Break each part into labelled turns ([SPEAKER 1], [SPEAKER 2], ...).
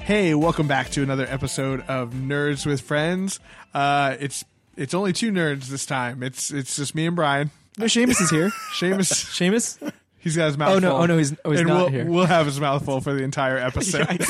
[SPEAKER 1] Hey, welcome back to another episode of Nerds with Friends. Uh, it's it's only two nerds this time. It's it's just me and Brian.
[SPEAKER 2] No, Seamus is here.
[SPEAKER 1] Seamus,
[SPEAKER 2] Seamus?
[SPEAKER 1] he's got his mouth.
[SPEAKER 2] Oh no!
[SPEAKER 1] full.
[SPEAKER 2] Oh no! He's oh, he's
[SPEAKER 1] and
[SPEAKER 2] not
[SPEAKER 1] we'll,
[SPEAKER 2] here.
[SPEAKER 1] we'll have his mouth full for the entire episode.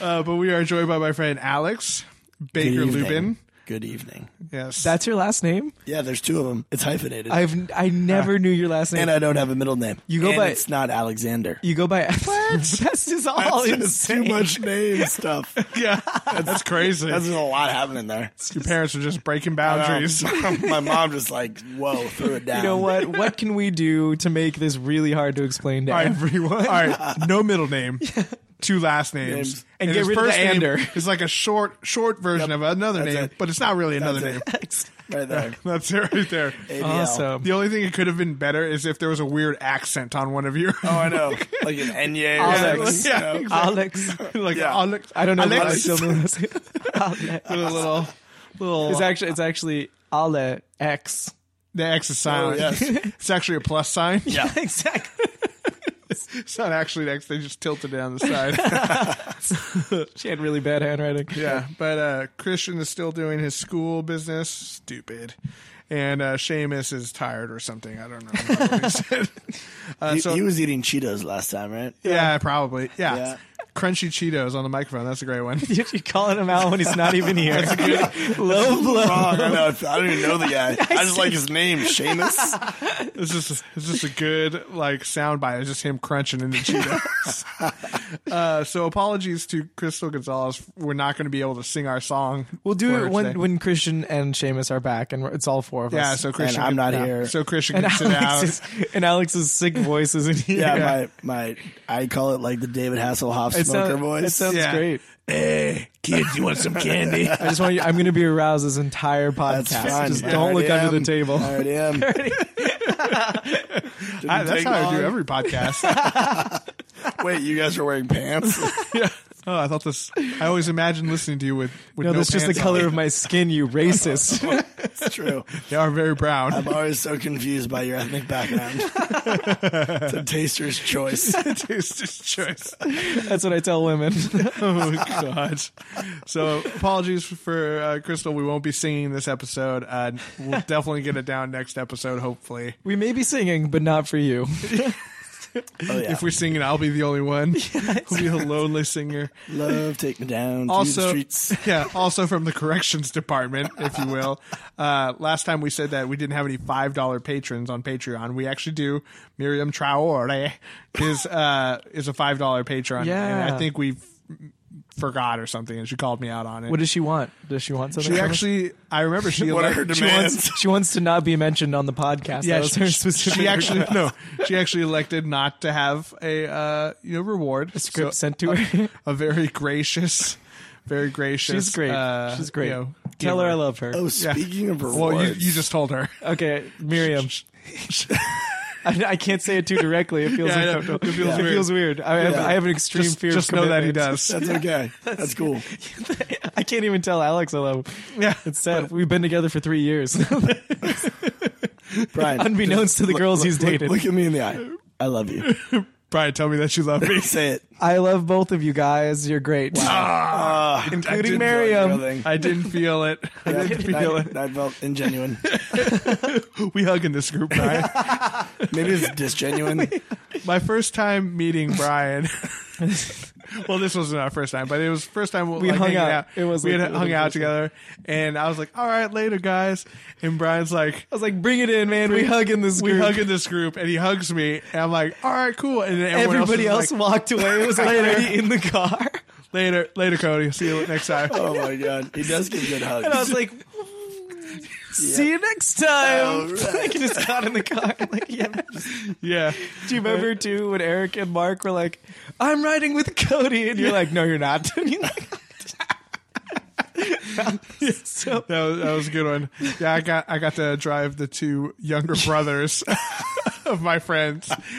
[SPEAKER 1] uh, but we are joined by my friend Alex Baker
[SPEAKER 3] evening.
[SPEAKER 1] Lubin.
[SPEAKER 3] Good evening.
[SPEAKER 1] Yes,
[SPEAKER 2] That's your last name?
[SPEAKER 3] Yeah, there's two of them. It's hyphenated,
[SPEAKER 2] I've I never knew your last name.
[SPEAKER 3] and I don't have a middle name.
[SPEAKER 2] You go
[SPEAKER 3] And
[SPEAKER 2] by-
[SPEAKER 3] It's not Alexander.
[SPEAKER 2] you go by what? That's just all
[SPEAKER 3] It's too
[SPEAKER 2] insane.
[SPEAKER 3] much name stuff.
[SPEAKER 1] yeah. That's crazy.
[SPEAKER 3] That's just a lot happening there. Um,
[SPEAKER 1] Your parents are just breaking boundaries.
[SPEAKER 3] My mom just like whoa threw it down.
[SPEAKER 2] You know what? What can we do to make this really hard to explain to
[SPEAKER 1] All right.
[SPEAKER 2] everyone?
[SPEAKER 1] All right, no middle name, two last names,
[SPEAKER 3] Names.
[SPEAKER 2] And get
[SPEAKER 1] his
[SPEAKER 2] rid of the
[SPEAKER 1] first name
[SPEAKER 2] ander.
[SPEAKER 1] Is like a short, short version
[SPEAKER 3] Yep.
[SPEAKER 1] of another
[SPEAKER 3] That's
[SPEAKER 1] name,
[SPEAKER 3] it.
[SPEAKER 1] but it's not really another
[SPEAKER 3] That's
[SPEAKER 1] name.
[SPEAKER 3] Right there.
[SPEAKER 1] That's it right there. Um,
[SPEAKER 3] ADL.
[SPEAKER 2] Awesome.
[SPEAKER 1] The only thing it could have been better is if there was a weird accent on one of your.
[SPEAKER 3] Oh, I know. Like an Enye. or
[SPEAKER 2] Alex.
[SPEAKER 3] something, you know?
[SPEAKER 1] Yeah.
[SPEAKER 2] Alex.
[SPEAKER 1] like
[SPEAKER 3] Yeah.
[SPEAKER 1] Alex.
[SPEAKER 2] I don't know. If I
[SPEAKER 1] Alex.
[SPEAKER 2] still know this. Alex.
[SPEAKER 1] With a little, little.
[SPEAKER 2] It's actually it's actually Ale X.
[SPEAKER 1] the X is silent.
[SPEAKER 3] yes.
[SPEAKER 1] it's actually a plus sign.
[SPEAKER 3] Yeah.
[SPEAKER 2] exactly.
[SPEAKER 1] It's not actually an X. They just tilted down the side.
[SPEAKER 2] She had really bad handwriting.
[SPEAKER 1] Yeah, but uh, Christian is still doing his school business. Stupid. And uh, Seamus is tired or something. I don't know. what he said. Uh,
[SPEAKER 3] He,
[SPEAKER 1] so,
[SPEAKER 3] he was eating Cheetos last time, right?
[SPEAKER 1] yeah, probably. Yeah.
[SPEAKER 3] Yeah.
[SPEAKER 1] Crunchy Cheetos on the microphone. That's a great one.
[SPEAKER 2] You're calling him out when he's not even here. Low blow.
[SPEAKER 3] Wrong. I know. It's- I don't even know the guy. I just like his name, Seamus.
[SPEAKER 1] This is this is a good like soundbite. It's just him crunching into Cheetos. uh, so apologies to Crystal Gonzalez. We're not going to be able to sing our song.
[SPEAKER 2] We'll do
[SPEAKER 1] for her
[SPEAKER 2] it when
[SPEAKER 1] today.
[SPEAKER 2] when Christian and Seamus are back, and it's all four of
[SPEAKER 1] Yeah.
[SPEAKER 2] us.
[SPEAKER 1] So
[SPEAKER 3] And
[SPEAKER 1] Christian,
[SPEAKER 3] I'm not
[SPEAKER 1] can-
[SPEAKER 3] here.
[SPEAKER 1] So Christian
[SPEAKER 2] and
[SPEAKER 1] can sit down.
[SPEAKER 2] Alex's and Alex's sick voice is in here.
[SPEAKER 3] yeah, my my. I call it like the David Hasselhoff
[SPEAKER 2] it
[SPEAKER 3] smoker
[SPEAKER 2] sounds,
[SPEAKER 3] voice.
[SPEAKER 2] It sounds
[SPEAKER 1] Yeah.
[SPEAKER 2] great.
[SPEAKER 3] hey, kids, you want some candy?
[SPEAKER 2] I just want you. I'm going to be aroused this entire podcast.
[SPEAKER 3] That's fine.
[SPEAKER 2] Just
[SPEAKER 3] I
[SPEAKER 2] don't
[SPEAKER 3] already
[SPEAKER 2] look under the
[SPEAKER 3] am.
[SPEAKER 2] table.
[SPEAKER 3] I already am.
[SPEAKER 1] I- that's
[SPEAKER 3] take
[SPEAKER 1] how I do
[SPEAKER 3] long.
[SPEAKER 1] every podcast.
[SPEAKER 3] Wait, you guys are wearing pants?
[SPEAKER 1] Oh, I thought this. I always imagined listening to you with, with
[SPEAKER 2] No,
[SPEAKER 1] no,
[SPEAKER 2] that's just the
[SPEAKER 1] pants
[SPEAKER 2] color
[SPEAKER 1] on.
[SPEAKER 2] of my skin. You racist.
[SPEAKER 3] It's true.
[SPEAKER 1] They are very brown.
[SPEAKER 3] I'm always so confused by your ethnic background. it's a taster's choice. Oh,
[SPEAKER 1] Taster's choice.
[SPEAKER 2] that's what I tell women.
[SPEAKER 1] Oh God. So apologies for uh, Crystal. We won't be singing this episode. Uh, we'll definitely get it down next episode. Hopefully,
[SPEAKER 2] we may be singing, but not for you.
[SPEAKER 3] Oh, yeah.
[SPEAKER 1] if we sing it, I'll be the only one. I'll be the lonely singer.
[SPEAKER 3] Love, take me down to the
[SPEAKER 1] Also,
[SPEAKER 3] streets.
[SPEAKER 1] yeah. Also from the corrections department, if you will. Uh, last time we said that we didn't have any five dollar patrons on Patreon. We actually do. Miriam Traore is uh, is a five dollar patron. and
[SPEAKER 2] Yeah.
[SPEAKER 1] I think we forgot or something, and she called me out on it.
[SPEAKER 2] What does she want? Does she want something?
[SPEAKER 1] She
[SPEAKER 2] from us?
[SPEAKER 1] actually, I remember she
[SPEAKER 3] What are
[SPEAKER 1] elect-
[SPEAKER 3] her
[SPEAKER 1] she
[SPEAKER 3] demands?
[SPEAKER 1] wants-
[SPEAKER 2] she wants to not be mentioned on the podcast.
[SPEAKER 1] Yeah,
[SPEAKER 2] that was
[SPEAKER 1] she-
[SPEAKER 2] her specific.
[SPEAKER 1] she actually no, she actually elected not to have a uh, you know reward. A
[SPEAKER 2] script sent to her.
[SPEAKER 1] a very gracious, very gracious.
[SPEAKER 2] She's great.
[SPEAKER 1] uh,
[SPEAKER 2] She's great.
[SPEAKER 1] you know,
[SPEAKER 2] Tell her I
[SPEAKER 1] giver.
[SPEAKER 2] love her.
[SPEAKER 3] Oh, speaking of rewards.
[SPEAKER 1] Well, you, you just told her.
[SPEAKER 2] Okay, Miriam. I, I can't say it too directly. It feels
[SPEAKER 1] Yeah, I know.
[SPEAKER 2] uncomfortable.
[SPEAKER 1] It feels
[SPEAKER 2] it
[SPEAKER 1] weird.
[SPEAKER 2] feels weird. I have,
[SPEAKER 3] Yeah.
[SPEAKER 2] I have an extreme
[SPEAKER 1] Just,
[SPEAKER 2] fear.
[SPEAKER 1] just
[SPEAKER 2] of
[SPEAKER 1] know that he
[SPEAKER 2] commitment.
[SPEAKER 1] does.
[SPEAKER 3] That's okay. That's cool.
[SPEAKER 2] I can't even tell Alex I love. him.
[SPEAKER 1] Yeah,
[SPEAKER 2] It's sad. We've been together for three years,
[SPEAKER 3] Brian.
[SPEAKER 2] unbeknownst to the girls he's
[SPEAKER 3] just look,
[SPEAKER 2] dated.
[SPEAKER 3] look at me in the eye. I love you.
[SPEAKER 1] Brian, tell me that you love me.
[SPEAKER 3] Say it.
[SPEAKER 2] I love both of you guys. You're great,
[SPEAKER 3] Ah, I
[SPEAKER 2] including um,
[SPEAKER 3] didn't
[SPEAKER 2] Miriam.
[SPEAKER 3] feel anything.
[SPEAKER 1] I didn't feel it. I didn't feel
[SPEAKER 3] That,
[SPEAKER 1] it.
[SPEAKER 3] that felt ingenuine.
[SPEAKER 1] We hug in this group, Brian.
[SPEAKER 3] Maybe it's disgenuine.
[SPEAKER 1] my first time meeting Brian. well, this wasn't our first time, but it was first time we like,
[SPEAKER 2] hung
[SPEAKER 1] hanging
[SPEAKER 2] out.
[SPEAKER 1] out.
[SPEAKER 2] It was
[SPEAKER 1] we
[SPEAKER 2] like
[SPEAKER 1] had
[SPEAKER 2] the
[SPEAKER 1] hung out
[SPEAKER 2] first time.
[SPEAKER 1] together, and I was like, "All right, later, guys." And Brian's like,
[SPEAKER 2] I was like, bring it in, man. We hug in this
[SPEAKER 1] "We
[SPEAKER 2] group.
[SPEAKER 1] hug in this group," and he hugs me, and I'm like, "All right, cool." And then everyone
[SPEAKER 2] Everybody
[SPEAKER 1] else,
[SPEAKER 2] else,
[SPEAKER 1] is
[SPEAKER 2] walked away. It was like
[SPEAKER 1] Later.
[SPEAKER 2] already in the car.
[SPEAKER 1] like, later, later, Cody. See you next time.
[SPEAKER 3] Oh my god, he does give good hugs.
[SPEAKER 2] And I was like, "Mm, see you next time.
[SPEAKER 3] All
[SPEAKER 2] Like, just got in the car. Like, yeah.
[SPEAKER 1] Yeah,
[SPEAKER 2] Do you remember too when Eric and Mark were like, "I'm riding with Cody," and you're like, "No, you're not." And you're like, so
[SPEAKER 1] that was, that was a good one. Yeah, I got I got to drive the two younger brothers of my friends.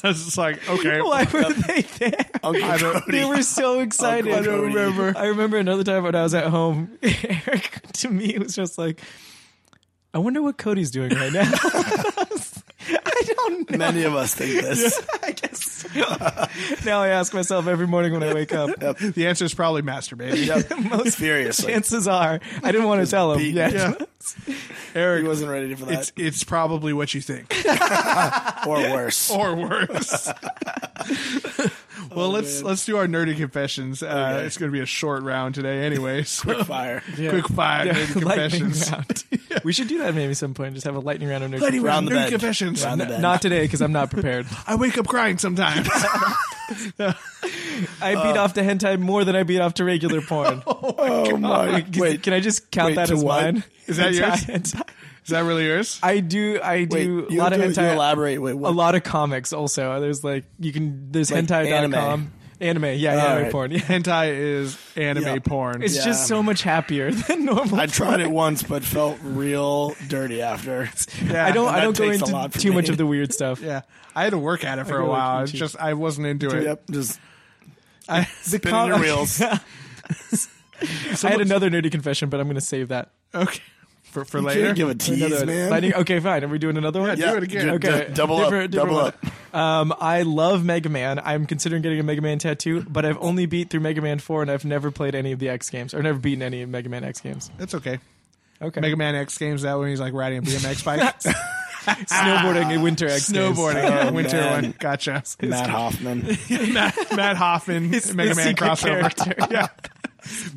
[SPEAKER 1] I was just like, okay,
[SPEAKER 2] why were they there?
[SPEAKER 3] Uncle
[SPEAKER 1] I don't-
[SPEAKER 3] Cody.
[SPEAKER 2] They were so excited.
[SPEAKER 3] I don't remember.
[SPEAKER 2] I remember another time when I was at home. Eric to me was just like, "I wonder what Cody's doing right now." I don't know.
[SPEAKER 3] Many of us think this.
[SPEAKER 2] I guess now I ask myself every morning when I wake up.
[SPEAKER 1] The answer is probably masturbating.
[SPEAKER 3] Yep. Furiously.
[SPEAKER 2] Chances are, I didn't want to tell him.
[SPEAKER 3] beat-
[SPEAKER 2] Yeah.
[SPEAKER 1] Yeah.
[SPEAKER 3] He
[SPEAKER 1] Eric,
[SPEAKER 3] wasn't ready for that.
[SPEAKER 1] it's it's probably what you think,
[SPEAKER 3] or worse.
[SPEAKER 1] or worse. well, let's let's do our nerdy confessions. Uh,
[SPEAKER 3] Okay.
[SPEAKER 1] It's going to be a short round today, anyways. quick,
[SPEAKER 3] Fire.
[SPEAKER 1] quick fire nerdy
[SPEAKER 2] lightning
[SPEAKER 1] confessions.
[SPEAKER 2] round. We should do that maybe some point. Just have a lightning round of nerds.
[SPEAKER 1] Lightning round,
[SPEAKER 3] Round the
[SPEAKER 1] nerdy
[SPEAKER 3] bend.
[SPEAKER 1] confessions.
[SPEAKER 3] Round the bend.
[SPEAKER 2] Not today because I'm not prepared.
[SPEAKER 1] I wake up crying sometimes.
[SPEAKER 2] I beat off to hentai more than I beat off to regular porn.
[SPEAKER 3] Oh my.
[SPEAKER 2] Can-
[SPEAKER 3] Wait.
[SPEAKER 2] can I just count
[SPEAKER 3] wait,
[SPEAKER 2] that
[SPEAKER 3] to
[SPEAKER 2] as
[SPEAKER 3] what?
[SPEAKER 2] mine?
[SPEAKER 1] Is that yours?
[SPEAKER 2] Hentai.
[SPEAKER 1] Is that really yours?
[SPEAKER 2] I do. I
[SPEAKER 3] Wait,
[SPEAKER 2] do a
[SPEAKER 3] you
[SPEAKER 2] lot
[SPEAKER 3] do-
[SPEAKER 2] of
[SPEAKER 3] you
[SPEAKER 2] hentai.
[SPEAKER 3] elaborate. Wait, what?
[SPEAKER 2] A lot of comics also. There's like you can. There's
[SPEAKER 3] Like
[SPEAKER 2] hentai.com. Anime.
[SPEAKER 3] anime.
[SPEAKER 2] Yeah, anime
[SPEAKER 3] right.
[SPEAKER 2] porn. Yeah.
[SPEAKER 1] Hentai is anime
[SPEAKER 3] Yeah.
[SPEAKER 1] porn.
[SPEAKER 2] It's
[SPEAKER 3] Yeah.
[SPEAKER 2] just so much happier than normal.
[SPEAKER 3] I tried it once, but felt real dirty after.
[SPEAKER 1] Yeah.
[SPEAKER 2] I don't.
[SPEAKER 3] and
[SPEAKER 2] I
[SPEAKER 3] that
[SPEAKER 2] don't go
[SPEAKER 3] takes a lot
[SPEAKER 2] into
[SPEAKER 3] for
[SPEAKER 2] too much
[SPEAKER 3] me.
[SPEAKER 2] of the weird stuff.
[SPEAKER 1] yeah, I had to work at it for a
[SPEAKER 2] really
[SPEAKER 1] while.
[SPEAKER 2] can't
[SPEAKER 1] It's
[SPEAKER 2] choose.
[SPEAKER 1] just I wasn't into it.
[SPEAKER 3] Yep. Just
[SPEAKER 1] I,
[SPEAKER 2] The
[SPEAKER 3] spinning your wheels.
[SPEAKER 2] I had another nerdy confession, but I'm going to save that.
[SPEAKER 1] okay, for for
[SPEAKER 3] Can't
[SPEAKER 1] later.
[SPEAKER 3] give a tease,
[SPEAKER 2] Another-
[SPEAKER 3] man.
[SPEAKER 2] Lightning- okay, fine. Are we doing another one?
[SPEAKER 1] Yeah, do it again.
[SPEAKER 3] d-
[SPEAKER 2] Okay,
[SPEAKER 3] d- double up.
[SPEAKER 2] different-
[SPEAKER 3] double
[SPEAKER 2] different
[SPEAKER 3] up.
[SPEAKER 2] one. Um, I love Mega Man. I'm considering getting a Mega Man tattoo, but I've only beat through Mega Man 4, and I've never played any of the X games, or never beaten any of Mega Man X games.
[SPEAKER 1] That's okay.
[SPEAKER 2] Okay,
[SPEAKER 1] Mega Man X games that when he's like riding a BMX bike,
[SPEAKER 2] snowboarding in Winter X Games.
[SPEAKER 1] snowboarding,
[SPEAKER 2] Oh,
[SPEAKER 1] yeah, winter
[SPEAKER 3] man.
[SPEAKER 1] one. Gotcha.
[SPEAKER 3] Matt Hoffman.
[SPEAKER 1] Matt, Matt Hoffman,
[SPEAKER 2] It's
[SPEAKER 1] Mega
[SPEAKER 2] the
[SPEAKER 1] Man
[SPEAKER 2] secret
[SPEAKER 1] crossover.
[SPEAKER 2] character.
[SPEAKER 1] yeah,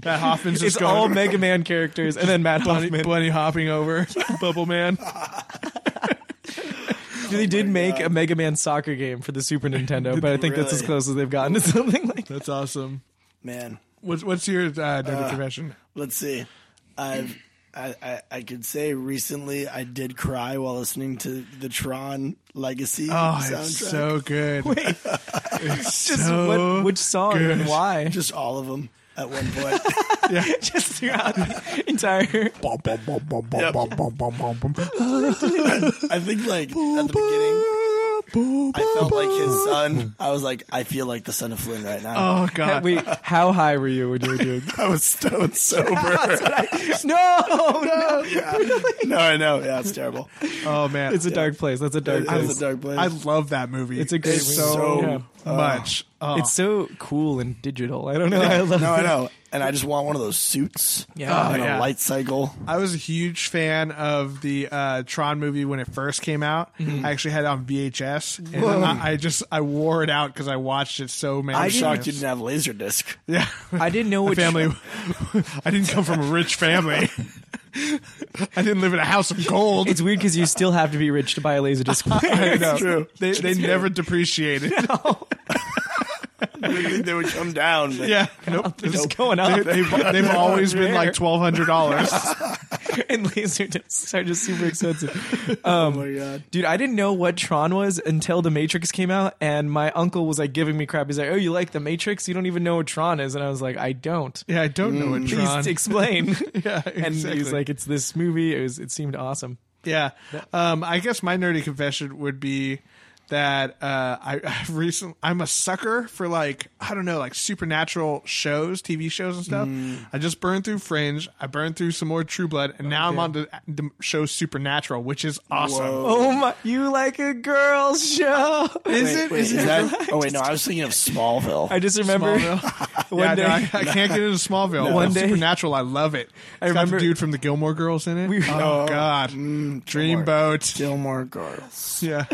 [SPEAKER 1] Matt Hoffman's just
[SPEAKER 2] It's
[SPEAKER 1] going Oh
[SPEAKER 2] all Mega Man characters, and then Matt
[SPEAKER 1] bunny,
[SPEAKER 2] Hoffman.
[SPEAKER 1] bunny hopping over Bubble Man.
[SPEAKER 2] They did make a Mega Man soccer game for the Super Nintendo, but I think that's as
[SPEAKER 3] Really?
[SPEAKER 2] close as they've gotten to something like that.
[SPEAKER 1] That's awesome.
[SPEAKER 3] Man.
[SPEAKER 1] What's what's your uh, nerdy confession?
[SPEAKER 3] Let's see. I've I, I, I could say recently I did cry while listening to the Tron Legacy
[SPEAKER 1] Oh,
[SPEAKER 3] soundtrack.
[SPEAKER 1] it's so good.
[SPEAKER 2] It's just
[SPEAKER 1] so
[SPEAKER 2] what, which song
[SPEAKER 1] good.
[SPEAKER 2] and why.
[SPEAKER 3] Just all of them at one point.
[SPEAKER 2] just throughout the entire.
[SPEAKER 4] bum bum bum bum bum
[SPEAKER 3] Yep.
[SPEAKER 4] bum bum bum bum bum.
[SPEAKER 3] I think like at the beginning I felt like his son. I was like, I feel like the son of Flynn right now.
[SPEAKER 1] Oh god.
[SPEAKER 2] Wait, how high were you when you were doing?
[SPEAKER 3] I was stoned sober.
[SPEAKER 2] no, no,
[SPEAKER 3] no, I know. Yeah, it's terrible.
[SPEAKER 1] oh man.
[SPEAKER 2] it's a dark place. That's a dark
[SPEAKER 3] It
[SPEAKER 2] place.
[SPEAKER 3] was a dark place.
[SPEAKER 1] I love that movie.
[SPEAKER 2] It's a great
[SPEAKER 1] It's
[SPEAKER 2] movie.
[SPEAKER 1] so much. Oh.
[SPEAKER 2] It's so cool and digital. I don't know. I love.
[SPEAKER 3] no, I
[SPEAKER 2] it.
[SPEAKER 3] know. And I just want one of those suits.
[SPEAKER 2] Yeah.
[SPEAKER 3] and
[SPEAKER 1] Oh, yeah.
[SPEAKER 3] a light cycle.
[SPEAKER 1] I was a huge fan of the uh, Tron movie when it first came out. I actually had it on VHS, and I, I just I wore it out because I watched it so many.
[SPEAKER 3] I'm
[SPEAKER 1] times.
[SPEAKER 3] shocked you didn't have laser disc.
[SPEAKER 1] Yeah,
[SPEAKER 2] I didn't know what
[SPEAKER 1] family. I didn't come from a rich family. I didn't live in a house of gold.
[SPEAKER 2] It's weird because you still have to be rich to buy a laser disc.
[SPEAKER 1] I know.
[SPEAKER 3] true.
[SPEAKER 1] They they never depreciated.
[SPEAKER 3] they would come down. but-
[SPEAKER 1] Yeah, nope.
[SPEAKER 2] They're just going up,
[SPEAKER 1] They, have they've always been like
[SPEAKER 2] Rare.
[SPEAKER 1] twelve hundred dollars.
[SPEAKER 2] and laser discs are just super expensive.
[SPEAKER 3] Oh my god.
[SPEAKER 2] Dude, I didn't know what Tron was until The Matrix came out, and my uncle was like giving me crap. He's like, "Oh, you like The Matrix? You don't even know what Tron is," and I was like, "I don't."
[SPEAKER 1] Yeah, I don't know what Tron.
[SPEAKER 2] Please explain.
[SPEAKER 1] yeah,
[SPEAKER 2] Mm. and he
[SPEAKER 1] exactly.
[SPEAKER 2] was like, "It's this movie. It was. It seemed awesome."
[SPEAKER 1] Yeah. Um, I guess my nerdy confession would be that uh, I, I've recently I'm a sucker for like I don't know like supernatural shows, TV shows and stuff.
[SPEAKER 2] Mm.
[SPEAKER 1] I just burned through Fringe. I burned through some more True Blood, and now I'm on the, the show Supernatural, which is awesome.
[SPEAKER 3] Whoa.
[SPEAKER 2] Oh my! You like a girls show?
[SPEAKER 1] Is it?
[SPEAKER 3] Wait,
[SPEAKER 1] Is
[SPEAKER 3] is
[SPEAKER 1] it?
[SPEAKER 3] that? Oh wait, no. I was thinking of Smallville.
[SPEAKER 2] I just remember
[SPEAKER 1] Smallville.
[SPEAKER 2] one
[SPEAKER 1] yeah,
[SPEAKER 2] day
[SPEAKER 1] no, I, I can't get into Smallville.
[SPEAKER 2] One
[SPEAKER 1] But
[SPEAKER 2] day-
[SPEAKER 1] Supernatural, I love it. I
[SPEAKER 2] remember-
[SPEAKER 1] got the dude from the Gilmore Girls in it.
[SPEAKER 2] We- Mm,
[SPEAKER 1] oh God, Dreamboat.
[SPEAKER 3] Mm, Gilmore Girls.
[SPEAKER 1] Yeah,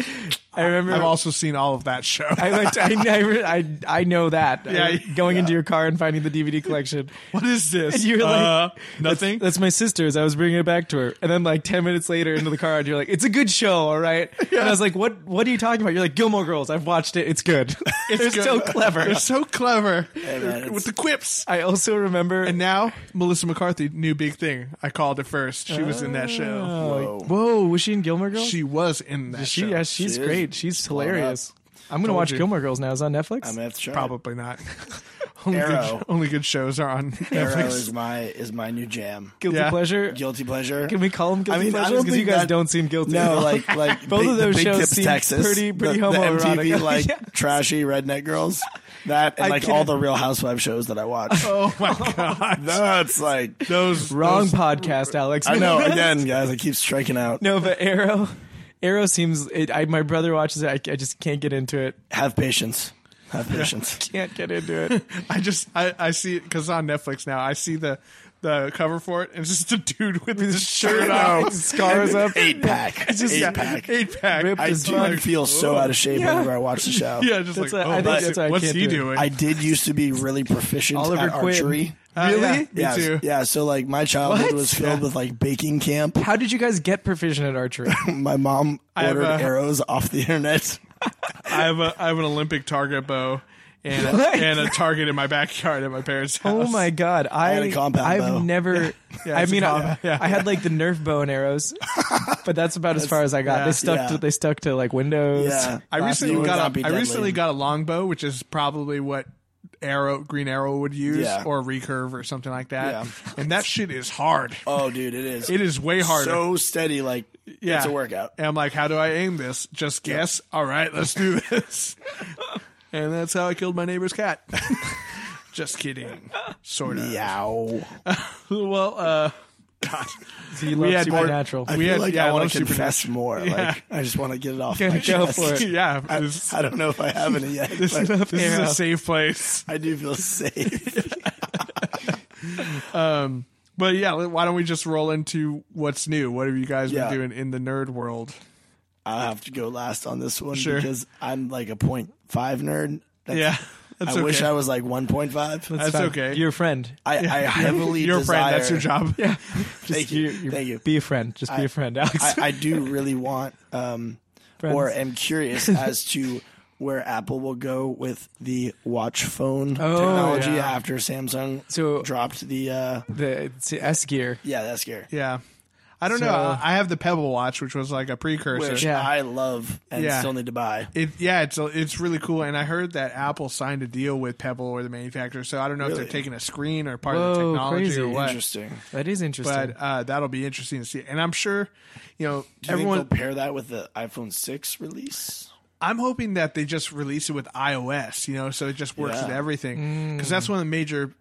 [SPEAKER 2] I remember.
[SPEAKER 1] I've also seen all of that show.
[SPEAKER 2] I went. To, I never. I I know that.
[SPEAKER 1] Yeah,
[SPEAKER 2] I- going into your car and finding the DVD collection.
[SPEAKER 1] what is this?
[SPEAKER 2] And you were like,
[SPEAKER 1] Uh, nothing.
[SPEAKER 2] That's my sister's. I was bringing it back to her, and then like ten minutes later into the car, and you're like, "It's a good show, all right." And I was like, "What? What are you talking about?" You're like, "Gilmore Girls. I've watched it. It's good. They're
[SPEAKER 1] good.
[SPEAKER 2] so clever."
[SPEAKER 1] They're so clever
[SPEAKER 3] man, it's-
[SPEAKER 1] with the quips.
[SPEAKER 2] I also remember.
[SPEAKER 1] And now Melissa McCarthy, new big thing. I called it first. She was in that show.
[SPEAKER 2] Whoa. Whoa, was she in Gilmore Girls?
[SPEAKER 1] She was in that
[SPEAKER 2] Oh. She,
[SPEAKER 1] show.
[SPEAKER 2] yeah, she's
[SPEAKER 3] She is.
[SPEAKER 2] great. She's
[SPEAKER 3] blown up.
[SPEAKER 2] hilarious. I'm gonna
[SPEAKER 1] Told
[SPEAKER 2] watch
[SPEAKER 1] you.
[SPEAKER 2] Gilmore Girls now. Is it on Netflix.
[SPEAKER 3] I mean, that's true.
[SPEAKER 1] Probably not. only,
[SPEAKER 3] Arrow.
[SPEAKER 1] good, only good shows are on
[SPEAKER 3] Arrow
[SPEAKER 1] Netflix.
[SPEAKER 3] is my is my new jam.
[SPEAKER 2] guilty
[SPEAKER 1] Yeah.
[SPEAKER 2] pleasure.
[SPEAKER 3] Guilty pleasure.
[SPEAKER 2] Can we call them guilty
[SPEAKER 3] I mean, I
[SPEAKER 2] pleasures?
[SPEAKER 3] don't
[SPEAKER 2] Because you
[SPEAKER 3] think
[SPEAKER 2] guys
[SPEAKER 3] that-
[SPEAKER 2] don't seem guilty. at
[SPEAKER 3] No,
[SPEAKER 2] all.
[SPEAKER 3] like like
[SPEAKER 2] Both
[SPEAKER 3] big,
[SPEAKER 2] of those
[SPEAKER 3] the big
[SPEAKER 2] shows
[SPEAKER 3] Tips,
[SPEAKER 2] seem
[SPEAKER 3] Texas,
[SPEAKER 2] pretty- pretty
[SPEAKER 3] the, the
[SPEAKER 2] homoerotic.
[SPEAKER 3] MTV like
[SPEAKER 2] Yes.
[SPEAKER 3] trashy redneck girls. That and
[SPEAKER 2] I
[SPEAKER 3] like
[SPEAKER 2] can't-
[SPEAKER 3] all the Real Housewife shows that I watch.
[SPEAKER 1] Oh my god.
[SPEAKER 3] That's like
[SPEAKER 1] Those
[SPEAKER 2] wrong
[SPEAKER 1] those-
[SPEAKER 2] podcast, Alex.
[SPEAKER 3] I know. Again, guys, I keep striking out.
[SPEAKER 2] No, but Arrow, Arrow seems. It, I, my brother watches it. I, I just can't get into it.
[SPEAKER 3] Have patience. Have patience.
[SPEAKER 2] Can't get into it.
[SPEAKER 1] I just I, I see it because it's on Netflix now. I see the the cover for it, and it's just a dude with his shirt
[SPEAKER 2] Oh,
[SPEAKER 1] off,
[SPEAKER 2] scars up.
[SPEAKER 3] Eight pack.
[SPEAKER 1] It's just
[SPEAKER 3] eight
[SPEAKER 1] yeah,
[SPEAKER 3] pack.
[SPEAKER 1] eight pack.
[SPEAKER 2] Ripped
[SPEAKER 3] I
[SPEAKER 2] as
[SPEAKER 3] do
[SPEAKER 2] fuck.
[SPEAKER 3] feel so out of shape
[SPEAKER 2] Yeah.
[SPEAKER 3] whenever I watch the show.
[SPEAKER 1] yeah, just
[SPEAKER 2] That's
[SPEAKER 1] like
[SPEAKER 2] a-
[SPEAKER 1] oh,
[SPEAKER 2] I think
[SPEAKER 1] but
[SPEAKER 2] that's what I
[SPEAKER 1] what's
[SPEAKER 2] can't
[SPEAKER 1] he
[SPEAKER 2] do.
[SPEAKER 1] doing?
[SPEAKER 3] I did used to be really proficient
[SPEAKER 2] Oliver
[SPEAKER 3] at
[SPEAKER 2] Quinn.
[SPEAKER 3] archery.
[SPEAKER 1] Uh, yeah,
[SPEAKER 2] Really?
[SPEAKER 1] me
[SPEAKER 3] yeah,
[SPEAKER 1] too.
[SPEAKER 3] yeah. So like my childhood
[SPEAKER 2] What?
[SPEAKER 3] was filled with like baking camp.
[SPEAKER 2] How did you guys get proficient at archery?
[SPEAKER 3] My mom
[SPEAKER 1] have
[SPEAKER 3] ordered
[SPEAKER 1] a-
[SPEAKER 3] arrows off the internet.
[SPEAKER 1] I have a I have an Olympic target bow and a,
[SPEAKER 2] What?
[SPEAKER 1] and a target in my backyard at my parents' house.
[SPEAKER 2] Oh my god! I,
[SPEAKER 3] had a compound
[SPEAKER 2] I've
[SPEAKER 3] bow.
[SPEAKER 2] never. I
[SPEAKER 1] it's a
[SPEAKER 2] mean, I,
[SPEAKER 1] compound, yeah.
[SPEAKER 2] I had like the Nerf bow and arrows, but that's about as far as I got.
[SPEAKER 1] yeah,
[SPEAKER 2] they stuck
[SPEAKER 3] yeah.
[SPEAKER 2] to they stuck to like Windows.
[SPEAKER 3] Yeah.
[SPEAKER 1] I
[SPEAKER 3] Last year
[SPEAKER 1] recently
[SPEAKER 3] would not
[SPEAKER 1] got
[SPEAKER 3] be
[SPEAKER 1] a, I
[SPEAKER 3] deadly.
[SPEAKER 1] recently got a longbow, which is probably what arrow green arrow would use
[SPEAKER 3] Yeah.
[SPEAKER 1] or a recurve or something like that.
[SPEAKER 3] Yeah.
[SPEAKER 1] And that shit is hard.
[SPEAKER 3] Oh, dude, it is.
[SPEAKER 1] It is way harder.
[SPEAKER 3] so steady. Like it's a workout.
[SPEAKER 1] And I'm like, how do I aim this? Just guess. All right, let's do this. and that's how I killed my neighbor's cat. Just kidding. Sort of.
[SPEAKER 3] Yow.
[SPEAKER 1] Well, uh,
[SPEAKER 2] he loves
[SPEAKER 1] had more-
[SPEAKER 2] supernatural.
[SPEAKER 3] I
[SPEAKER 1] We
[SPEAKER 3] feel
[SPEAKER 1] had-
[SPEAKER 3] like
[SPEAKER 1] yeah, I
[SPEAKER 3] I want
[SPEAKER 1] love
[SPEAKER 3] to confess more. Like I just want to get it off my
[SPEAKER 2] go
[SPEAKER 3] chest.
[SPEAKER 2] for it.
[SPEAKER 1] yeah,
[SPEAKER 3] I,
[SPEAKER 1] this,
[SPEAKER 3] I don't know if I have any yet. but
[SPEAKER 1] this is
[SPEAKER 2] Yeah.
[SPEAKER 1] a safe place.
[SPEAKER 3] I do feel safe.
[SPEAKER 1] But yeah, why don't we just roll into what's new? What have you guys
[SPEAKER 3] Yeah.
[SPEAKER 1] been doing in the nerd world?
[SPEAKER 3] I have to go last on this one
[SPEAKER 1] Sure.
[SPEAKER 3] because I'm like a point five nerd. That's-
[SPEAKER 1] Yeah, that's
[SPEAKER 3] I
[SPEAKER 1] okay.
[SPEAKER 3] wish I was like one point five.
[SPEAKER 1] That's
[SPEAKER 2] fine.
[SPEAKER 1] okay.
[SPEAKER 2] You're a friend.
[SPEAKER 3] I, I heavily
[SPEAKER 1] You're a
[SPEAKER 3] desire,
[SPEAKER 1] friend. That's your job.
[SPEAKER 2] Yeah.
[SPEAKER 3] Thank you. Thank you.
[SPEAKER 2] Be a friend. Just be a friend, Alex.
[SPEAKER 3] I, I do really want, um,
[SPEAKER 2] Friends.
[SPEAKER 3] or am curious as to where Apple will go with the watch phone
[SPEAKER 2] Oh,
[SPEAKER 3] technology
[SPEAKER 1] yeah.
[SPEAKER 3] after Samsung
[SPEAKER 2] So-
[SPEAKER 3] dropped the. Uh,
[SPEAKER 2] the it's the S gear.
[SPEAKER 3] yeah, that's scary.
[SPEAKER 1] Yeah. I don't
[SPEAKER 2] So-
[SPEAKER 1] know. I I have the Pebble watch, which was like a precursor.
[SPEAKER 3] Which
[SPEAKER 2] Yeah.
[SPEAKER 3] I love and
[SPEAKER 1] Yeah.
[SPEAKER 3] still need to buy.
[SPEAKER 1] It, yeah, it's it's really cool, and I heard that Apple signed a deal with Pebble or the manufacturer. So I don't know if
[SPEAKER 3] Really?
[SPEAKER 1] they're taking a screen or part of the
[SPEAKER 2] Whoa,
[SPEAKER 1] technology
[SPEAKER 2] crazy.
[SPEAKER 1] or what.
[SPEAKER 3] Interesting.
[SPEAKER 2] That is interesting.
[SPEAKER 1] But uh, that'll be interesting to see. And I'm sure, you know,
[SPEAKER 3] Do you
[SPEAKER 1] everyone.
[SPEAKER 3] think they'll pair that with the iPhone six release?
[SPEAKER 1] I'm hoping that they just release it with iOS, you know, so it just works
[SPEAKER 3] Yeah.
[SPEAKER 1] with everything.
[SPEAKER 2] Mm.
[SPEAKER 1] Because that's one of the major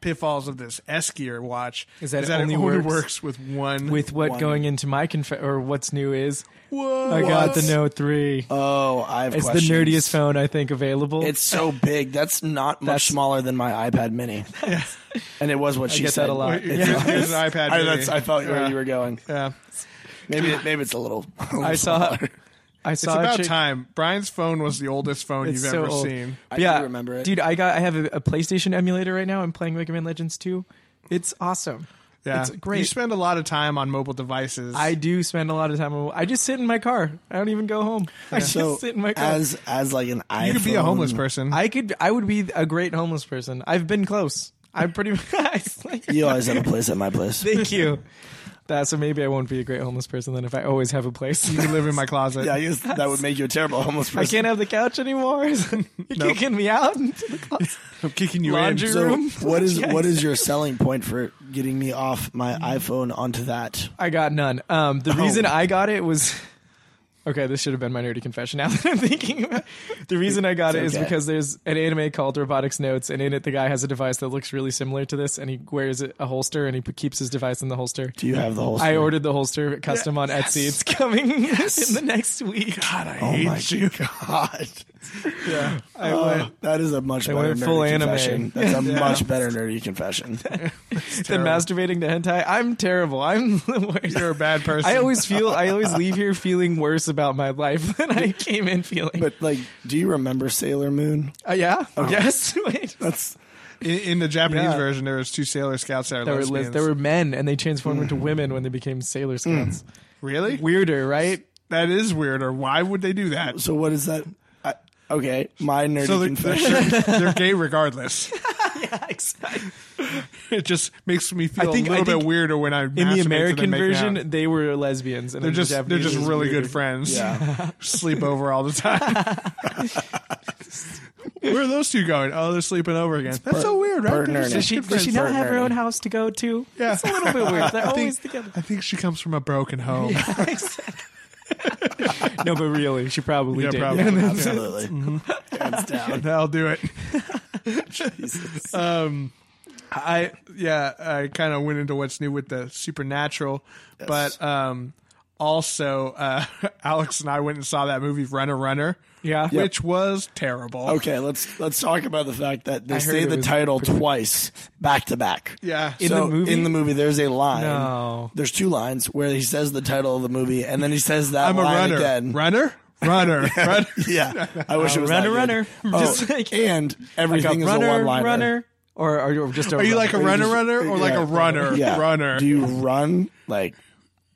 [SPEAKER 1] pitfalls of this S gear watch
[SPEAKER 2] Is that it
[SPEAKER 1] it
[SPEAKER 2] only
[SPEAKER 1] only
[SPEAKER 2] works-
[SPEAKER 1] works with one.
[SPEAKER 2] With what
[SPEAKER 3] One-
[SPEAKER 2] going into my conf or what's new is
[SPEAKER 1] Whoa.
[SPEAKER 2] I got
[SPEAKER 3] What?
[SPEAKER 2] the Note three.
[SPEAKER 3] Oh, I have
[SPEAKER 2] it's the
[SPEAKER 3] questions.
[SPEAKER 2] nerdiest phone I think available.
[SPEAKER 3] It's so big. That's not much
[SPEAKER 2] That's-
[SPEAKER 3] smaller than my iPad Mini. And it was what she
[SPEAKER 2] get that
[SPEAKER 3] said
[SPEAKER 2] a
[SPEAKER 1] Wait,
[SPEAKER 2] lot.
[SPEAKER 1] here's, here's an iPad.
[SPEAKER 3] I,
[SPEAKER 1] mini.
[SPEAKER 3] that's, I felt where
[SPEAKER 1] Yeah.
[SPEAKER 3] you were going.
[SPEAKER 1] Yeah.
[SPEAKER 3] Maybe it, maybe it's a little. a little
[SPEAKER 2] I saw
[SPEAKER 3] smaller.
[SPEAKER 2] I
[SPEAKER 1] It's
[SPEAKER 2] saw a
[SPEAKER 1] about
[SPEAKER 2] chick-
[SPEAKER 1] time. Brian's phone was the oldest phone
[SPEAKER 2] It's
[SPEAKER 1] you've
[SPEAKER 2] so
[SPEAKER 1] ever
[SPEAKER 2] old.
[SPEAKER 1] seen.
[SPEAKER 3] I
[SPEAKER 2] But yeah,
[SPEAKER 3] do remember it.
[SPEAKER 2] dude. I got I have a, a PlayStation emulator right now. I'm playing Mega Man Legends 2. It's awesome.
[SPEAKER 1] Yeah.
[SPEAKER 2] it's great.
[SPEAKER 1] You spend a lot of time on mobile devices.
[SPEAKER 2] I do spend a lot of time. on- I just sit in my car. I don't even go home. I just
[SPEAKER 3] so
[SPEAKER 2] sit in my car.
[SPEAKER 3] as as like an iPhone.
[SPEAKER 1] you could be a homeless person.
[SPEAKER 2] I could. I would be a great homeless person. I've been close. I'm pretty. it's like,
[SPEAKER 3] You always have a place at my place.
[SPEAKER 2] Thank you. That so maybe I won't be a great homeless person then if I always have a place.
[SPEAKER 1] you could live in my closet.
[SPEAKER 3] Yeah, I guess that would make you a terrible homeless
[SPEAKER 2] I
[SPEAKER 3] person.
[SPEAKER 2] can't have the couch anymore. You're kicking me out. into the closet.
[SPEAKER 1] I'm kicking you
[SPEAKER 2] Laundry
[SPEAKER 1] in.
[SPEAKER 3] So
[SPEAKER 2] room.
[SPEAKER 3] what is what is your selling point for getting me off my iPhone onto that?
[SPEAKER 2] I got none. Um, the reason I got it was okay. This should have been my nerdy confession. Now that I'm thinking, about it. the reason I got it is
[SPEAKER 3] okay.
[SPEAKER 2] because there's an anime called Robotics Notes, and in it the guy has a device that looks really similar to this, and he wears it- a holster, and he p- keeps his device in the holster.
[SPEAKER 3] Do you have the whole?
[SPEAKER 2] I
[SPEAKER 3] story?
[SPEAKER 2] ordered the holster custom on Etsy. It's coming in the next week.
[SPEAKER 1] God, I
[SPEAKER 3] Oh
[SPEAKER 1] hate
[SPEAKER 3] my
[SPEAKER 1] you.
[SPEAKER 3] god!
[SPEAKER 1] Yeah.
[SPEAKER 2] I
[SPEAKER 3] Oh,
[SPEAKER 2] went
[SPEAKER 3] that is a much better
[SPEAKER 2] went
[SPEAKER 3] nerdy
[SPEAKER 2] full anime.
[SPEAKER 3] confession. That's a much better nerdy confession.
[SPEAKER 2] then masturbating to hentai. I'm terrible. I'm the worst.
[SPEAKER 1] You're a bad person.
[SPEAKER 2] I always feel. I always leave here feeling worse about my life than I came in feeling.
[SPEAKER 3] But like, do you remember Sailor Moon?
[SPEAKER 2] Uh, yeah.
[SPEAKER 1] oh.
[SPEAKER 2] Yes. Wait.
[SPEAKER 3] That's
[SPEAKER 1] in, in the Japanese
[SPEAKER 2] Yeah.
[SPEAKER 1] version, there was two Sailor Scouts that are
[SPEAKER 2] There were
[SPEAKER 1] lesbians.
[SPEAKER 2] lis- there were men, and they transformed
[SPEAKER 1] Mm.
[SPEAKER 2] into women when they became Sailor Scouts.
[SPEAKER 1] really
[SPEAKER 2] Weirder, right?
[SPEAKER 1] That is weird. Or why would they do that?
[SPEAKER 3] so. What is that? I, okay, my nerdy
[SPEAKER 1] So they're,
[SPEAKER 3] confession.
[SPEAKER 1] they're, they're gay regardless.
[SPEAKER 2] yeah, exactly.
[SPEAKER 1] It just makes me feel
[SPEAKER 2] think-
[SPEAKER 1] a
[SPEAKER 2] I
[SPEAKER 1] little bit
[SPEAKER 2] think
[SPEAKER 1] weirder when I
[SPEAKER 2] In the
[SPEAKER 1] masturbate to them
[SPEAKER 2] American
[SPEAKER 1] making out.
[SPEAKER 2] version, they were lesbians, and
[SPEAKER 1] They're
[SPEAKER 2] in the
[SPEAKER 1] just they're
[SPEAKER 2] Japanese,
[SPEAKER 1] just
[SPEAKER 2] it was
[SPEAKER 1] really
[SPEAKER 2] weirder.
[SPEAKER 1] good friends.
[SPEAKER 3] Yeah.
[SPEAKER 1] sleep over all the time. Where are those two going? Oh, they're sleeping over again. That's so weird, right?
[SPEAKER 3] Bert and
[SPEAKER 1] They're just
[SPEAKER 3] Ernie.
[SPEAKER 2] Does she,
[SPEAKER 1] good
[SPEAKER 2] does she
[SPEAKER 1] friends.
[SPEAKER 2] not
[SPEAKER 3] Bert
[SPEAKER 2] have her
[SPEAKER 3] Ernie.
[SPEAKER 2] own house to go to?
[SPEAKER 1] Yeah.
[SPEAKER 2] It's a little bit weird. They're
[SPEAKER 1] I think-
[SPEAKER 2] always together.
[SPEAKER 1] I think she comes from a broken home.
[SPEAKER 2] No, but really, she probably
[SPEAKER 1] Yeah,
[SPEAKER 2] did.
[SPEAKER 1] probably.
[SPEAKER 3] Absolutely, hands down.
[SPEAKER 1] That'll do it. Um, I yeah, I kind of went into what's new with the supernatural, but um, also uh, Alex and I went and saw that movie Runner Runner.
[SPEAKER 2] Yeah.
[SPEAKER 1] which was terrible.
[SPEAKER 3] Okay, let's let's talk about the fact that they
[SPEAKER 2] heard
[SPEAKER 3] say
[SPEAKER 2] it
[SPEAKER 3] the
[SPEAKER 2] was
[SPEAKER 3] title twice back to back.
[SPEAKER 1] Yeah.
[SPEAKER 2] In
[SPEAKER 3] So,
[SPEAKER 2] the movie?
[SPEAKER 3] in the movie, there's a line.
[SPEAKER 2] No.
[SPEAKER 3] There's two lines where he says the title of the movie, and then he says that
[SPEAKER 1] I'm a
[SPEAKER 3] line
[SPEAKER 1] runner.
[SPEAKER 3] again.
[SPEAKER 1] Runner? Runner. runner.
[SPEAKER 3] Yeah, I wish it was
[SPEAKER 2] runner,
[SPEAKER 3] that good.
[SPEAKER 2] runner.
[SPEAKER 3] Oh,
[SPEAKER 2] Just like-
[SPEAKER 3] and
[SPEAKER 2] Like a
[SPEAKER 3] everything is a
[SPEAKER 2] runner,
[SPEAKER 3] one liner.
[SPEAKER 2] runner, or are you just? A
[SPEAKER 1] Are you like a runner
[SPEAKER 3] just-
[SPEAKER 1] runner or like
[SPEAKER 3] yeah.
[SPEAKER 1] a runner?
[SPEAKER 3] Yeah,
[SPEAKER 1] Runner.
[SPEAKER 3] Do you run like?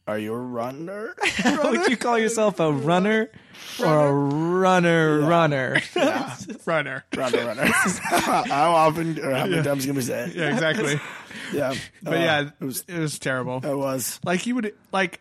[SPEAKER 3] Are you a runner?
[SPEAKER 2] Would you call yourself a runner or a runner runner?
[SPEAKER 1] runner.
[SPEAKER 3] runner, runner. how often or how many times can we say it?
[SPEAKER 1] Yeah, exactly.
[SPEAKER 3] Yeah,
[SPEAKER 1] But
[SPEAKER 3] Uh,
[SPEAKER 1] yeah,
[SPEAKER 3] it was. Oh.
[SPEAKER 1] it was terrible.
[SPEAKER 3] It was
[SPEAKER 1] Like you would like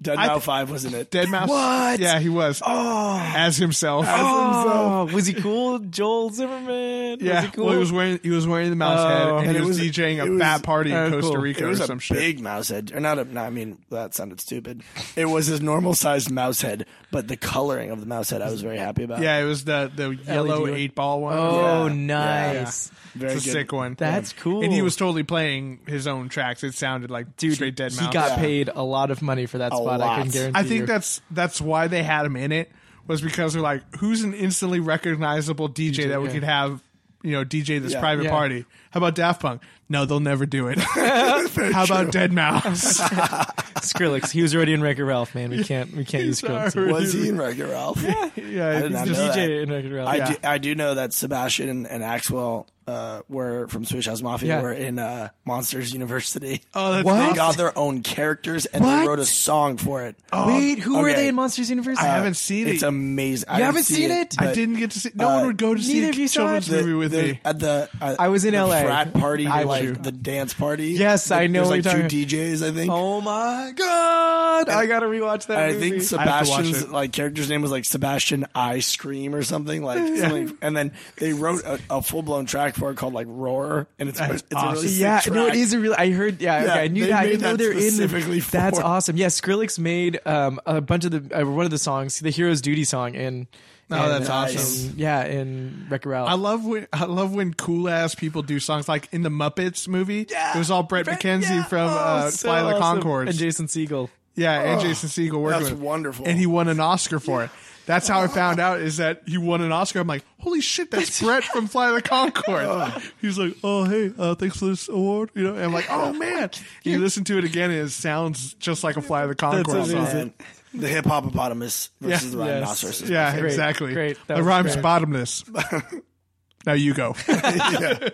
[SPEAKER 3] Dead
[SPEAKER 1] I-
[SPEAKER 3] Mouse Five, wasn't it?
[SPEAKER 1] Dead Mouse.
[SPEAKER 3] What?
[SPEAKER 1] Yeah, he was. Oh. As himself.
[SPEAKER 2] Oh, was he cool, Joel Zimmerman?
[SPEAKER 1] yeah.
[SPEAKER 2] was he cool?
[SPEAKER 1] Well, he was wearing he was wearing the mouse
[SPEAKER 2] Oh.
[SPEAKER 1] head and,
[SPEAKER 2] And
[SPEAKER 1] he
[SPEAKER 3] it
[SPEAKER 1] was,
[SPEAKER 3] was-
[SPEAKER 1] DJing
[SPEAKER 3] it
[SPEAKER 1] a
[SPEAKER 3] was-
[SPEAKER 1] fat party
[SPEAKER 2] oh,
[SPEAKER 1] in Costa
[SPEAKER 2] cool.
[SPEAKER 1] Rica
[SPEAKER 3] It was
[SPEAKER 1] or
[SPEAKER 3] a
[SPEAKER 1] some shit.
[SPEAKER 3] big mouse head, or not a? No, I mean that sounded stupid. It was his normal sized mouse head, but the coloring of the mouse head I was very happy about.
[SPEAKER 1] Yeah, it was the the yellow
[SPEAKER 2] LED.
[SPEAKER 1] eight ball one.
[SPEAKER 2] oh,
[SPEAKER 3] Yeah.
[SPEAKER 2] nice.
[SPEAKER 3] very
[SPEAKER 1] it's a
[SPEAKER 3] good.
[SPEAKER 1] sick one.
[SPEAKER 2] That's cool.
[SPEAKER 1] And he was totally playing his own tracks. It sounded like
[SPEAKER 2] Dude,
[SPEAKER 1] straight Dead
[SPEAKER 2] He
[SPEAKER 1] Mouse.
[SPEAKER 2] got paid a lot of money for that spot. I can
[SPEAKER 3] lot.
[SPEAKER 2] guarantee.
[SPEAKER 1] I think
[SPEAKER 2] you.
[SPEAKER 1] that's that's why they had him in it was because they're like, who's an instantly recognizable DJ, that we
[SPEAKER 2] yeah.
[SPEAKER 1] could have, you know, DJ this
[SPEAKER 3] Yeah.
[SPEAKER 1] private
[SPEAKER 2] Yeah.
[SPEAKER 1] party? How about Daft Punk? No, they'll never do it. How about Dead Mouse?
[SPEAKER 2] Skrillex. He was already in Wreck-It Ralph. Man, we can't we can't use Skrillex.
[SPEAKER 1] Sorry.
[SPEAKER 3] Was he in Wreck-It Ralph?
[SPEAKER 1] yeah,
[SPEAKER 3] did
[SPEAKER 1] it's
[SPEAKER 3] not
[SPEAKER 1] just-
[SPEAKER 3] know that.
[SPEAKER 2] DJ in Wreck-It Ralph.
[SPEAKER 3] I
[SPEAKER 1] Yeah.
[SPEAKER 3] do. I do know that Sebastian and, and Axwell uh, were from Swedish House Mafia.
[SPEAKER 2] Yeah.
[SPEAKER 3] Were in uh, Monsters University.
[SPEAKER 1] oh, that's
[SPEAKER 2] What?
[SPEAKER 3] They
[SPEAKER 1] awesome.
[SPEAKER 3] got their own characters and
[SPEAKER 2] What? Oh,
[SPEAKER 3] they wrote a song for it.
[SPEAKER 2] Wait, who were
[SPEAKER 3] okay.
[SPEAKER 2] they in Monsters University?
[SPEAKER 1] I haven't seen it.
[SPEAKER 3] It's amazing.
[SPEAKER 2] You haven't seen it?
[SPEAKER 1] I
[SPEAKER 3] but
[SPEAKER 1] didn't get to see. No
[SPEAKER 3] uh,
[SPEAKER 1] one would go to see
[SPEAKER 2] neither
[SPEAKER 1] a
[SPEAKER 2] of you saw
[SPEAKER 1] children's
[SPEAKER 2] it?
[SPEAKER 1] movie with
[SPEAKER 3] the,
[SPEAKER 1] me.
[SPEAKER 3] At the uh,
[SPEAKER 2] I was in
[SPEAKER 3] the
[SPEAKER 2] LA.
[SPEAKER 3] frat party.
[SPEAKER 2] I was
[SPEAKER 3] like
[SPEAKER 2] you.
[SPEAKER 3] the dance party.
[SPEAKER 2] Yes, I know
[SPEAKER 3] There's
[SPEAKER 2] what
[SPEAKER 3] like
[SPEAKER 2] you're
[SPEAKER 3] two
[SPEAKER 2] talking
[SPEAKER 3] DJs. I think.
[SPEAKER 2] Oh my god! I gotta rewatch that
[SPEAKER 3] I
[SPEAKER 2] movie.
[SPEAKER 1] have
[SPEAKER 3] think
[SPEAKER 1] to watch
[SPEAKER 3] Sebastian's
[SPEAKER 1] it.
[SPEAKER 3] like character's name was like Sebastian I Scream or something like, something- and then they wrote a, a full blown track for it called like Roar, and it's
[SPEAKER 1] That's
[SPEAKER 3] it's a really
[SPEAKER 1] awesome.
[SPEAKER 3] sick
[SPEAKER 2] yeah,
[SPEAKER 3] track.
[SPEAKER 2] no, it is a real. I heard. Yeah, okay,
[SPEAKER 3] Yeah,
[SPEAKER 2] I knew
[SPEAKER 3] they
[SPEAKER 2] that. I
[SPEAKER 3] made
[SPEAKER 2] didn't know
[SPEAKER 3] that
[SPEAKER 2] they're in.
[SPEAKER 3] specifically for-
[SPEAKER 2] That's awesome. Yeah, Skrillex made um a bunch of the uh, one of the songs, the Hero's Duty song, in.
[SPEAKER 1] Oh,
[SPEAKER 2] in,
[SPEAKER 1] that's
[SPEAKER 3] awesome.
[SPEAKER 2] in- yeah, in Wreck-It Ralph.
[SPEAKER 1] I love when I love when cool ass people do songs like in the Muppets movie.
[SPEAKER 3] Yeah.
[SPEAKER 1] it was all Brett
[SPEAKER 2] Brett-
[SPEAKER 1] McKenzie
[SPEAKER 2] yeah.
[SPEAKER 1] from
[SPEAKER 2] Oh,
[SPEAKER 1] uh,
[SPEAKER 2] so
[SPEAKER 1] Fly the
[SPEAKER 2] awesome.
[SPEAKER 1] Concords.
[SPEAKER 2] and Oh, Jason Siegel.
[SPEAKER 1] Yeah, and Jason Siegel working
[SPEAKER 3] that's
[SPEAKER 1] with him.
[SPEAKER 3] wonderful.
[SPEAKER 1] And he won an Oscar for it. That's how I
[SPEAKER 2] Oh.
[SPEAKER 1] found out is that he won an Oscar. I'm like, holy shit, that's Brett from Fly the Concord. He's like, oh hey, uh, thanks for this award. You know, and I'm like, oh man. You listen to it again, and it sounds just like a Fly the Concord
[SPEAKER 2] amazing.
[SPEAKER 1] song.
[SPEAKER 3] And the hip hippopotamus versus
[SPEAKER 1] Yeah.
[SPEAKER 3] the rhinoceros. is
[SPEAKER 1] Yeah,
[SPEAKER 2] Great,
[SPEAKER 1] exactly.
[SPEAKER 2] great. That
[SPEAKER 1] the
[SPEAKER 2] was
[SPEAKER 1] rhyme's
[SPEAKER 2] great.
[SPEAKER 1] bottomless. now you go. yeah.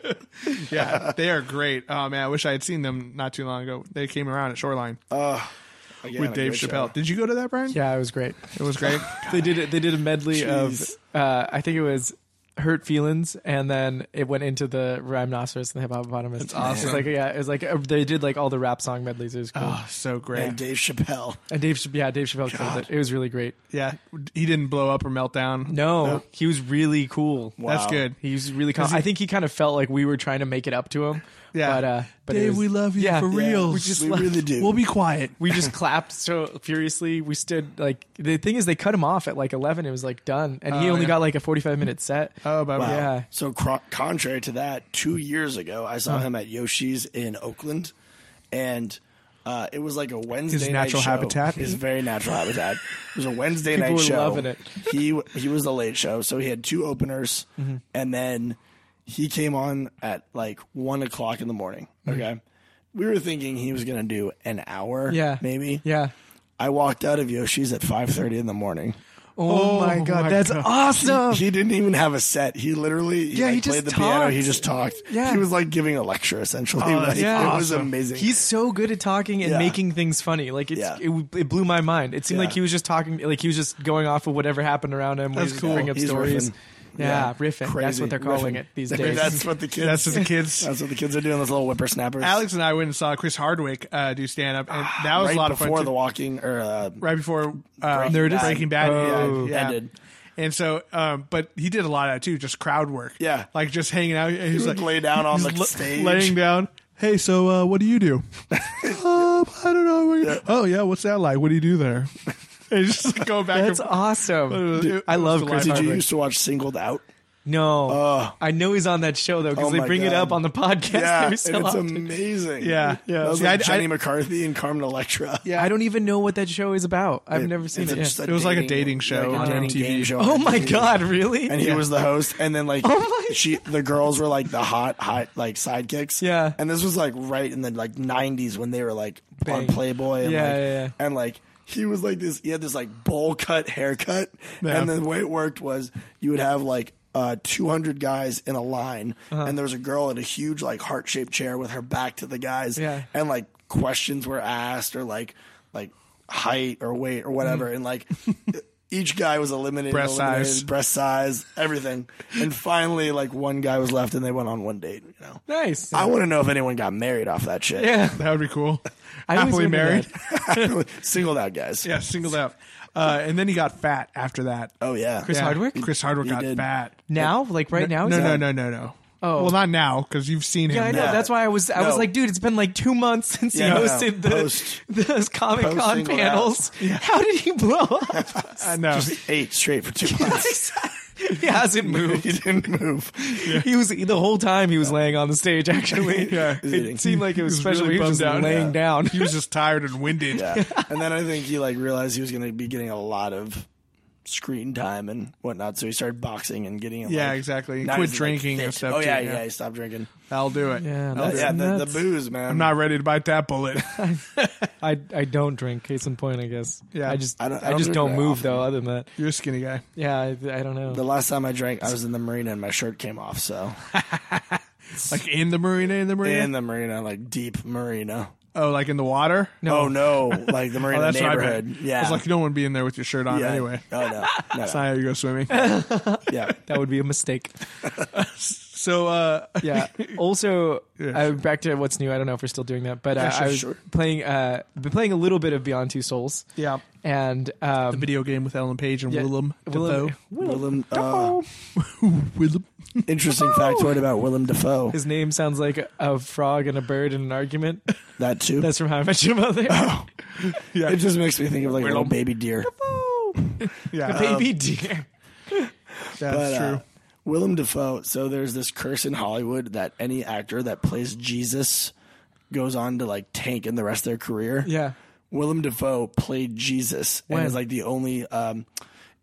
[SPEAKER 1] they are great. Oh man, I wish I had seen them not too long ago. They came around at Shoreline
[SPEAKER 3] Oh, again
[SPEAKER 1] with
[SPEAKER 3] a
[SPEAKER 1] Dave
[SPEAKER 3] great show.
[SPEAKER 1] Chappelle. Did you go to that, Brian?
[SPEAKER 2] Yeah, it was great.
[SPEAKER 1] It was great.
[SPEAKER 2] They did it. They did a medley
[SPEAKER 3] Jeez.
[SPEAKER 2] of. Uh, I think it was. Hurt feelings, and then it went into the rhinoceros and the hippopotamus. It's
[SPEAKER 1] awesome.
[SPEAKER 2] like yeah, it was like uh, they did like all the rap song medleys. It was cool.
[SPEAKER 1] Oh, so great.
[SPEAKER 3] And Dave Chappelle.
[SPEAKER 2] And Dave, Chapp- yeah, Dave Chappelle killed it. It was really great.
[SPEAKER 1] Yeah, he didn't blow up or melt down.
[SPEAKER 2] No, he was really cool.
[SPEAKER 1] That's
[SPEAKER 3] Wow.
[SPEAKER 1] good.
[SPEAKER 2] He was really calm. I think he kind of felt like we were trying to make it up to him.
[SPEAKER 1] Yeah.
[SPEAKER 2] But, uh, but it
[SPEAKER 1] Dave,
[SPEAKER 2] was-
[SPEAKER 1] we love you
[SPEAKER 2] yeah,
[SPEAKER 1] for
[SPEAKER 2] yeah.
[SPEAKER 1] reals.
[SPEAKER 2] We just,
[SPEAKER 3] we
[SPEAKER 2] left-
[SPEAKER 3] really do.
[SPEAKER 1] We'll be quiet.
[SPEAKER 2] we just clapped so furiously. We stood like the thing is they cut him off at like eleven. It was like done, and he
[SPEAKER 1] Oh,
[SPEAKER 2] only
[SPEAKER 1] yeah.
[SPEAKER 2] got like a forty-five minute set.
[SPEAKER 1] Oh, about
[SPEAKER 3] Wow.
[SPEAKER 2] Yeah.
[SPEAKER 3] So cro- contrary to that, two years ago I
[SPEAKER 2] Uh-huh.
[SPEAKER 3] saw him at Yoshi's in Oakland, and uh, it was like a Wednesday night
[SPEAKER 1] natural
[SPEAKER 3] show.
[SPEAKER 1] habitat?
[SPEAKER 3] His very natural habitat. It was a Wednesday
[SPEAKER 2] People
[SPEAKER 3] night
[SPEAKER 2] were
[SPEAKER 3] show.
[SPEAKER 2] loving it.
[SPEAKER 3] He he was the late show, so he had two openers,
[SPEAKER 2] Mm-hmm.
[SPEAKER 3] and then he came on at like one o'clock in the morning.
[SPEAKER 2] Mm-hmm.
[SPEAKER 3] Okay. We were thinking he was gonna do an hour,
[SPEAKER 2] Yeah,
[SPEAKER 3] maybe.
[SPEAKER 2] Yeah.
[SPEAKER 3] I walked out of Yoshi's at five thirty in the morning.
[SPEAKER 2] Oh, my god,
[SPEAKER 1] my
[SPEAKER 2] that's
[SPEAKER 1] God.
[SPEAKER 2] awesome.
[SPEAKER 3] He didn't even have a set. He literally he
[SPEAKER 2] Yeah,
[SPEAKER 3] like,
[SPEAKER 2] he just
[SPEAKER 3] played the piano. He
[SPEAKER 2] talked.
[SPEAKER 3] just talked.
[SPEAKER 2] Yeah.
[SPEAKER 3] He was like giving a lecture essentially.
[SPEAKER 1] that's
[SPEAKER 3] Like,
[SPEAKER 2] Yeah.
[SPEAKER 3] It was
[SPEAKER 1] Oh, awesome.
[SPEAKER 3] amazing.
[SPEAKER 2] He's so good at talking and
[SPEAKER 3] Yeah.
[SPEAKER 2] making things funny. Like it's,
[SPEAKER 3] Yeah.
[SPEAKER 2] it, w- it blew my mind. It seemed
[SPEAKER 3] Yeah.
[SPEAKER 2] like he was just talking, like he was just going off of whatever happened around him.
[SPEAKER 1] That's
[SPEAKER 2] He's
[SPEAKER 1] cool.
[SPEAKER 2] Bringing up
[SPEAKER 3] He's
[SPEAKER 2] stories.
[SPEAKER 3] riffing.
[SPEAKER 2] Yeah,
[SPEAKER 3] Yeah.
[SPEAKER 2] riffing. That's
[SPEAKER 3] Crazy.
[SPEAKER 2] what they're calling
[SPEAKER 3] Riffing.
[SPEAKER 2] it these
[SPEAKER 3] I mean,
[SPEAKER 2] days.
[SPEAKER 3] That's what the kids
[SPEAKER 1] That's what the kids.
[SPEAKER 3] That's what the kids are doing, those little whippersnappers.
[SPEAKER 1] Alex and I went and saw Chris Hardwick uh, do stand up, and that was
[SPEAKER 3] Ah, right
[SPEAKER 1] a lot of
[SPEAKER 3] before
[SPEAKER 1] fun. too.
[SPEAKER 3] the walking or uh,
[SPEAKER 1] right before uh,
[SPEAKER 3] Breaking Nerdist? Bad.
[SPEAKER 1] Breaking Bad
[SPEAKER 2] Oh.
[SPEAKER 1] yeah, yeah.
[SPEAKER 3] Ended.
[SPEAKER 1] And so, um, but he did a lot of that too, just crowd work.
[SPEAKER 3] Yeah.
[SPEAKER 1] like just hanging out. He's
[SPEAKER 3] would
[SPEAKER 1] like
[SPEAKER 3] lay down on
[SPEAKER 1] he's
[SPEAKER 3] the stage.
[SPEAKER 1] laying down. Hey, so uh, what do you do? um, I don't know. Oh yeah, what's that like? What do you do there? and just go back.
[SPEAKER 2] That's
[SPEAKER 1] and,
[SPEAKER 2] awesome.
[SPEAKER 1] It was- it
[SPEAKER 2] I
[SPEAKER 1] was
[SPEAKER 2] love
[SPEAKER 1] the
[SPEAKER 2] Chris
[SPEAKER 1] live
[SPEAKER 3] did you
[SPEAKER 2] Hardwick.
[SPEAKER 3] used to watch Singled Out?
[SPEAKER 2] No, I know he's on that show though because
[SPEAKER 3] Oh
[SPEAKER 2] they
[SPEAKER 3] my
[SPEAKER 2] bring it
[SPEAKER 3] God.
[SPEAKER 2] up on the podcast
[SPEAKER 3] Yeah,
[SPEAKER 2] every
[SPEAKER 3] and it's
[SPEAKER 2] so often.
[SPEAKER 3] amazing.
[SPEAKER 1] Yeah, yeah.
[SPEAKER 3] That was
[SPEAKER 1] See,
[SPEAKER 3] like
[SPEAKER 1] I- I-
[SPEAKER 3] Jenny McCarthy and Carmen Electra.
[SPEAKER 2] yeah, I don't even know what that show is about. I've never seen
[SPEAKER 3] It's
[SPEAKER 2] it.
[SPEAKER 3] just
[SPEAKER 2] yet.
[SPEAKER 1] It was like a dating show
[SPEAKER 3] like a
[SPEAKER 1] on
[SPEAKER 3] dating
[SPEAKER 1] MTV.
[SPEAKER 3] game show on
[SPEAKER 2] Oh my
[SPEAKER 3] MTV.
[SPEAKER 2] god, really?
[SPEAKER 3] And he was the host, and then like
[SPEAKER 2] Oh my
[SPEAKER 3] she, the girls were like the hot, hot like sidekicks.
[SPEAKER 2] Yeah.
[SPEAKER 3] and this was like right in the like '90s when they were like
[SPEAKER 2] Bang.
[SPEAKER 3] on Playboy. And,
[SPEAKER 2] Yeah,
[SPEAKER 3] like,
[SPEAKER 2] yeah, yeah.
[SPEAKER 3] And like he was like this, he had this like bowl cut haircut,
[SPEAKER 1] Yeah.
[SPEAKER 3] and the way it worked was you would have like. Uh, 200 guys in a line,
[SPEAKER 2] Uh-huh.
[SPEAKER 3] and there was a girl in a huge, like, heart shaped chair with her back to the guys.
[SPEAKER 2] Yeah.
[SPEAKER 3] And, like, questions were asked, or, like, like height or weight or whatever.
[SPEAKER 2] Mm.
[SPEAKER 3] And, like, each guy was eliminated,
[SPEAKER 1] Breast
[SPEAKER 3] eliminated,
[SPEAKER 1] size.
[SPEAKER 3] breast size, everything. And finally, like one guy was left, and they went on one date. You know,
[SPEAKER 2] nice.
[SPEAKER 3] I want to know if anyone got married off that shit.
[SPEAKER 2] yeah,
[SPEAKER 1] That would be cool.
[SPEAKER 2] I always
[SPEAKER 1] Happily
[SPEAKER 2] wonder
[SPEAKER 1] married.
[SPEAKER 2] that.
[SPEAKER 3] singled out guys.
[SPEAKER 1] Yeah, singled out. Uh, and then he got fat after that.
[SPEAKER 3] Oh yeah,
[SPEAKER 2] Chris
[SPEAKER 1] Yeah.
[SPEAKER 2] Hardwick?
[SPEAKER 1] Chris Hardwick
[SPEAKER 3] He
[SPEAKER 1] got
[SPEAKER 3] did.
[SPEAKER 1] fat.
[SPEAKER 2] Now, like right now,
[SPEAKER 1] No,
[SPEAKER 2] he's-
[SPEAKER 1] no, no, no, no.
[SPEAKER 2] Oh.
[SPEAKER 1] Well, not now because you've seen him.
[SPEAKER 2] Yeah, I know.
[SPEAKER 3] Yeah.
[SPEAKER 2] That's why I was. I was
[SPEAKER 3] No.
[SPEAKER 2] like, dude, it's been like two months since
[SPEAKER 3] Yeah,
[SPEAKER 2] he
[SPEAKER 3] no, no.
[SPEAKER 2] hosted
[SPEAKER 3] Post-
[SPEAKER 2] the those Comic Con
[SPEAKER 3] singled out.
[SPEAKER 2] panels. How did he blow up?
[SPEAKER 1] I know.
[SPEAKER 3] ate straight for two months.
[SPEAKER 2] he hasn't moved.
[SPEAKER 3] he didn't move.
[SPEAKER 2] He was the whole time he was laying on the stage. Actually,
[SPEAKER 1] Yeah.
[SPEAKER 2] it
[SPEAKER 3] Eating.
[SPEAKER 2] seemed like it was,
[SPEAKER 1] was
[SPEAKER 2] special.
[SPEAKER 1] really
[SPEAKER 2] he was just
[SPEAKER 1] bummed out.
[SPEAKER 2] laying
[SPEAKER 1] Yeah.
[SPEAKER 2] down.
[SPEAKER 1] he was just tired and winded.
[SPEAKER 3] Yeah. and then I think he like realized he was going to be getting a lot of screen time and whatnot, so he started boxing and getting. in,
[SPEAKER 1] Yeah,
[SPEAKER 3] like-
[SPEAKER 1] exactly.
[SPEAKER 3] now
[SPEAKER 1] Quit
[SPEAKER 3] he's, like,
[SPEAKER 1] drinking
[SPEAKER 3] thick.
[SPEAKER 1] and stuff.
[SPEAKER 3] Oh yeah,
[SPEAKER 1] too,
[SPEAKER 3] yeah, He stopped drinking.
[SPEAKER 1] I'll do it.
[SPEAKER 2] Yeah,
[SPEAKER 1] I'll do it.
[SPEAKER 2] that's-
[SPEAKER 3] yeah, the, the
[SPEAKER 2] nuts.
[SPEAKER 3] booze, man.
[SPEAKER 1] I'm not ready to bite that bullet.
[SPEAKER 2] I I don't drink. Case in point, I guess.
[SPEAKER 1] Yeah.
[SPEAKER 2] I just
[SPEAKER 3] I
[SPEAKER 2] I,
[SPEAKER 3] don't- I don't
[SPEAKER 2] just
[SPEAKER 3] drink
[SPEAKER 2] don't
[SPEAKER 3] that
[SPEAKER 2] move though. Other than that,
[SPEAKER 1] You're a skinny guy.
[SPEAKER 2] yeah, I, I don't know.
[SPEAKER 3] The last time I drank, I was in the marina and my shirt came off. So
[SPEAKER 1] Like in the marina, in the marina.
[SPEAKER 3] in the marina, like deep marina.
[SPEAKER 1] oh, like in the water.
[SPEAKER 2] No.
[SPEAKER 3] Oh no, like the marina
[SPEAKER 1] Oh, that's what I
[SPEAKER 3] neighborhood.
[SPEAKER 1] meant.
[SPEAKER 3] yeah,
[SPEAKER 1] It's like you don't want to be in there with your shirt on
[SPEAKER 3] yeah.
[SPEAKER 1] anyway.
[SPEAKER 3] Oh no, no,
[SPEAKER 1] That's
[SPEAKER 3] no.
[SPEAKER 1] not how you go swimming.
[SPEAKER 3] yeah.
[SPEAKER 2] that would be a mistake.
[SPEAKER 1] so, uh,
[SPEAKER 2] Yeah. Also,
[SPEAKER 1] Yeah.
[SPEAKER 2] uh, back to what's new. I don't know if we're still doing that, but uh,
[SPEAKER 3] Yeah, sure,
[SPEAKER 2] I was
[SPEAKER 3] sure.
[SPEAKER 2] playing uh, been playing a little bit of Beyond Two Souls.
[SPEAKER 1] yeah,
[SPEAKER 2] And um,
[SPEAKER 1] video game with Ellen Page and
[SPEAKER 2] yeah,
[SPEAKER 1] Willem Dafoe.
[SPEAKER 2] Willem.
[SPEAKER 3] Willem, uh,
[SPEAKER 2] Dafoe.
[SPEAKER 1] Willem.
[SPEAKER 3] interesting factoid about Willem Dafoe.
[SPEAKER 2] His name sounds like a, a frog and a bird in an argument.
[SPEAKER 3] That too.
[SPEAKER 2] That's from How I Met Your Mother.
[SPEAKER 3] it just makes me think of like a little
[SPEAKER 1] Willem.
[SPEAKER 3] baby deer.
[SPEAKER 1] Yeah,
[SPEAKER 2] Baby dear.
[SPEAKER 1] that's
[SPEAKER 3] But, uh,
[SPEAKER 1] true.
[SPEAKER 3] Willem Dafoe. So there's this curse in Hollywood that any actor that plays Jesus goes on to like tank in the rest of their career.
[SPEAKER 2] Yeah.
[SPEAKER 3] Willem Dafoe played Jesus and
[SPEAKER 2] When?
[SPEAKER 3] is like the only. Um,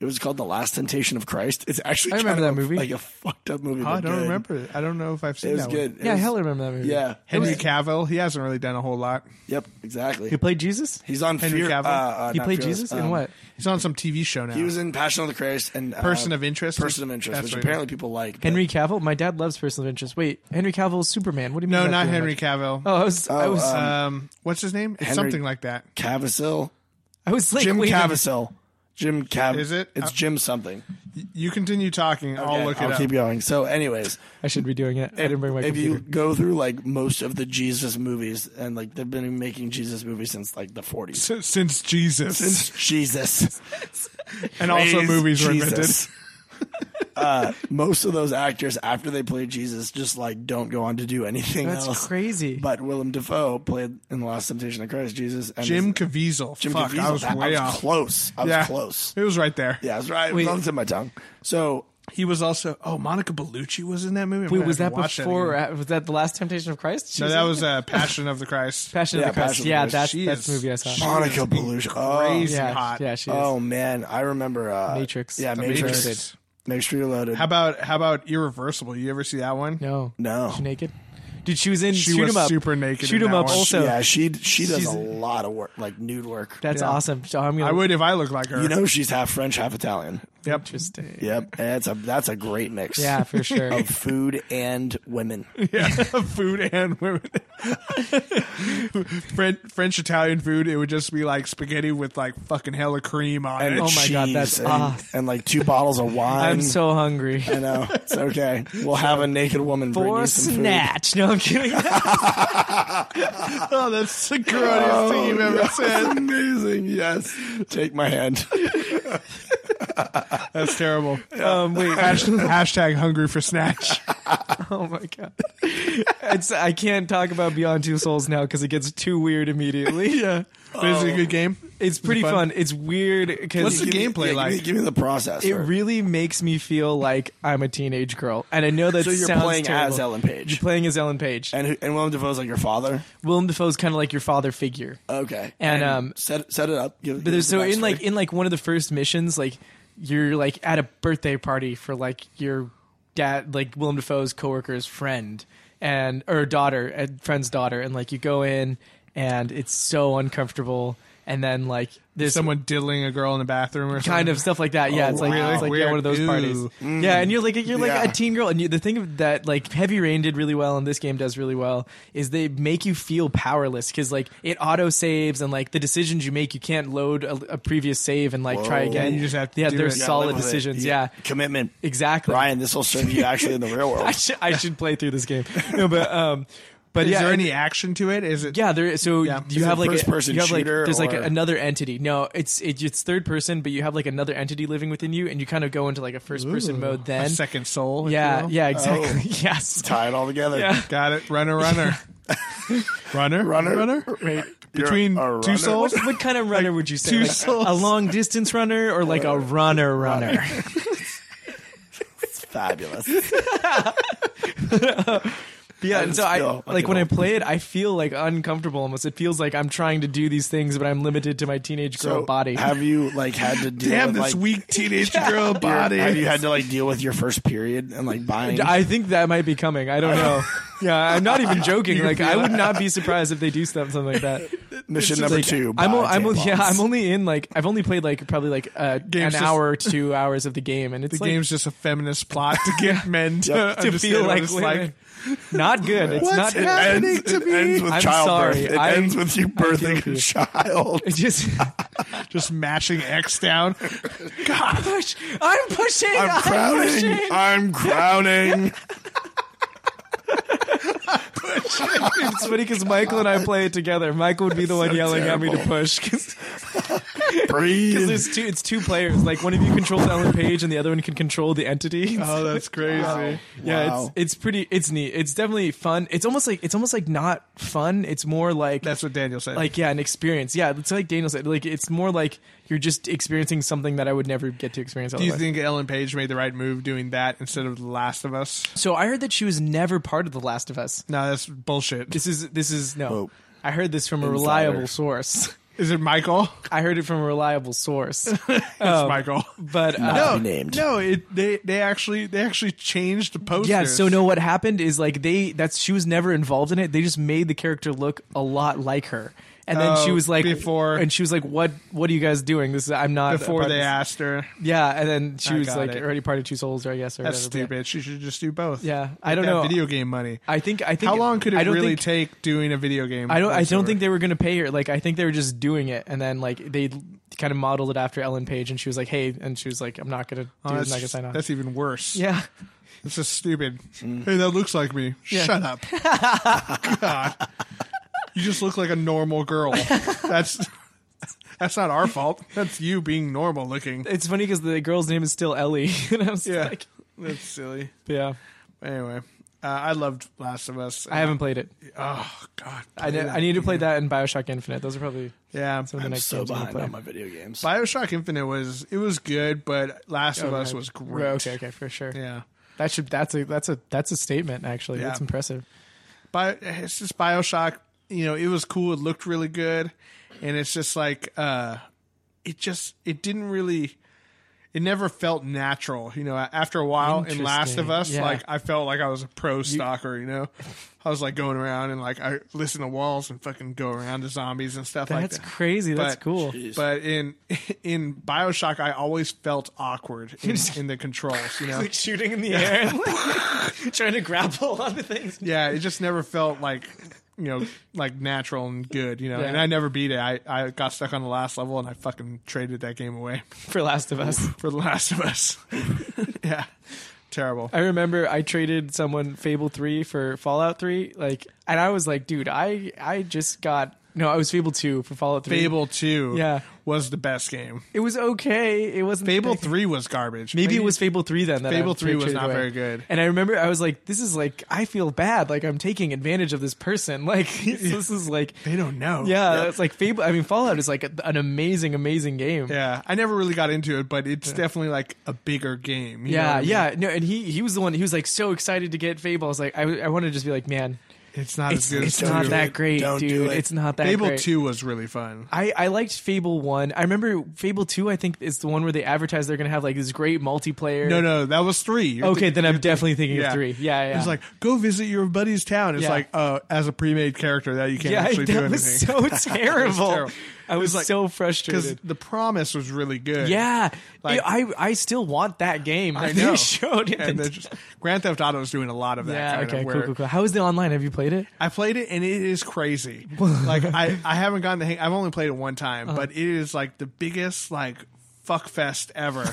[SPEAKER 3] it was called The Last Temptation of Christ. It's actually
[SPEAKER 2] I remember
[SPEAKER 3] kind of
[SPEAKER 2] that
[SPEAKER 3] a-
[SPEAKER 2] movie.
[SPEAKER 3] like a fucked up movie.
[SPEAKER 1] Oh, I
[SPEAKER 3] but
[SPEAKER 1] don't
[SPEAKER 3] good.
[SPEAKER 1] remember it. I don't know if I've seen
[SPEAKER 3] It was
[SPEAKER 1] that one.
[SPEAKER 3] good. It
[SPEAKER 2] Yeah, I
[SPEAKER 3] was-
[SPEAKER 2] hell remember that movie.
[SPEAKER 3] Yeah,
[SPEAKER 1] Henry Cavill. He hasn't really done a whole lot.
[SPEAKER 3] Yep, exactly.
[SPEAKER 2] He played Jesus?
[SPEAKER 3] He's on
[SPEAKER 1] Henry
[SPEAKER 3] Fear.
[SPEAKER 1] Cavill?
[SPEAKER 3] Uh, uh,
[SPEAKER 2] He
[SPEAKER 3] not
[SPEAKER 2] played
[SPEAKER 3] Fearless,
[SPEAKER 2] Jesus?
[SPEAKER 3] um,
[SPEAKER 2] in what?
[SPEAKER 1] He's on some TV show now.
[SPEAKER 3] He was in Passion of the Christ and uh,
[SPEAKER 1] Person of Interest?
[SPEAKER 3] Person of Interest,
[SPEAKER 1] That's
[SPEAKER 3] which
[SPEAKER 1] what it
[SPEAKER 3] apparently people like. but-
[SPEAKER 2] Henry Cavill? My dad loves Person of Interest. Wait, Henry Cavill is Superman. What do you mean?
[SPEAKER 1] no,
[SPEAKER 2] I'm
[SPEAKER 1] not
[SPEAKER 2] doing
[SPEAKER 1] Henry
[SPEAKER 2] much?
[SPEAKER 1] Cavill.
[SPEAKER 2] Oh, I was, I
[SPEAKER 3] Oh,
[SPEAKER 2] was,
[SPEAKER 3] um,
[SPEAKER 1] um, what's his name? It's
[SPEAKER 3] Henry-
[SPEAKER 1] something like that.
[SPEAKER 3] Cavasil,
[SPEAKER 2] I was like,
[SPEAKER 3] Jim
[SPEAKER 2] wait a minute.
[SPEAKER 3] Cavasil, Jim Cav.
[SPEAKER 1] Is it?
[SPEAKER 3] It's
[SPEAKER 1] Uh,
[SPEAKER 3] Jim something.
[SPEAKER 1] You continue talking. I'll
[SPEAKER 3] Okay,
[SPEAKER 1] look it
[SPEAKER 3] I'll
[SPEAKER 1] up.
[SPEAKER 3] keep going. So, anyways,
[SPEAKER 2] I should be doing it. I didn't bring my
[SPEAKER 3] if
[SPEAKER 2] computer.
[SPEAKER 3] you go through like most of the Jesus movies, and like they've been making Jesus movies since like the 40s.
[SPEAKER 1] S- Since Jesus
[SPEAKER 3] Since Jesus.
[SPEAKER 1] and also
[SPEAKER 3] Praise
[SPEAKER 1] movies were invented.
[SPEAKER 3] Jesus. uh, most of those actors, after they play Jesus, just like don't go on to do anything
[SPEAKER 2] That's
[SPEAKER 3] else.
[SPEAKER 2] crazy.
[SPEAKER 3] But Willem Dafoe played in the Last Temptation of Christ, Jesus, and
[SPEAKER 1] Jim
[SPEAKER 3] his-
[SPEAKER 1] Caviezel.
[SPEAKER 3] Jim
[SPEAKER 1] Fuck,
[SPEAKER 3] Caviezel.
[SPEAKER 1] I was
[SPEAKER 3] That-
[SPEAKER 1] way off.
[SPEAKER 3] close. I was
[SPEAKER 1] Yeah.
[SPEAKER 3] close.
[SPEAKER 1] It was right there.
[SPEAKER 3] Yeah, that's right. Wait. It's in my tongue. So
[SPEAKER 1] He was also. Oh, Monica Bellucci was in that movie. I'm
[SPEAKER 2] Wait,
[SPEAKER 1] gonna
[SPEAKER 2] was
[SPEAKER 1] have
[SPEAKER 2] that
[SPEAKER 1] to watch
[SPEAKER 2] before? or
[SPEAKER 1] again.
[SPEAKER 2] a- was that the Last Temptation of Christ?
[SPEAKER 1] no,
[SPEAKER 2] She's
[SPEAKER 1] that
[SPEAKER 2] in
[SPEAKER 1] was
[SPEAKER 2] there?
[SPEAKER 1] uh, Passion of the Christ.
[SPEAKER 2] Passion
[SPEAKER 3] Yeah,
[SPEAKER 2] of the Christ.
[SPEAKER 3] Passion of the
[SPEAKER 2] yeah,
[SPEAKER 3] Christ.
[SPEAKER 2] that's
[SPEAKER 1] She
[SPEAKER 2] that's
[SPEAKER 1] is-
[SPEAKER 2] the movie I saw.
[SPEAKER 1] she-
[SPEAKER 3] Monica Bellucci.
[SPEAKER 1] crazy.
[SPEAKER 3] Oh,
[SPEAKER 2] yeah,
[SPEAKER 1] hot.
[SPEAKER 2] yeah, she is.
[SPEAKER 3] oh man, I remember uh,
[SPEAKER 2] Matrix.
[SPEAKER 3] Yeah,
[SPEAKER 2] The
[SPEAKER 3] Matrix.
[SPEAKER 2] Matrix.
[SPEAKER 3] Make sure you're loaded.
[SPEAKER 1] How about how about Irreversible? You ever see that one?
[SPEAKER 2] No,
[SPEAKER 3] No.
[SPEAKER 2] She naked. Dude, she was in
[SPEAKER 1] She
[SPEAKER 2] Shoot
[SPEAKER 1] was
[SPEAKER 2] 'Em Up.
[SPEAKER 1] super naked
[SPEAKER 2] Shoot
[SPEAKER 1] in
[SPEAKER 2] 'Em
[SPEAKER 1] that
[SPEAKER 2] Up.
[SPEAKER 1] one.
[SPEAKER 2] Also,
[SPEAKER 3] yeah, she she does
[SPEAKER 2] she's-
[SPEAKER 3] a lot of work, like nude work.
[SPEAKER 2] that's
[SPEAKER 1] Yeah.
[SPEAKER 2] awesome. So I'm gonna.
[SPEAKER 1] I would if I looked like her.
[SPEAKER 3] you know, she's half French, half Italian.
[SPEAKER 1] yep.
[SPEAKER 2] Interesting. Yeah,
[SPEAKER 3] Yep, and that's a that's a great mix.
[SPEAKER 2] for sure.
[SPEAKER 3] of food and women.
[SPEAKER 1] Yeah, food and women. French, French Italian food. It would just be like spaghetti with like fucking hella cream on
[SPEAKER 3] And
[SPEAKER 1] it.
[SPEAKER 2] Oh my God,
[SPEAKER 3] cheese
[SPEAKER 2] that's
[SPEAKER 3] and,
[SPEAKER 2] awesome.
[SPEAKER 3] and like two bottles of wine.
[SPEAKER 2] I'm so hungry.
[SPEAKER 3] I know it's okay. We'll have a naked woman bring
[SPEAKER 2] Or
[SPEAKER 3] you some food.
[SPEAKER 2] snatch. No, I'm kidding.
[SPEAKER 1] Oh, that's the grossest thing you've ever said.
[SPEAKER 3] Amazing. Yes. Take my hand.
[SPEAKER 1] That's terrible.
[SPEAKER 2] um, wait.
[SPEAKER 1] Hashtag, hashtag hungry for snatch.
[SPEAKER 2] Oh my god. It's I can't talk about Beyond Two Souls now because it gets too weird immediately. yeah.
[SPEAKER 1] But is it a good game?
[SPEAKER 2] It's pretty
[SPEAKER 1] fun?
[SPEAKER 2] fun. It's weird because
[SPEAKER 1] What's the
[SPEAKER 3] Give me-
[SPEAKER 1] gameplay
[SPEAKER 3] yeah,
[SPEAKER 1] like?
[SPEAKER 3] Give me, give me the process.
[SPEAKER 2] it
[SPEAKER 3] or-
[SPEAKER 2] really makes me feel like I'm a teenage girl. And I know that
[SPEAKER 3] So you're
[SPEAKER 2] sounds
[SPEAKER 3] playing
[SPEAKER 2] terrible.
[SPEAKER 3] as Ellen Page.
[SPEAKER 2] You're playing as Ellen Page.
[SPEAKER 3] and who- and Willem Dafoe's like your father.
[SPEAKER 2] Willem Dafoe's kind of like your father figure.
[SPEAKER 3] Okay.
[SPEAKER 2] And, um,
[SPEAKER 3] set set it up. Give,
[SPEAKER 2] But
[SPEAKER 3] give
[SPEAKER 2] there's
[SPEAKER 3] us the
[SPEAKER 2] so in like
[SPEAKER 3] backstory.
[SPEAKER 2] in like one of the first missions, like you're like at a birthday party for like your dad, like Willem Dafoe's coworker's friend and or daughter, a friend's daughter, and like you go in and it's so uncomfortable, and then like there's
[SPEAKER 1] Someone diddling a girl in the bathroom or something?
[SPEAKER 2] kind of stuff like that. Yeah, it's like,
[SPEAKER 1] Oh, wow.
[SPEAKER 2] it's like yeah,
[SPEAKER 1] Weird.
[SPEAKER 2] one of those
[SPEAKER 1] Ew.
[SPEAKER 2] parties. Yeah, and you're like you're like
[SPEAKER 3] Yeah.
[SPEAKER 2] a teen girl, and you, the thing of- that like Heavy Rain did really well, and this game does really well, is they make you feel powerless because like it auto saves and like the decisions you make, you can't load a, a previous save and like try
[SPEAKER 3] Whoa.
[SPEAKER 2] again.
[SPEAKER 1] You just have to
[SPEAKER 2] yeah,
[SPEAKER 1] do
[SPEAKER 2] they're
[SPEAKER 1] it. You gotta
[SPEAKER 3] Yeah,
[SPEAKER 2] solid
[SPEAKER 3] live with it.
[SPEAKER 2] decisions. Yeah,
[SPEAKER 3] Commitment.
[SPEAKER 2] exactly.
[SPEAKER 3] Ryan, this will serve you actually in the real world.
[SPEAKER 2] I should I should play through this game, no, but um, but
[SPEAKER 1] Is
[SPEAKER 2] yeah,
[SPEAKER 1] there
[SPEAKER 2] and-
[SPEAKER 1] any action to it? Is it?
[SPEAKER 2] yeah, there. So
[SPEAKER 1] Yeah.
[SPEAKER 2] you
[SPEAKER 1] Is
[SPEAKER 2] have
[SPEAKER 3] it
[SPEAKER 2] like a,
[SPEAKER 3] first-person
[SPEAKER 2] you have like
[SPEAKER 3] shooter
[SPEAKER 2] there's like
[SPEAKER 3] or-
[SPEAKER 2] another entity. No, it's it, it's third person, but you have like another entity living within you, and you kind of go into like a first person mode.
[SPEAKER 1] a
[SPEAKER 2] Then
[SPEAKER 1] second soul. if you
[SPEAKER 2] yeah,
[SPEAKER 1] will?
[SPEAKER 2] yeah, exactly. Yes.
[SPEAKER 3] Tie it all together.
[SPEAKER 2] Yeah.
[SPEAKER 1] Got it. Runner, runner, runner,
[SPEAKER 3] Runner.
[SPEAKER 1] runner.
[SPEAKER 3] Wait,
[SPEAKER 1] Between two
[SPEAKER 2] What,
[SPEAKER 1] souls.
[SPEAKER 2] what kind of runner would you say?
[SPEAKER 1] two
[SPEAKER 2] Like,
[SPEAKER 1] souls.
[SPEAKER 2] A long distance runner or like a runner runner?
[SPEAKER 3] Fabulous.
[SPEAKER 2] yeah, and so
[SPEAKER 3] I
[SPEAKER 2] I
[SPEAKER 3] feel like
[SPEAKER 2] like when I
[SPEAKER 3] an old
[SPEAKER 2] play it, I feel like uncomfortable almost. It feels like I'm trying to do these things, but I'm limited to my teenage girl
[SPEAKER 3] So,
[SPEAKER 2] body.
[SPEAKER 3] Have you like had to deal
[SPEAKER 1] Damn
[SPEAKER 3] with
[SPEAKER 1] this
[SPEAKER 3] like,
[SPEAKER 1] weak teenage girl
[SPEAKER 3] your-
[SPEAKER 1] body.
[SPEAKER 3] Have you had to like deal with your first period and like buying?
[SPEAKER 2] I think that might be coming. I don't know. Yeah, I'm not even joking. Like, I would not be surprised if they do something like that.
[SPEAKER 3] Mission number
[SPEAKER 2] Like,
[SPEAKER 3] two.
[SPEAKER 2] I'm, o-
[SPEAKER 3] buy
[SPEAKER 2] I'm, o- yeah,
[SPEAKER 3] tampons.
[SPEAKER 2] I'm only in like I've only played like probably like uh, an
[SPEAKER 1] Game's just-
[SPEAKER 2] hour, two hours of the game, and it's
[SPEAKER 1] the
[SPEAKER 2] like,
[SPEAKER 1] game's just a feminist plot to get men to,
[SPEAKER 3] Yep.
[SPEAKER 2] to
[SPEAKER 1] understand
[SPEAKER 2] feel
[SPEAKER 1] what
[SPEAKER 2] like
[SPEAKER 1] it's
[SPEAKER 2] women. Not good. It's
[SPEAKER 1] What's
[SPEAKER 2] not good.
[SPEAKER 1] happening?
[SPEAKER 3] Ends-
[SPEAKER 1] happening to
[SPEAKER 3] it
[SPEAKER 1] me?
[SPEAKER 3] ends with
[SPEAKER 2] I'm
[SPEAKER 3] childbirth.
[SPEAKER 2] sorry.
[SPEAKER 3] It
[SPEAKER 2] I-
[SPEAKER 3] ends with you birthing a child.
[SPEAKER 2] It's just
[SPEAKER 1] just mashing X down.
[SPEAKER 2] push. I'm pushing.
[SPEAKER 3] I'm crowning.
[SPEAKER 2] pushing.
[SPEAKER 3] I'm crowning.
[SPEAKER 2] It's funny because Michael and I play it together. Michael would be the one yelling at me to
[SPEAKER 3] terrible.
[SPEAKER 2] push because
[SPEAKER 3] Breathe.
[SPEAKER 2] there's two. It's two players. Like one of you controls Ellen Page and the other one can control the entity.
[SPEAKER 1] Oh, that's crazy.
[SPEAKER 2] Yeah,
[SPEAKER 3] Wow.
[SPEAKER 2] it's it's pretty. It's neat. It's definitely fun. It's almost like it's almost like not fun. It's more like
[SPEAKER 1] That's what Daniel said.
[SPEAKER 2] like yeah, an experience. Yeah, it's like Daniel said. Like it's more like you're just experiencing something that I would never get to experience.
[SPEAKER 1] do you
[SPEAKER 2] otherwise.
[SPEAKER 1] think Ellen Page made the right move doing that instead of The Last of Us?
[SPEAKER 2] so? I heard that she was never part of The Last of Us.
[SPEAKER 1] No, that's bullshit.
[SPEAKER 2] This is this is no.
[SPEAKER 3] Oh.
[SPEAKER 2] I heard this from a
[SPEAKER 3] Insider.
[SPEAKER 2] reliable source.
[SPEAKER 1] Is it Michael?
[SPEAKER 2] I heard it from a reliable source. Um,
[SPEAKER 1] it's Michael.
[SPEAKER 2] But uh,
[SPEAKER 3] No. be named.
[SPEAKER 1] No, it, they they actually they actually changed the poster.
[SPEAKER 2] yeah, so no, what happened is like they that's she was never involved in it. They just made the character look a lot like her. And then she
[SPEAKER 1] Oh,
[SPEAKER 2] was like
[SPEAKER 1] before-
[SPEAKER 2] and she was like, What what are you guys doing? This is I'm not a part
[SPEAKER 1] before
[SPEAKER 2] of
[SPEAKER 1] they
[SPEAKER 2] this."
[SPEAKER 1] asked her.
[SPEAKER 2] Yeah, and then she
[SPEAKER 1] I
[SPEAKER 2] was
[SPEAKER 1] got
[SPEAKER 2] like
[SPEAKER 1] it.
[SPEAKER 2] already part of two souls, I guess, or
[SPEAKER 1] That's
[SPEAKER 2] whatever.
[SPEAKER 1] stupid. She should just do both.
[SPEAKER 2] Yeah,
[SPEAKER 1] Get
[SPEAKER 2] I don't
[SPEAKER 1] that
[SPEAKER 2] know.
[SPEAKER 1] Video game money.
[SPEAKER 2] I think I think
[SPEAKER 1] How long could it
[SPEAKER 2] I don't
[SPEAKER 1] really
[SPEAKER 2] think,
[SPEAKER 1] take doing a video game?
[SPEAKER 2] I don't I don't
[SPEAKER 1] voiceover?
[SPEAKER 2] think they were gonna pay her. Like I think they were just doing it and then like they kind of modeled it after Ellen Page and she was like, Hey and she was like, I'm not gonna do
[SPEAKER 1] Oh,
[SPEAKER 2] I'm not
[SPEAKER 1] that's,
[SPEAKER 2] gonna
[SPEAKER 1] just-
[SPEAKER 2] sign on.
[SPEAKER 1] that's even worse.
[SPEAKER 2] yeah.
[SPEAKER 1] It's just stupid.
[SPEAKER 3] Mm.
[SPEAKER 1] Hey, that looks like me.
[SPEAKER 2] Yeah.
[SPEAKER 1] Shut up. God. You just look like a normal girl. That's that's not our fault. That's you being normal looking.
[SPEAKER 2] It's funny because the girl's name is still Ellie. and I was
[SPEAKER 1] Yeah.
[SPEAKER 2] like
[SPEAKER 1] That's silly.
[SPEAKER 2] Yeah.
[SPEAKER 1] Anyway, uh, I loved Last of Us.
[SPEAKER 2] I haven't played it.
[SPEAKER 1] Oh God.
[SPEAKER 2] I, ne- I need to play that and Bioshock Infinite. Those are probably
[SPEAKER 1] Yeah.
[SPEAKER 2] some of the
[SPEAKER 3] I'm
[SPEAKER 2] next
[SPEAKER 3] so
[SPEAKER 2] games I'm
[SPEAKER 3] behind
[SPEAKER 2] gonna
[SPEAKER 3] on
[SPEAKER 2] play.
[SPEAKER 3] my video games.
[SPEAKER 1] Bioshock Infinite was it was good, but Last of
[SPEAKER 2] Oh,
[SPEAKER 1] Us
[SPEAKER 2] right.
[SPEAKER 1] was great.
[SPEAKER 2] Okay, okay, for sure.
[SPEAKER 1] Yeah.
[SPEAKER 2] That should that's a that's a that's a statement actually.
[SPEAKER 1] Yeah.
[SPEAKER 2] That's impressive.
[SPEAKER 1] Bio, it's just Bioshock. You know, it was cool. It looked really good, and it's just like uh, it just it didn't really. It never felt natural, you know. After a while in Last of
[SPEAKER 2] Interesting.
[SPEAKER 1] Us,
[SPEAKER 2] Yeah.
[SPEAKER 1] like I felt like I was a pro stalker, you know. I was like going around and like I listen to walls and fucking go around to zombies and stuff like
[SPEAKER 2] That's
[SPEAKER 1] that.
[SPEAKER 2] crazy. That's
[SPEAKER 1] But-
[SPEAKER 2] cool.
[SPEAKER 1] But in in Bioshock, I always felt awkward in, in the controls, you know.
[SPEAKER 2] shooting in the air and trying to grapple onto things.
[SPEAKER 1] yeah, it just never felt like you know like natural and good, you know.
[SPEAKER 2] Yeah.
[SPEAKER 1] And I never beat it. I I got stuck on the last level and I fucking traded that game away
[SPEAKER 2] For Last of Us.
[SPEAKER 1] for The Last of Us. yeah, terrible.
[SPEAKER 2] I remember I traded someone Fable 3 for Fallout 3 like and I was like, dude, I I just got No, I was Fable Two for Fallout Three.
[SPEAKER 1] Fable Two,
[SPEAKER 2] Yeah.
[SPEAKER 1] was the best game.
[SPEAKER 2] It was okay. It wasn't
[SPEAKER 1] Fable
[SPEAKER 2] like-
[SPEAKER 1] Three was garbage.
[SPEAKER 2] Maybe it was Fable Three then. That
[SPEAKER 1] Fable
[SPEAKER 2] I
[SPEAKER 1] 3 was
[SPEAKER 2] traded
[SPEAKER 1] not
[SPEAKER 2] away.
[SPEAKER 1] very good.
[SPEAKER 2] And I remember I was like, "This is like I feel bad. Like I'm taking advantage of this person. Like this is like
[SPEAKER 1] They don't know.
[SPEAKER 2] yeah, it's like Fable. I mean, Fallout is like a, an amazing, amazing game.
[SPEAKER 1] yeah. I never really got into it, but it's definitely like a bigger game. you know what
[SPEAKER 2] Yeah,
[SPEAKER 1] I mean?
[SPEAKER 2] yeah. no, and he he was the one. He was like so excited to get Fable. I was like, I, I want to just be like, man,
[SPEAKER 1] It's not
[SPEAKER 2] it's,
[SPEAKER 1] as good.
[SPEAKER 2] it's
[SPEAKER 1] as
[SPEAKER 2] not
[SPEAKER 1] two.
[SPEAKER 2] that great,
[SPEAKER 3] Don't
[SPEAKER 2] dude.
[SPEAKER 3] do it.
[SPEAKER 2] It's not that
[SPEAKER 1] Fable
[SPEAKER 2] great.
[SPEAKER 1] Two was really fun.
[SPEAKER 2] I, I liked Fable one. I remember Fable two. I think is the one where they advertise they're gonna have like this great multiplayer.
[SPEAKER 1] No, no, that was 3 You're
[SPEAKER 2] Okay,
[SPEAKER 1] thinking-
[SPEAKER 2] then I'm definitely thinking
[SPEAKER 1] yeah.
[SPEAKER 2] of three. Yeah, yeah.
[SPEAKER 1] It's like go visit your buddy's town. It's
[SPEAKER 2] Yeah.
[SPEAKER 1] like uh, as a pre-made character that you can't
[SPEAKER 2] yeah,
[SPEAKER 1] actually do
[SPEAKER 2] that
[SPEAKER 1] anything.
[SPEAKER 2] was so terrible.
[SPEAKER 1] terrible.
[SPEAKER 2] I was,
[SPEAKER 1] like-
[SPEAKER 2] so
[SPEAKER 1] because
[SPEAKER 2] frustrated.
[SPEAKER 1] the promise was really good.
[SPEAKER 2] Yeah,
[SPEAKER 1] Like-
[SPEAKER 2] I I still want that game.
[SPEAKER 1] I
[SPEAKER 2] They
[SPEAKER 1] know.
[SPEAKER 2] showed it.
[SPEAKER 1] And they're just, Grand Theft Auto is doing a lot of that.
[SPEAKER 2] yeah.
[SPEAKER 1] kind
[SPEAKER 2] Okay.
[SPEAKER 1] of
[SPEAKER 2] Cool.
[SPEAKER 1] where
[SPEAKER 2] Cool. Cool. How is the online? Have you played it?
[SPEAKER 1] I played it and it is crazy. like I, I haven't gotten the hang. I've only played it one time,
[SPEAKER 2] Uh-huh.
[SPEAKER 1] but it is like the biggest like fuck fest ever.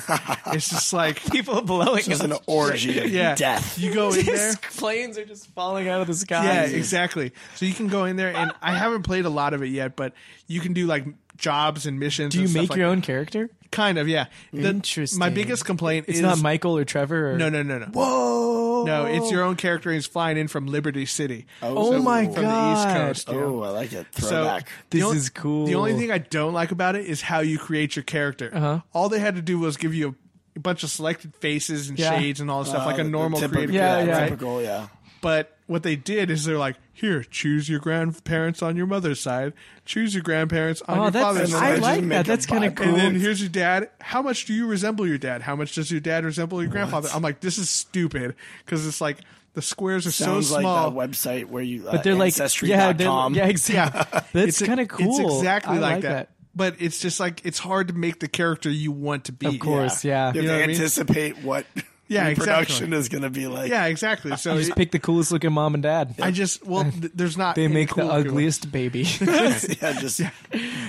[SPEAKER 1] it's just like
[SPEAKER 2] People blowing
[SPEAKER 3] It was an
[SPEAKER 2] up.
[SPEAKER 3] orgy of
[SPEAKER 1] yeah,
[SPEAKER 3] death.
[SPEAKER 1] You go in there.
[SPEAKER 2] Just planes are just falling out of the sky.
[SPEAKER 1] Yeah, exactly. So you can go in there, and I haven't played a lot of it yet, but you can do like jobs and missions.
[SPEAKER 2] Do you
[SPEAKER 1] and stuff
[SPEAKER 2] make
[SPEAKER 1] like
[SPEAKER 2] your
[SPEAKER 1] that.
[SPEAKER 2] own character?
[SPEAKER 1] Kind of, yeah. The-
[SPEAKER 2] Interesting.
[SPEAKER 1] My biggest complaint
[SPEAKER 2] It's
[SPEAKER 1] is
[SPEAKER 2] not Michael or Trevor. Or,
[SPEAKER 1] No, no, no, no.
[SPEAKER 3] Whoa!
[SPEAKER 1] No, it's your own character. He's flying in from Liberty City.
[SPEAKER 2] Oh
[SPEAKER 3] So-
[SPEAKER 2] my
[SPEAKER 1] from
[SPEAKER 2] god!
[SPEAKER 1] the East Coast. yeah.
[SPEAKER 3] Oh, I like it.
[SPEAKER 1] So
[SPEAKER 3] Throwback.
[SPEAKER 1] the
[SPEAKER 2] This
[SPEAKER 1] only-
[SPEAKER 2] is cool.
[SPEAKER 1] The only thing I don't like about it is how you create your character.
[SPEAKER 2] Uh-huh.
[SPEAKER 1] All they had to do was give you a, a bunch of selected faces and
[SPEAKER 2] Yeah.
[SPEAKER 1] shades and all this stuff,
[SPEAKER 3] Uh,
[SPEAKER 1] like a
[SPEAKER 3] the- the
[SPEAKER 1] normal
[SPEAKER 3] typical-
[SPEAKER 1] creative.
[SPEAKER 2] Yeah,
[SPEAKER 1] character,
[SPEAKER 2] yeah.
[SPEAKER 1] Right?
[SPEAKER 3] Typical, yeah.
[SPEAKER 1] But what they did is they're like, here, choose your grandparents on your mother's side, choose your grandparents on
[SPEAKER 2] Oh,
[SPEAKER 1] your
[SPEAKER 2] that's
[SPEAKER 1] father's side.
[SPEAKER 2] I
[SPEAKER 3] Imagine
[SPEAKER 2] like that.
[SPEAKER 3] make a
[SPEAKER 2] That's kind of
[SPEAKER 3] Bible.
[SPEAKER 2] cool.
[SPEAKER 1] And then here's your dad. How much do you resemble your dad? How much does your dad resemble your grandfather? I'm like, this is stupid because it's like the squares are
[SPEAKER 3] Sounds
[SPEAKER 1] so
[SPEAKER 3] like
[SPEAKER 1] small.
[SPEAKER 3] that website where you. Uh,
[SPEAKER 2] but they're like,
[SPEAKER 3] ancestry.
[SPEAKER 2] yeah, they're, yeah,
[SPEAKER 1] Yeah.
[SPEAKER 2] exactly. That's
[SPEAKER 1] a-
[SPEAKER 2] kind of
[SPEAKER 1] It's
[SPEAKER 2] cool.
[SPEAKER 1] exactly
[SPEAKER 2] I
[SPEAKER 1] like, that. But it's just like it's hard to make the character you want to be.
[SPEAKER 2] Of course, yeah.
[SPEAKER 3] You
[SPEAKER 1] You know what I
[SPEAKER 3] have to
[SPEAKER 1] mean?
[SPEAKER 3] anticipate what
[SPEAKER 1] Yeah,
[SPEAKER 3] your production
[SPEAKER 1] exactly.
[SPEAKER 3] is going to be like.
[SPEAKER 1] Yeah, exactly. So
[SPEAKER 2] You just pick the coolest looking mom and dad.
[SPEAKER 1] I just well, th- there's not.
[SPEAKER 2] They
[SPEAKER 1] any
[SPEAKER 2] make
[SPEAKER 1] cool
[SPEAKER 2] the
[SPEAKER 1] looking one.
[SPEAKER 2] ugliest baby.
[SPEAKER 3] yeah, just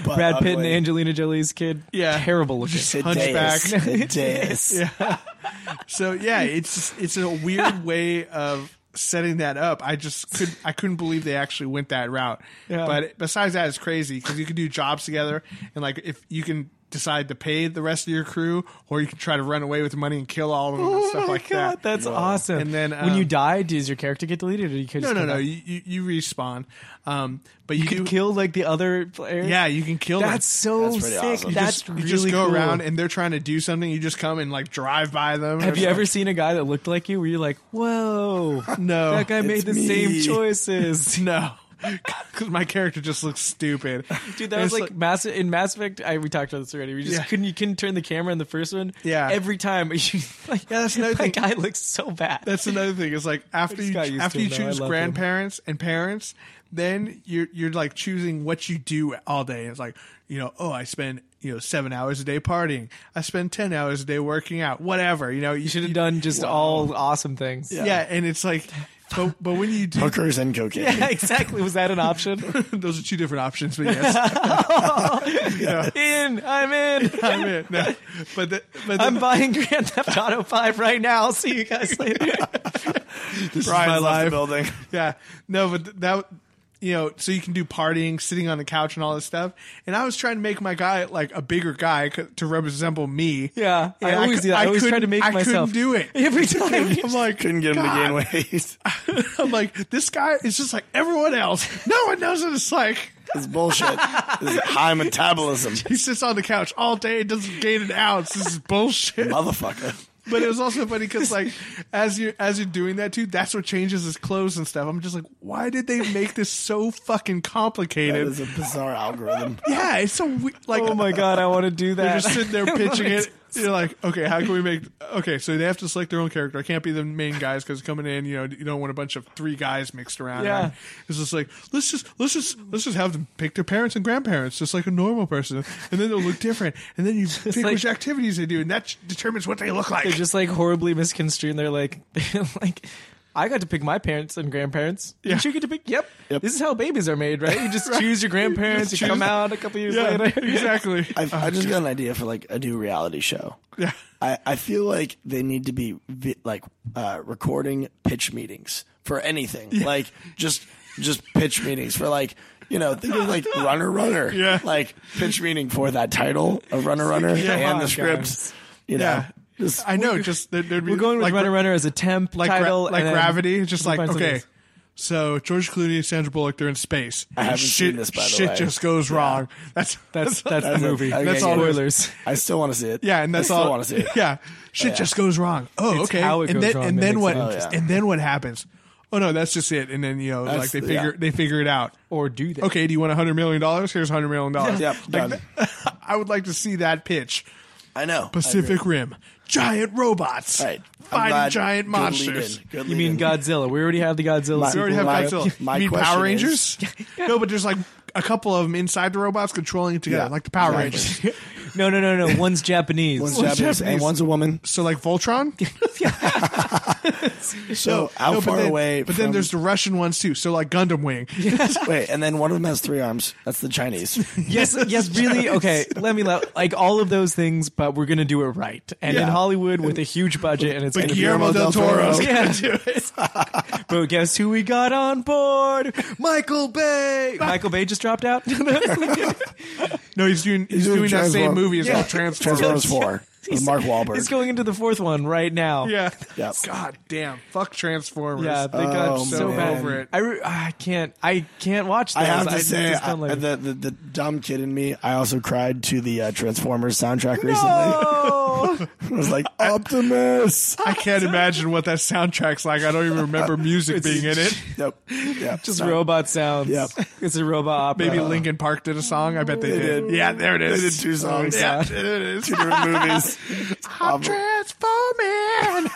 [SPEAKER 3] but
[SPEAKER 2] Brad Pitt and
[SPEAKER 3] ugly.
[SPEAKER 2] Angelina Jolie's kid.
[SPEAKER 1] Yeah.
[SPEAKER 2] Terrible looking.
[SPEAKER 3] Hideous.
[SPEAKER 1] Hunchback.
[SPEAKER 3] Hideous.
[SPEAKER 1] So yeah, it's just- it's a weird way of setting that up. I just could I couldn't believe they actually went that route.
[SPEAKER 2] Yeah.
[SPEAKER 1] But besides that, it's crazy because you can do jobs together and like if you can decide to pay the rest of your crew or you can try to run away with the money and kill all of them and stuff like that.
[SPEAKER 2] Oh That's awesome.
[SPEAKER 1] And then,
[SPEAKER 2] when you
[SPEAKER 1] um,
[SPEAKER 2] die, does your character get deleted, or you could
[SPEAKER 1] no,
[SPEAKER 2] just
[SPEAKER 1] no,
[SPEAKER 2] come
[SPEAKER 1] no.
[SPEAKER 2] back?
[SPEAKER 1] You, you you respawn, um, but you,
[SPEAKER 2] You
[SPEAKER 1] do,
[SPEAKER 2] could kill like the other player.
[SPEAKER 1] Yeah, you can kill them.
[SPEAKER 2] that's so
[SPEAKER 3] That's pretty
[SPEAKER 2] sick.
[SPEAKER 3] awesome. You
[SPEAKER 1] You
[SPEAKER 2] That's
[SPEAKER 1] just,
[SPEAKER 2] really
[SPEAKER 1] you just go
[SPEAKER 2] cool.
[SPEAKER 1] around and they're trying to do something. You just come and like drive by them.
[SPEAKER 2] Have
[SPEAKER 1] or
[SPEAKER 2] you ever seen a guy that looked like you? Where you're like, whoa,
[SPEAKER 1] something. No,
[SPEAKER 2] that guy made the
[SPEAKER 3] me.
[SPEAKER 2] same choices.
[SPEAKER 1] No, because my character just looks stupid.
[SPEAKER 2] Dude, that
[SPEAKER 1] It's
[SPEAKER 2] was like, Mass in Mass Effect. I, we talked about this already. We just
[SPEAKER 1] Yeah.
[SPEAKER 2] couldn't you couldn't turn the camera in the first one.
[SPEAKER 1] Yeah.
[SPEAKER 2] every time you like,
[SPEAKER 1] Yeah, that's another
[SPEAKER 2] that
[SPEAKER 1] thing.
[SPEAKER 2] guy looks so bad.
[SPEAKER 1] That's another thing. Is like after
[SPEAKER 2] just
[SPEAKER 1] you
[SPEAKER 2] got used
[SPEAKER 1] after
[SPEAKER 2] to
[SPEAKER 1] you
[SPEAKER 2] him now. I
[SPEAKER 1] choose
[SPEAKER 2] love him.
[SPEAKER 1] grandparents and parents, then you're you're like choosing what you do all day. It's like you know, oh, I spend you know seven hours a day partying. I spend ten hours a day working out. Whatever. You know, you
[SPEAKER 2] should have done just all awesome things.
[SPEAKER 1] Yeah, and it's like, but but when you do,
[SPEAKER 3] Hookers and cocaine.
[SPEAKER 2] exactly. Was that an option?
[SPEAKER 1] those are two different options. But yes,
[SPEAKER 2] in, I'm in.
[SPEAKER 1] I'm in. No, but the, but the,
[SPEAKER 2] I'm buying Grand Theft Auto 5 right now. I'll see you guys later.
[SPEAKER 1] my
[SPEAKER 3] this is my
[SPEAKER 1] life.
[SPEAKER 3] life. building.
[SPEAKER 1] yeah no but th- that you know so you can do partying sitting on the couch and all this stuff and i was trying to make my guy like a bigger guy c- to resemble me
[SPEAKER 2] Yeah, yeah, I, always
[SPEAKER 1] cou-
[SPEAKER 2] do that. I, always try
[SPEAKER 1] couldn't-
[SPEAKER 2] to make
[SPEAKER 1] I
[SPEAKER 2] myself
[SPEAKER 1] couldn't do it
[SPEAKER 2] every time.
[SPEAKER 3] I'm like, couldn't get him to gain weight.
[SPEAKER 1] i'm like this guy is just like everyone else no one knows what it's like
[SPEAKER 3] It's bullshit. This is high metabolism,
[SPEAKER 1] he sits on the couch all day and doesn't gain an ounce this is bullshit
[SPEAKER 3] motherfucker.
[SPEAKER 1] but it was also funny because like as you as you're doing that too that's what changes his clothes and stuff i'm just like why did they make this so fucking
[SPEAKER 3] That
[SPEAKER 1] complicated
[SPEAKER 3] is a bizarre algorithm.
[SPEAKER 1] yeah it's so we- like
[SPEAKER 2] oh my god, I want to do
[SPEAKER 1] They're
[SPEAKER 2] that.
[SPEAKER 1] just sitting there pitching it. You're like, okay, how can we make? Okay, so they have to select their own character. I can't be the main guys because coming in, you know, you don't want a bunch of three guys mixed around.
[SPEAKER 2] Yeah.
[SPEAKER 1] right? it's just like let's just let's just let's just have them pick their parents and grandparents, just like a normal person, and then they'll look different. And then you pick
[SPEAKER 2] like-
[SPEAKER 1] which activities they do, and that determines what they look like.
[SPEAKER 2] They're just like horribly misconstrued. They're like, they're like, I got to pick my parents and grandparents. Yeah. Did
[SPEAKER 1] Yeah.
[SPEAKER 2] you get to pick? Yep.
[SPEAKER 3] Yep.
[SPEAKER 2] This is how babies are made, right? You just choose your grandparents. You,
[SPEAKER 1] choose-
[SPEAKER 2] come out a couple years
[SPEAKER 1] yeah,
[SPEAKER 2] later.
[SPEAKER 1] exactly.
[SPEAKER 3] I've, I just got an idea for like a new reality show.
[SPEAKER 1] Oh, Yeah.
[SPEAKER 3] I, I feel like they need to be vi- like uh, recording pitch meetings for anything. Like just just pitch meetings for like you know think of like runner runner
[SPEAKER 1] Yeah.
[SPEAKER 3] like pitch meeting for that title of runner runner
[SPEAKER 1] come
[SPEAKER 3] and the
[SPEAKER 1] on,
[SPEAKER 3] script
[SPEAKER 2] guys.
[SPEAKER 3] you know
[SPEAKER 1] Yeah.
[SPEAKER 3] just
[SPEAKER 1] I know. Just there, would be
[SPEAKER 2] We're going with
[SPEAKER 1] like,
[SPEAKER 2] Runner Runner as a temp
[SPEAKER 1] like gra-
[SPEAKER 2] title,
[SPEAKER 1] like
[SPEAKER 2] and then-
[SPEAKER 1] Gravity. It's just
[SPEAKER 2] we'll
[SPEAKER 1] like
[SPEAKER 2] find something
[SPEAKER 1] okay.
[SPEAKER 2] else.
[SPEAKER 1] So George Clooney and Sandra Bullock, they're in space. I
[SPEAKER 3] haven't
[SPEAKER 1] shit,
[SPEAKER 3] seen this, by the
[SPEAKER 1] shit
[SPEAKER 3] way.
[SPEAKER 1] just goes wrong. That's
[SPEAKER 2] That's that's the
[SPEAKER 3] That's it.
[SPEAKER 2] movie.
[SPEAKER 3] Okay,
[SPEAKER 1] That's
[SPEAKER 2] that's
[SPEAKER 1] yeah.
[SPEAKER 2] all
[SPEAKER 1] all it is.
[SPEAKER 2] spoilers.
[SPEAKER 3] I still want to see it
[SPEAKER 1] yeah, and that's
[SPEAKER 3] I still
[SPEAKER 1] all.
[SPEAKER 3] want to see it
[SPEAKER 1] Yeah, shit just goes wrong. Oh,
[SPEAKER 2] It's
[SPEAKER 1] okay.
[SPEAKER 2] how it
[SPEAKER 1] and
[SPEAKER 2] goes
[SPEAKER 1] then
[SPEAKER 2] wrong
[SPEAKER 1] and
[SPEAKER 2] that
[SPEAKER 1] then
[SPEAKER 2] makes
[SPEAKER 1] what?
[SPEAKER 2] it
[SPEAKER 3] interesting.
[SPEAKER 1] And then what happens? Oh no, that's just it. And then you know, like
[SPEAKER 3] That's-
[SPEAKER 1] they figure
[SPEAKER 3] yeah.
[SPEAKER 1] they figure it out.
[SPEAKER 2] Or do that.
[SPEAKER 1] Okay, do you want hundred million dollars? Here's hundred million dollars.
[SPEAKER 3] Yep, done.
[SPEAKER 1] I would like to see that pitch.
[SPEAKER 3] I know
[SPEAKER 1] Pacific Rim, giant robots,
[SPEAKER 3] All right. I'm
[SPEAKER 1] fighting
[SPEAKER 3] glad-
[SPEAKER 1] giant
[SPEAKER 3] good lead-in.
[SPEAKER 1] monsters.
[SPEAKER 3] Good
[SPEAKER 2] You mean
[SPEAKER 3] lead-in.
[SPEAKER 2] Godzilla? We already have the Godzilla.
[SPEAKER 3] My-
[SPEAKER 1] We
[SPEAKER 2] sequel.
[SPEAKER 1] already have
[SPEAKER 3] My-
[SPEAKER 1] Godzilla.
[SPEAKER 3] my
[SPEAKER 1] you mean
[SPEAKER 3] question
[SPEAKER 1] Power
[SPEAKER 3] is-
[SPEAKER 1] Rangers? No, but there's like a couple of them inside the robots controlling it together,
[SPEAKER 3] Yeah,
[SPEAKER 1] like the Power
[SPEAKER 3] exactly.
[SPEAKER 1] Rangers.
[SPEAKER 2] no, no, no, no. One's Japanese.
[SPEAKER 3] One's
[SPEAKER 1] One's
[SPEAKER 3] Japanese and
[SPEAKER 1] Japanese.
[SPEAKER 3] one's a woman.
[SPEAKER 1] So like Voltron.
[SPEAKER 3] So how
[SPEAKER 1] No, but
[SPEAKER 3] far
[SPEAKER 1] then,
[SPEAKER 3] away?
[SPEAKER 1] But then
[SPEAKER 3] from-
[SPEAKER 1] there's the Russian ones too. So like Gundam Wing.
[SPEAKER 3] wait, and then one of them has three arms. That's the Chinese.
[SPEAKER 2] yes, yes, really. Okay, let me la- like all of those things, but we're gonna do it right. And in
[SPEAKER 3] Yeah.
[SPEAKER 2] Hollywood with a huge budget, and it's
[SPEAKER 1] But
[SPEAKER 2] gonna
[SPEAKER 1] Guillermo
[SPEAKER 3] Guillermo
[SPEAKER 1] del
[SPEAKER 3] del
[SPEAKER 1] Toro.
[SPEAKER 3] Toro.
[SPEAKER 2] Yeah, do it. Oh. but guess who we got on board? Michael Bay. Michael Bay just dropped out.
[SPEAKER 1] No, he's doing he's,
[SPEAKER 3] doing
[SPEAKER 1] doing, that same
[SPEAKER 3] Transform-
[SPEAKER 1] movie as
[SPEAKER 2] Yeah.
[SPEAKER 1] well, Transformers.
[SPEAKER 3] Transformers Four with Mark Wahlberg.
[SPEAKER 2] He's going into the fourth one right now.
[SPEAKER 1] Yeah.
[SPEAKER 3] Yep.
[SPEAKER 1] God damn. Fuck Transformers. Uh,
[SPEAKER 2] Yeah, they got
[SPEAKER 3] Oh,
[SPEAKER 2] so
[SPEAKER 1] man.
[SPEAKER 2] bad
[SPEAKER 1] Over it.
[SPEAKER 2] I, re- I can't. I can't watch. Those.
[SPEAKER 3] I have to say,
[SPEAKER 2] just
[SPEAKER 3] I,
[SPEAKER 2] don't like
[SPEAKER 3] the, the the dumb kid in me. I also cried to the uh, Transformers soundtrack recently.
[SPEAKER 2] No!
[SPEAKER 3] I was like Optimus.
[SPEAKER 1] I can't imagine what that soundtrack's like. I don't even remember music being in it.
[SPEAKER 3] yep. Yep.
[SPEAKER 2] Just
[SPEAKER 3] No.
[SPEAKER 2] robot sounds.
[SPEAKER 3] Yep.
[SPEAKER 2] It's a robot opera.
[SPEAKER 1] Maybe Linkin Park did a song. I bet they, did.
[SPEAKER 3] did.
[SPEAKER 1] Yeah, there it is.
[SPEAKER 3] Uh, Mm. They did two songs.
[SPEAKER 1] Yeah, it is.
[SPEAKER 3] Two different movies. Um,
[SPEAKER 1] I'm transforming.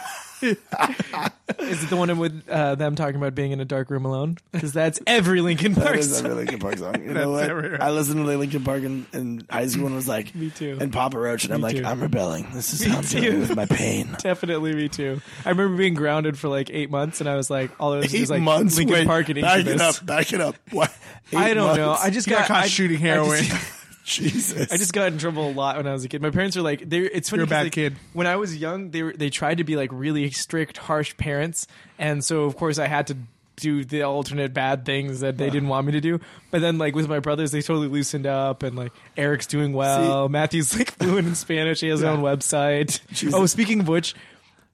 [SPEAKER 2] Is it the one with uh, them talking about being in a dark room alone? Because that's every Linkin Park
[SPEAKER 3] That is
[SPEAKER 2] song.
[SPEAKER 3] a Linkin Park song. You know what?
[SPEAKER 1] everywhere.
[SPEAKER 3] I listened to the Linkin Park in, in high school and was like,
[SPEAKER 2] Me too.
[SPEAKER 3] And Papa Roach, and I'm like,
[SPEAKER 2] too.
[SPEAKER 3] I'm rebelling. This is how I'm
[SPEAKER 2] too.
[SPEAKER 3] dealing with my pain.
[SPEAKER 2] Definitely me too. I remember being grounded for like eight months, and I was like, all I was
[SPEAKER 3] Eight
[SPEAKER 2] like
[SPEAKER 3] months.
[SPEAKER 2] Linkin
[SPEAKER 3] wait,
[SPEAKER 2] Park and
[SPEAKER 3] back it
[SPEAKER 2] Incubus.
[SPEAKER 3] up. Back it up. What?
[SPEAKER 2] I
[SPEAKER 3] Eight
[SPEAKER 2] don't know.
[SPEAKER 3] months?
[SPEAKER 2] I just
[SPEAKER 1] He got caught
[SPEAKER 2] I-
[SPEAKER 1] shooting
[SPEAKER 2] I just-
[SPEAKER 1] heroin.
[SPEAKER 3] Jesus.
[SPEAKER 2] I just got in trouble a lot when I was a kid. My parents were like, they it's funny.
[SPEAKER 1] You're a
[SPEAKER 2] 'cause,
[SPEAKER 1] bad
[SPEAKER 2] like,
[SPEAKER 1] kid.
[SPEAKER 2] When I was young, they were, they tried to be like really strict, harsh parents, and so of course I had to do the alternate bad things that they didn't want me to do. But then like with my brothers, they totally loosened up, and like Eric's doing well. Matthew's like fluent in Spanish. He has his own website. Oh, speaking of which,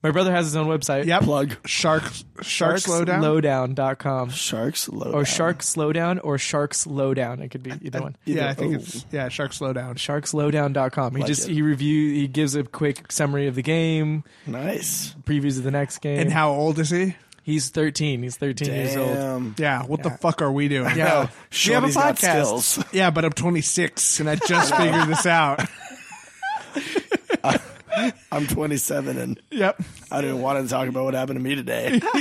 [SPEAKER 2] my brother has his own website.
[SPEAKER 1] yep.
[SPEAKER 3] plug
[SPEAKER 1] Shark, shark slowdown.
[SPEAKER 2] Slowdown.com.
[SPEAKER 3] sharks
[SPEAKER 1] Oh,
[SPEAKER 3] low.
[SPEAKER 2] Or Shark Slowdown or Shark Slowdown. It could be either one.
[SPEAKER 1] Yeah, I
[SPEAKER 3] Either-
[SPEAKER 1] think
[SPEAKER 3] oh.
[SPEAKER 1] it's yeah shark slowdown.
[SPEAKER 2] sharkslowdown.com. He
[SPEAKER 3] Like
[SPEAKER 2] just
[SPEAKER 3] it.
[SPEAKER 2] he review he gives a quick summary of the game,
[SPEAKER 3] Nice.
[SPEAKER 2] previews of the next game.
[SPEAKER 1] And how old is he?
[SPEAKER 2] he's 13. He's 13 years old.
[SPEAKER 3] Damn.
[SPEAKER 1] Yeah. What the fuck are we doing?
[SPEAKER 2] Yeah.
[SPEAKER 3] Oh,
[SPEAKER 1] We have a
[SPEAKER 3] Shorty's got
[SPEAKER 1] podcast.
[SPEAKER 3] skills.
[SPEAKER 1] Yeah, but I'm 26 and I just figured this out.
[SPEAKER 3] I'm 27 and
[SPEAKER 1] Yep.
[SPEAKER 3] I didn't want to talk about what happened to me today.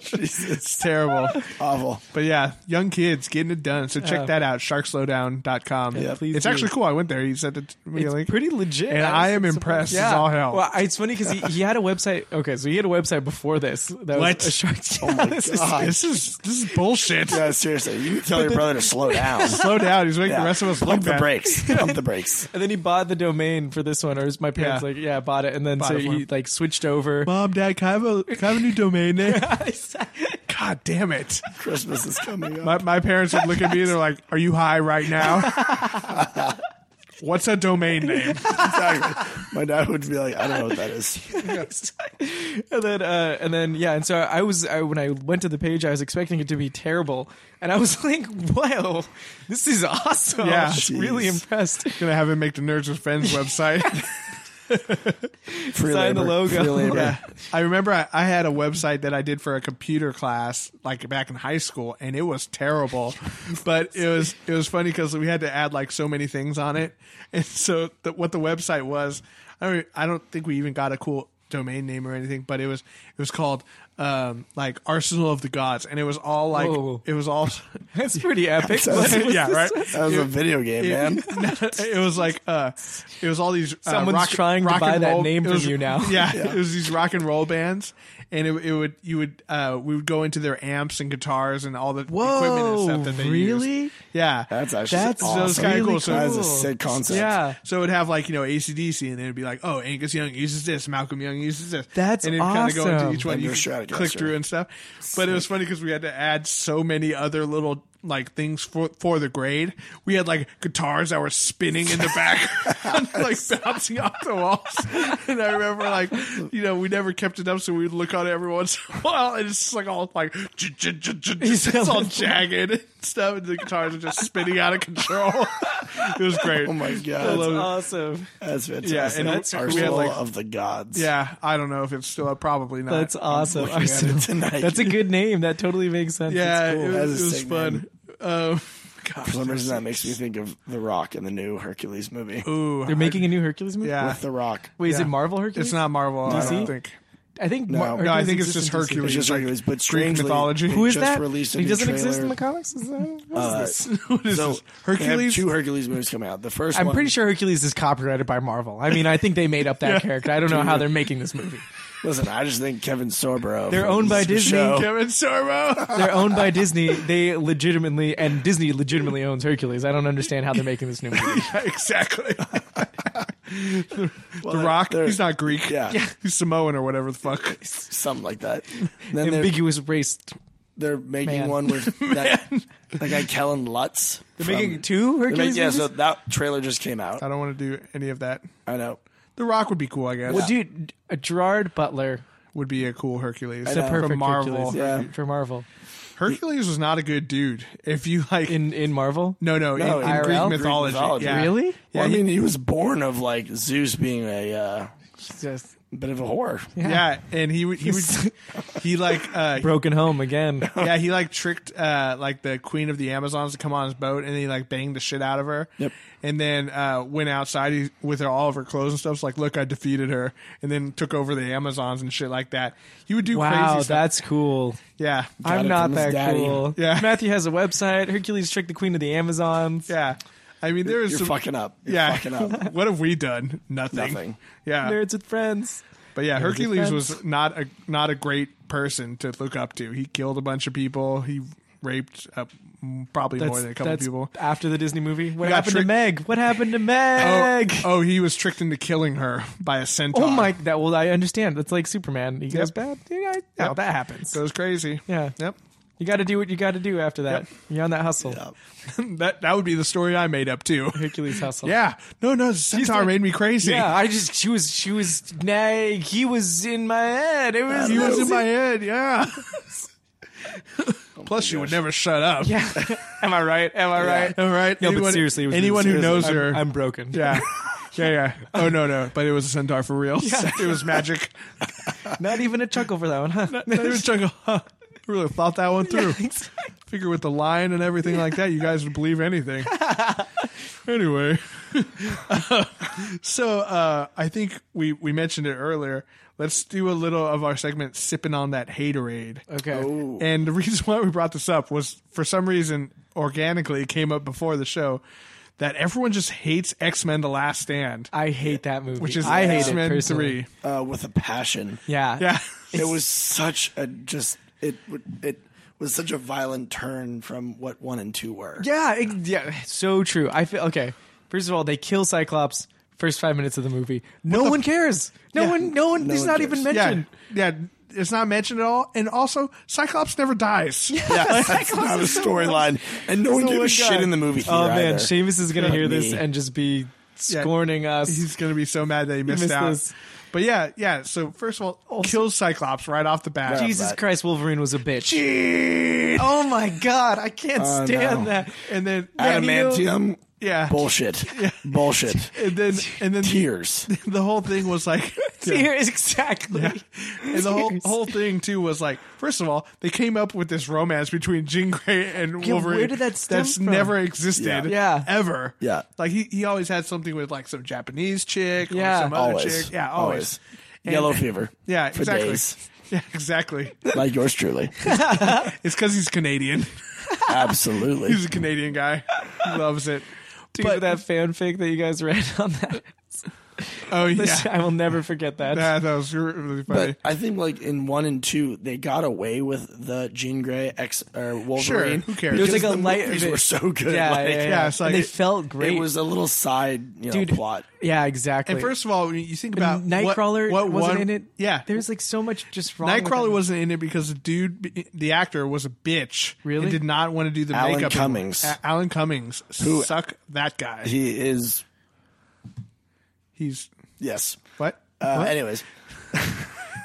[SPEAKER 3] Jesus.
[SPEAKER 1] It's terrible.
[SPEAKER 3] Awful.
[SPEAKER 1] But yeah, young kids getting it done. So check
[SPEAKER 2] Yeah.
[SPEAKER 1] that out, sharkslowdown.com.
[SPEAKER 3] Yeah, please
[SPEAKER 1] it's
[SPEAKER 2] do.
[SPEAKER 1] actually cool. I went there. You sent it to me a
[SPEAKER 2] It's
[SPEAKER 1] link.
[SPEAKER 2] pretty legit.
[SPEAKER 1] And I am impressed as all hell.
[SPEAKER 2] Well, I- it's funny because he, he had a website. Okay, so he had a website before this. That
[SPEAKER 1] What?
[SPEAKER 2] Was a shark, this is-
[SPEAKER 3] Oh God.
[SPEAKER 1] this is this is bullshit.
[SPEAKER 3] Yeah, seriously. You tell your brother to slow down.
[SPEAKER 1] Slow down. He's making
[SPEAKER 3] Yeah.
[SPEAKER 1] the rest of us
[SPEAKER 3] pump
[SPEAKER 1] look
[SPEAKER 3] the
[SPEAKER 1] bad.
[SPEAKER 3] brakes. Pump the brakes.
[SPEAKER 2] and then he bought the domain for this one, or is my parents
[SPEAKER 1] Yeah.
[SPEAKER 2] like, yeah, bought it, and then so
[SPEAKER 1] it for
[SPEAKER 2] he
[SPEAKER 1] him.
[SPEAKER 2] like switched over.
[SPEAKER 1] Mom, Dad, can I have a, can I have a new domain name? God damn it.
[SPEAKER 3] Christmas is coming up.
[SPEAKER 1] My, my parents would look at me and they're like, Are you high right now? What's a domain name?
[SPEAKER 3] Exactly. My dad would be like, I don't know what that is.
[SPEAKER 2] and then uh, and then yeah and so i was I, when i went to the page i was expecting it to be terrible and i was like wow this is awesome
[SPEAKER 1] Yeah.
[SPEAKER 2] i was
[SPEAKER 3] Jeez.
[SPEAKER 2] really impressed
[SPEAKER 1] Gonna have him make the Nerds with Friends website.
[SPEAKER 3] Free
[SPEAKER 2] Sign the
[SPEAKER 3] labor.
[SPEAKER 2] logo.
[SPEAKER 3] Free labor.
[SPEAKER 1] Yeah. I remember I, I had a website that I did for a computer class like back in high school and it was terrible. but it was it was funny cuz we had to add like so many things on it. And so the, what the website was I don't I don't think we even got a cool domain name or anything, but it was it was called um like Arsenal of the Gods and it was all like
[SPEAKER 2] Whoa.
[SPEAKER 1] it was all
[SPEAKER 2] that's pretty epic
[SPEAKER 3] Sounds-
[SPEAKER 2] What was
[SPEAKER 1] yeah,
[SPEAKER 2] this?
[SPEAKER 1] right.
[SPEAKER 3] That was a video game, man.
[SPEAKER 1] it was like uh it was all these uh,
[SPEAKER 2] Someone's
[SPEAKER 1] rock,
[SPEAKER 2] trying to
[SPEAKER 1] rock
[SPEAKER 2] buy
[SPEAKER 1] and
[SPEAKER 2] that
[SPEAKER 1] roll-
[SPEAKER 2] name
[SPEAKER 1] it
[SPEAKER 2] from
[SPEAKER 1] was-
[SPEAKER 2] you now.
[SPEAKER 1] yeah, it was these rock and roll bands and it, it would you would uh we would go into their amps and guitars and all the equipment and
[SPEAKER 2] whoa
[SPEAKER 1] stuff that they used.
[SPEAKER 2] really
[SPEAKER 1] yeah
[SPEAKER 3] That's actually
[SPEAKER 2] that's
[SPEAKER 1] so it's
[SPEAKER 3] awesome.
[SPEAKER 1] kinda
[SPEAKER 2] really
[SPEAKER 1] cool. So-
[SPEAKER 3] That is a sick concept.
[SPEAKER 2] yeah
[SPEAKER 1] so it'd have like you know ACDC and it'd be like oh Angus Young uses this Malcolm Young uses this
[SPEAKER 2] That's
[SPEAKER 1] and it'd kinda go into
[SPEAKER 2] awesome.
[SPEAKER 1] each one
[SPEAKER 3] And
[SPEAKER 1] you
[SPEAKER 3] your
[SPEAKER 1] could-
[SPEAKER 3] guess,
[SPEAKER 1] click
[SPEAKER 3] sure.
[SPEAKER 1] through and stuff. But it was funny because we had to add so many other little like things for for the grade. We had like guitars that were spinning in the background, like bouncing off the walls. And I remember like you know we never kept it up, so we'd look on it every once in a while, and it's just, like all like it's all jagged and stuff, and the guitars are just spinning out of control. It was great.
[SPEAKER 3] Oh my
[SPEAKER 1] I
[SPEAKER 3] god,
[SPEAKER 1] love it.
[SPEAKER 2] awesome.
[SPEAKER 3] that's fantastic!
[SPEAKER 1] Yeah, and
[SPEAKER 3] that's
[SPEAKER 1] that's-
[SPEAKER 3] our
[SPEAKER 1] we had, like-
[SPEAKER 3] of the gods.
[SPEAKER 1] Yeah, I don't know if it's still probably not.
[SPEAKER 2] That's awesome.
[SPEAKER 3] looking at it tonight.
[SPEAKER 2] That's a good name. That totally makes sense.
[SPEAKER 1] yeah,
[SPEAKER 2] It's cool.
[SPEAKER 1] it
[SPEAKER 3] That
[SPEAKER 1] was,
[SPEAKER 3] is
[SPEAKER 1] it was
[SPEAKER 3] sick,
[SPEAKER 1] fun. Um, God,
[SPEAKER 3] For some reason, that makes me think of The Rock in the new Hercules movie.
[SPEAKER 1] ooh,
[SPEAKER 2] They're making a new Hercules movie.
[SPEAKER 1] yeah.
[SPEAKER 3] With The Rock,
[SPEAKER 2] Wait, is
[SPEAKER 1] Yeah.
[SPEAKER 2] it Marvel Hercules?
[SPEAKER 1] It's not Marvel. I
[SPEAKER 2] DC?
[SPEAKER 1] don't think.
[SPEAKER 2] I think.
[SPEAKER 3] No.
[SPEAKER 2] Mar-
[SPEAKER 3] No,
[SPEAKER 1] I
[SPEAKER 2] Hercules
[SPEAKER 1] think it's
[SPEAKER 2] exists
[SPEAKER 1] just
[SPEAKER 2] in DC.
[SPEAKER 1] Hercules.
[SPEAKER 3] it's just
[SPEAKER 1] like
[SPEAKER 3] Hercules, but
[SPEAKER 1] Greek
[SPEAKER 3] strangely,
[SPEAKER 1] mythology.
[SPEAKER 3] they
[SPEAKER 2] Who is
[SPEAKER 3] just
[SPEAKER 2] that?
[SPEAKER 3] Released a
[SPEAKER 2] he
[SPEAKER 3] new
[SPEAKER 2] doesn't
[SPEAKER 3] trailer.
[SPEAKER 2] exist in the comics. Is that, what is
[SPEAKER 3] Uh,
[SPEAKER 2] this?
[SPEAKER 1] What is
[SPEAKER 3] so
[SPEAKER 1] this?
[SPEAKER 3] they have
[SPEAKER 1] Hercules.
[SPEAKER 3] two Hercules movies coming out. The 1st
[SPEAKER 2] I'm
[SPEAKER 3] one,
[SPEAKER 2] pretty sure Hercules is copyrighted by Marvel. I mean, I think they made up that character. I don't know how they're making this movie.
[SPEAKER 3] Listen, I just think Kevin Sorbo.
[SPEAKER 2] They're
[SPEAKER 3] from
[SPEAKER 2] owned by
[SPEAKER 3] this
[SPEAKER 2] Disney.
[SPEAKER 3] show-
[SPEAKER 1] Kevin Sorbo.
[SPEAKER 2] They're owned by Disney. They legitimately and Disney legitimately owns Hercules. I don't understand how they're making this new movie.
[SPEAKER 1] exactly. the Rock.
[SPEAKER 3] they're-
[SPEAKER 1] He's not Greek.
[SPEAKER 3] Yeah. Yeah.
[SPEAKER 1] He's Samoan or whatever the fuck.
[SPEAKER 3] something like that. Then they're,
[SPEAKER 2] Ambiguous race.
[SPEAKER 3] they're making
[SPEAKER 2] Man.
[SPEAKER 3] one with that, that guy Kellen Lutz. They're
[SPEAKER 2] Making two
[SPEAKER 3] They're
[SPEAKER 2] Hercules.
[SPEAKER 3] making- yeah,
[SPEAKER 2] movies?
[SPEAKER 3] so that trailer just came out.
[SPEAKER 1] I don't want to do any of that.
[SPEAKER 3] I know.
[SPEAKER 1] The Rock would be cool, I guess.
[SPEAKER 2] well, dude, uh, Gerard Butler,
[SPEAKER 1] Would be a cool Hercules.
[SPEAKER 2] the perfect
[SPEAKER 1] from Marvel.
[SPEAKER 2] Hercules,
[SPEAKER 3] Yeah.
[SPEAKER 2] for Marvel
[SPEAKER 1] Hercules was not a good dude. If you like,
[SPEAKER 2] in in Marvel.
[SPEAKER 1] no, no,
[SPEAKER 3] No,
[SPEAKER 1] in,
[SPEAKER 3] in
[SPEAKER 1] in Greek,
[SPEAKER 2] IRL?
[SPEAKER 1] mythology.
[SPEAKER 3] Greek mythology.
[SPEAKER 1] Yeah.
[SPEAKER 2] Really?
[SPEAKER 1] Yeah,
[SPEAKER 3] well, I
[SPEAKER 1] he-
[SPEAKER 3] mean, he was born of like Zeus being a uh,
[SPEAKER 2] Just
[SPEAKER 3] bit of a whore.
[SPEAKER 1] Yeah, and he would he would he like uh
[SPEAKER 2] broken home again.
[SPEAKER 1] yeah he like tricked uh like the queen of the Amazons to come on his boat, and he like banged the shit out of her.
[SPEAKER 3] Yep.
[SPEAKER 1] And then uh went outside he, with her, all of her clothes and stuff. So, like, look, I defeated her, and then took over the Amazons and shit like that. He would do
[SPEAKER 2] Wow,
[SPEAKER 1] crazy stuff.
[SPEAKER 2] that's cool.
[SPEAKER 1] Yeah,
[SPEAKER 3] it
[SPEAKER 2] I'm not
[SPEAKER 3] from his
[SPEAKER 2] that
[SPEAKER 3] daddy.
[SPEAKER 2] cool.
[SPEAKER 1] Yeah.
[SPEAKER 2] Matthew has a website. Hercules tricked the Queen of the Amazons.
[SPEAKER 1] yeah. I mean, there is
[SPEAKER 3] You're
[SPEAKER 1] some-
[SPEAKER 3] fucking up. You're
[SPEAKER 1] yeah.
[SPEAKER 3] fucking up.
[SPEAKER 1] what have we done? Nothing.
[SPEAKER 3] Nothing.
[SPEAKER 1] Yeah.
[SPEAKER 2] Nerds with friends.
[SPEAKER 1] But yeah, Hercules
[SPEAKER 2] defense.
[SPEAKER 1] was not a not a great person to look up to. He killed a bunch of people. He raped uh, m- probably more than a couple people.
[SPEAKER 2] after the Disney movie. What
[SPEAKER 1] got
[SPEAKER 2] happened to
[SPEAKER 1] tricked-
[SPEAKER 2] Meg? What happened to
[SPEAKER 1] Oh,
[SPEAKER 2] Meg?
[SPEAKER 1] oh, he was tricked into killing her by a centaur.
[SPEAKER 2] Oh my! That well, I understand. That's like Superman. He goes bad. Yeah, I- yeah,
[SPEAKER 1] Yep.
[SPEAKER 2] that happens.
[SPEAKER 1] Goes crazy.
[SPEAKER 2] Yeah.
[SPEAKER 1] Yep.
[SPEAKER 2] You got to do what you got to do after that. You're on that hustle.
[SPEAKER 1] that that would be the story I made up too.
[SPEAKER 2] Hercules hustle.
[SPEAKER 1] Yeah. No, no, the centaur
[SPEAKER 2] like-
[SPEAKER 1] made me crazy.
[SPEAKER 2] Yeah, I just she was she was nag. He was in my head. It was
[SPEAKER 1] He was in my head. Yeah. Plus, she would never shut up.
[SPEAKER 2] Yeah. Am I right? Am I right?
[SPEAKER 1] All right.
[SPEAKER 2] No, but
[SPEAKER 1] anyone,
[SPEAKER 2] seriously, it was-
[SPEAKER 1] anyone
[SPEAKER 2] seriously,
[SPEAKER 1] who knows
[SPEAKER 2] I'm-
[SPEAKER 1] her,
[SPEAKER 2] I'm broken.
[SPEAKER 1] Yeah. Yeah, yeah. Oh no, no! But it was a centaur for real. It was magic.
[SPEAKER 2] Not even a chuckle for that one, huh?
[SPEAKER 1] They were chuckle. Huh, really thought that one through.
[SPEAKER 2] Exactly.
[SPEAKER 1] Figure with the lion and everything like that, you guys would believe anything. anyway, so uh, I think we we mentioned it earlier. Let's do a little of our segment sipping on that haterade.
[SPEAKER 2] Okay.
[SPEAKER 1] Oh. And the reason why we brought this up was for some reason organically it came up before the show that everyone just hates X Men: The Last Stand,
[SPEAKER 2] I hate that movie.
[SPEAKER 1] which is
[SPEAKER 2] I hate
[SPEAKER 1] X Men
[SPEAKER 2] it personally.
[SPEAKER 1] Three.
[SPEAKER 3] Uh, with a passion.
[SPEAKER 2] Yeah.
[SPEAKER 1] Yeah.
[SPEAKER 3] It was such a just it w- it was such a violent turn from what one and two were.
[SPEAKER 2] Yeah, ex- yeah, so true. I feel okay. First of all, they kill Cyclops first five minutes of the movie. No one cares. No one. No one.
[SPEAKER 3] No
[SPEAKER 2] he's
[SPEAKER 3] one
[SPEAKER 2] not
[SPEAKER 3] cares.
[SPEAKER 1] Yeah,
[SPEAKER 2] even mentioned.
[SPEAKER 1] yeah. It's not mentioned at all, and also Cyclops never dies.
[SPEAKER 3] that's not a storyline, and no one gave a
[SPEAKER 2] one
[SPEAKER 3] shit
[SPEAKER 2] guy.
[SPEAKER 3] in the movie theater.
[SPEAKER 2] Oh man,
[SPEAKER 3] either.
[SPEAKER 2] Seamus is gonna hear this
[SPEAKER 3] me.
[SPEAKER 2] and just be scorning us.
[SPEAKER 1] He's gonna be so mad that he missed,
[SPEAKER 2] missed
[SPEAKER 1] out.
[SPEAKER 2] this.
[SPEAKER 1] But yeah, yeah. So first of all, kills Cyclops right off the bat.
[SPEAKER 2] Jesus
[SPEAKER 3] that.
[SPEAKER 2] Christ, Wolverine was a bitch. Oh my god, I can't
[SPEAKER 3] Oh,
[SPEAKER 2] stand
[SPEAKER 3] no.
[SPEAKER 2] that.
[SPEAKER 1] Uh, And then
[SPEAKER 3] Adamantium.
[SPEAKER 1] yeah,
[SPEAKER 3] Bullshit. Bullshit.
[SPEAKER 1] and then and then the,
[SPEAKER 3] Tears.
[SPEAKER 1] the whole thing was like,
[SPEAKER 2] Tears, exactly.
[SPEAKER 1] and the whole
[SPEAKER 2] Tears.
[SPEAKER 1] whole thing too was like, first of all, they came up with this romance between Jean Grey and
[SPEAKER 2] Yeah,
[SPEAKER 1] Wolverine.
[SPEAKER 2] where did that stem
[SPEAKER 1] that's
[SPEAKER 2] from?
[SPEAKER 1] never existed,
[SPEAKER 3] Yeah.
[SPEAKER 2] Yeah.
[SPEAKER 1] ever,
[SPEAKER 3] Yeah.
[SPEAKER 1] Like he, he always had something with like some Japanese chick,
[SPEAKER 2] Yeah.
[SPEAKER 1] or some other
[SPEAKER 3] Always.
[SPEAKER 1] chick, yeah,
[SPEAKER 3] Always.
[SPEAKER 1] always,
[SPEAKER 3] Yellow
[SPEAKER 1] And-
[SPEAKER 3] fever.
[SPEAKER 1] yeah,
[SPEAKER 3] For
[SPEAKER 1] exactly,
[SPEAKER 3] days.
[SPEAKER 1] yeah, exactly.
[SPEAKER 3] Like yours truly.
[SPEAKER 1] It's because he's Canadian.
[SPEAKER 3] Absolutely.
[SPEAKER 1] He's a Canadian guy. He loves it.
[SPEAKER 2] Dude, that fanfic that you guys read on that.
[SPEAKER 1] Oh yeah,
[SPEAKER 2] This- I will never forget that.
[SPEAKER 1] that, that was really funny.
[SPEAKER 3] But I think like in one and two, they got away with the Jean Grey X or Wolverine.
[SPEAKER 1] who cares?
[SPEAKER 2] There's
[SPEAKER 3] because
[SPEAKER 2] like a
[SPEAKER 3] the
[SPEAKER 2] light.
[SPEAKER 3] movies
[SPEAKER 2] of it.
[SPEAKER 3] were so good.
[SPEAKER 2] Yeah,
[SPEAKER 3] like,
[SPEAKER 2] yeah, yeah.
[SPEAKER 1] yeah, it's like-
[SPEAKER 2] and they felt great.
[SPEAKER 3] It was a little side you know,
[SPEAKER 2] Dude,
[SPEAKER 3] plot.
[SPEAKER 2] yeah, exactly.
[SPEAKER 1] and first of all, when you think about
[SPEAKER 2] And
[SPEAKER 1] what-
[SPEAKER 2] Nightcrawler
[SPEAKER 1] what,
[SPEAKER 2] wasn't
[SPEAKER 1] one-
[SPEAKER 2] in it.
[SPEAKER 1] Yeah,
[SPEAKER 2] there's like so much just wrong. with
[SPEAKER 1] Nightcrawler
[SPEAKER 2] it.
[SPEAKER 1] wasn't in it because the dude, the actor, was a bitch.
[SPEAKER 2] Really?
[SPEAKER 1] and did not want to do the
[SPEAKER 3] Alan
[SPEAKER 1] makeup. anymore.
[SPEAKER 3] Cummings.
[SPEAKER 1] A- Alan Cummings,
[SPEAKER 3] Who-
[SPEAKER 1] suck that guy.
[SPEAKER 3] He is
[SPEAKER 1] He's
[SPEAKER 3] yes.
[SPEAKER 1] what?
[SPEAKER 3] Uh, anyways,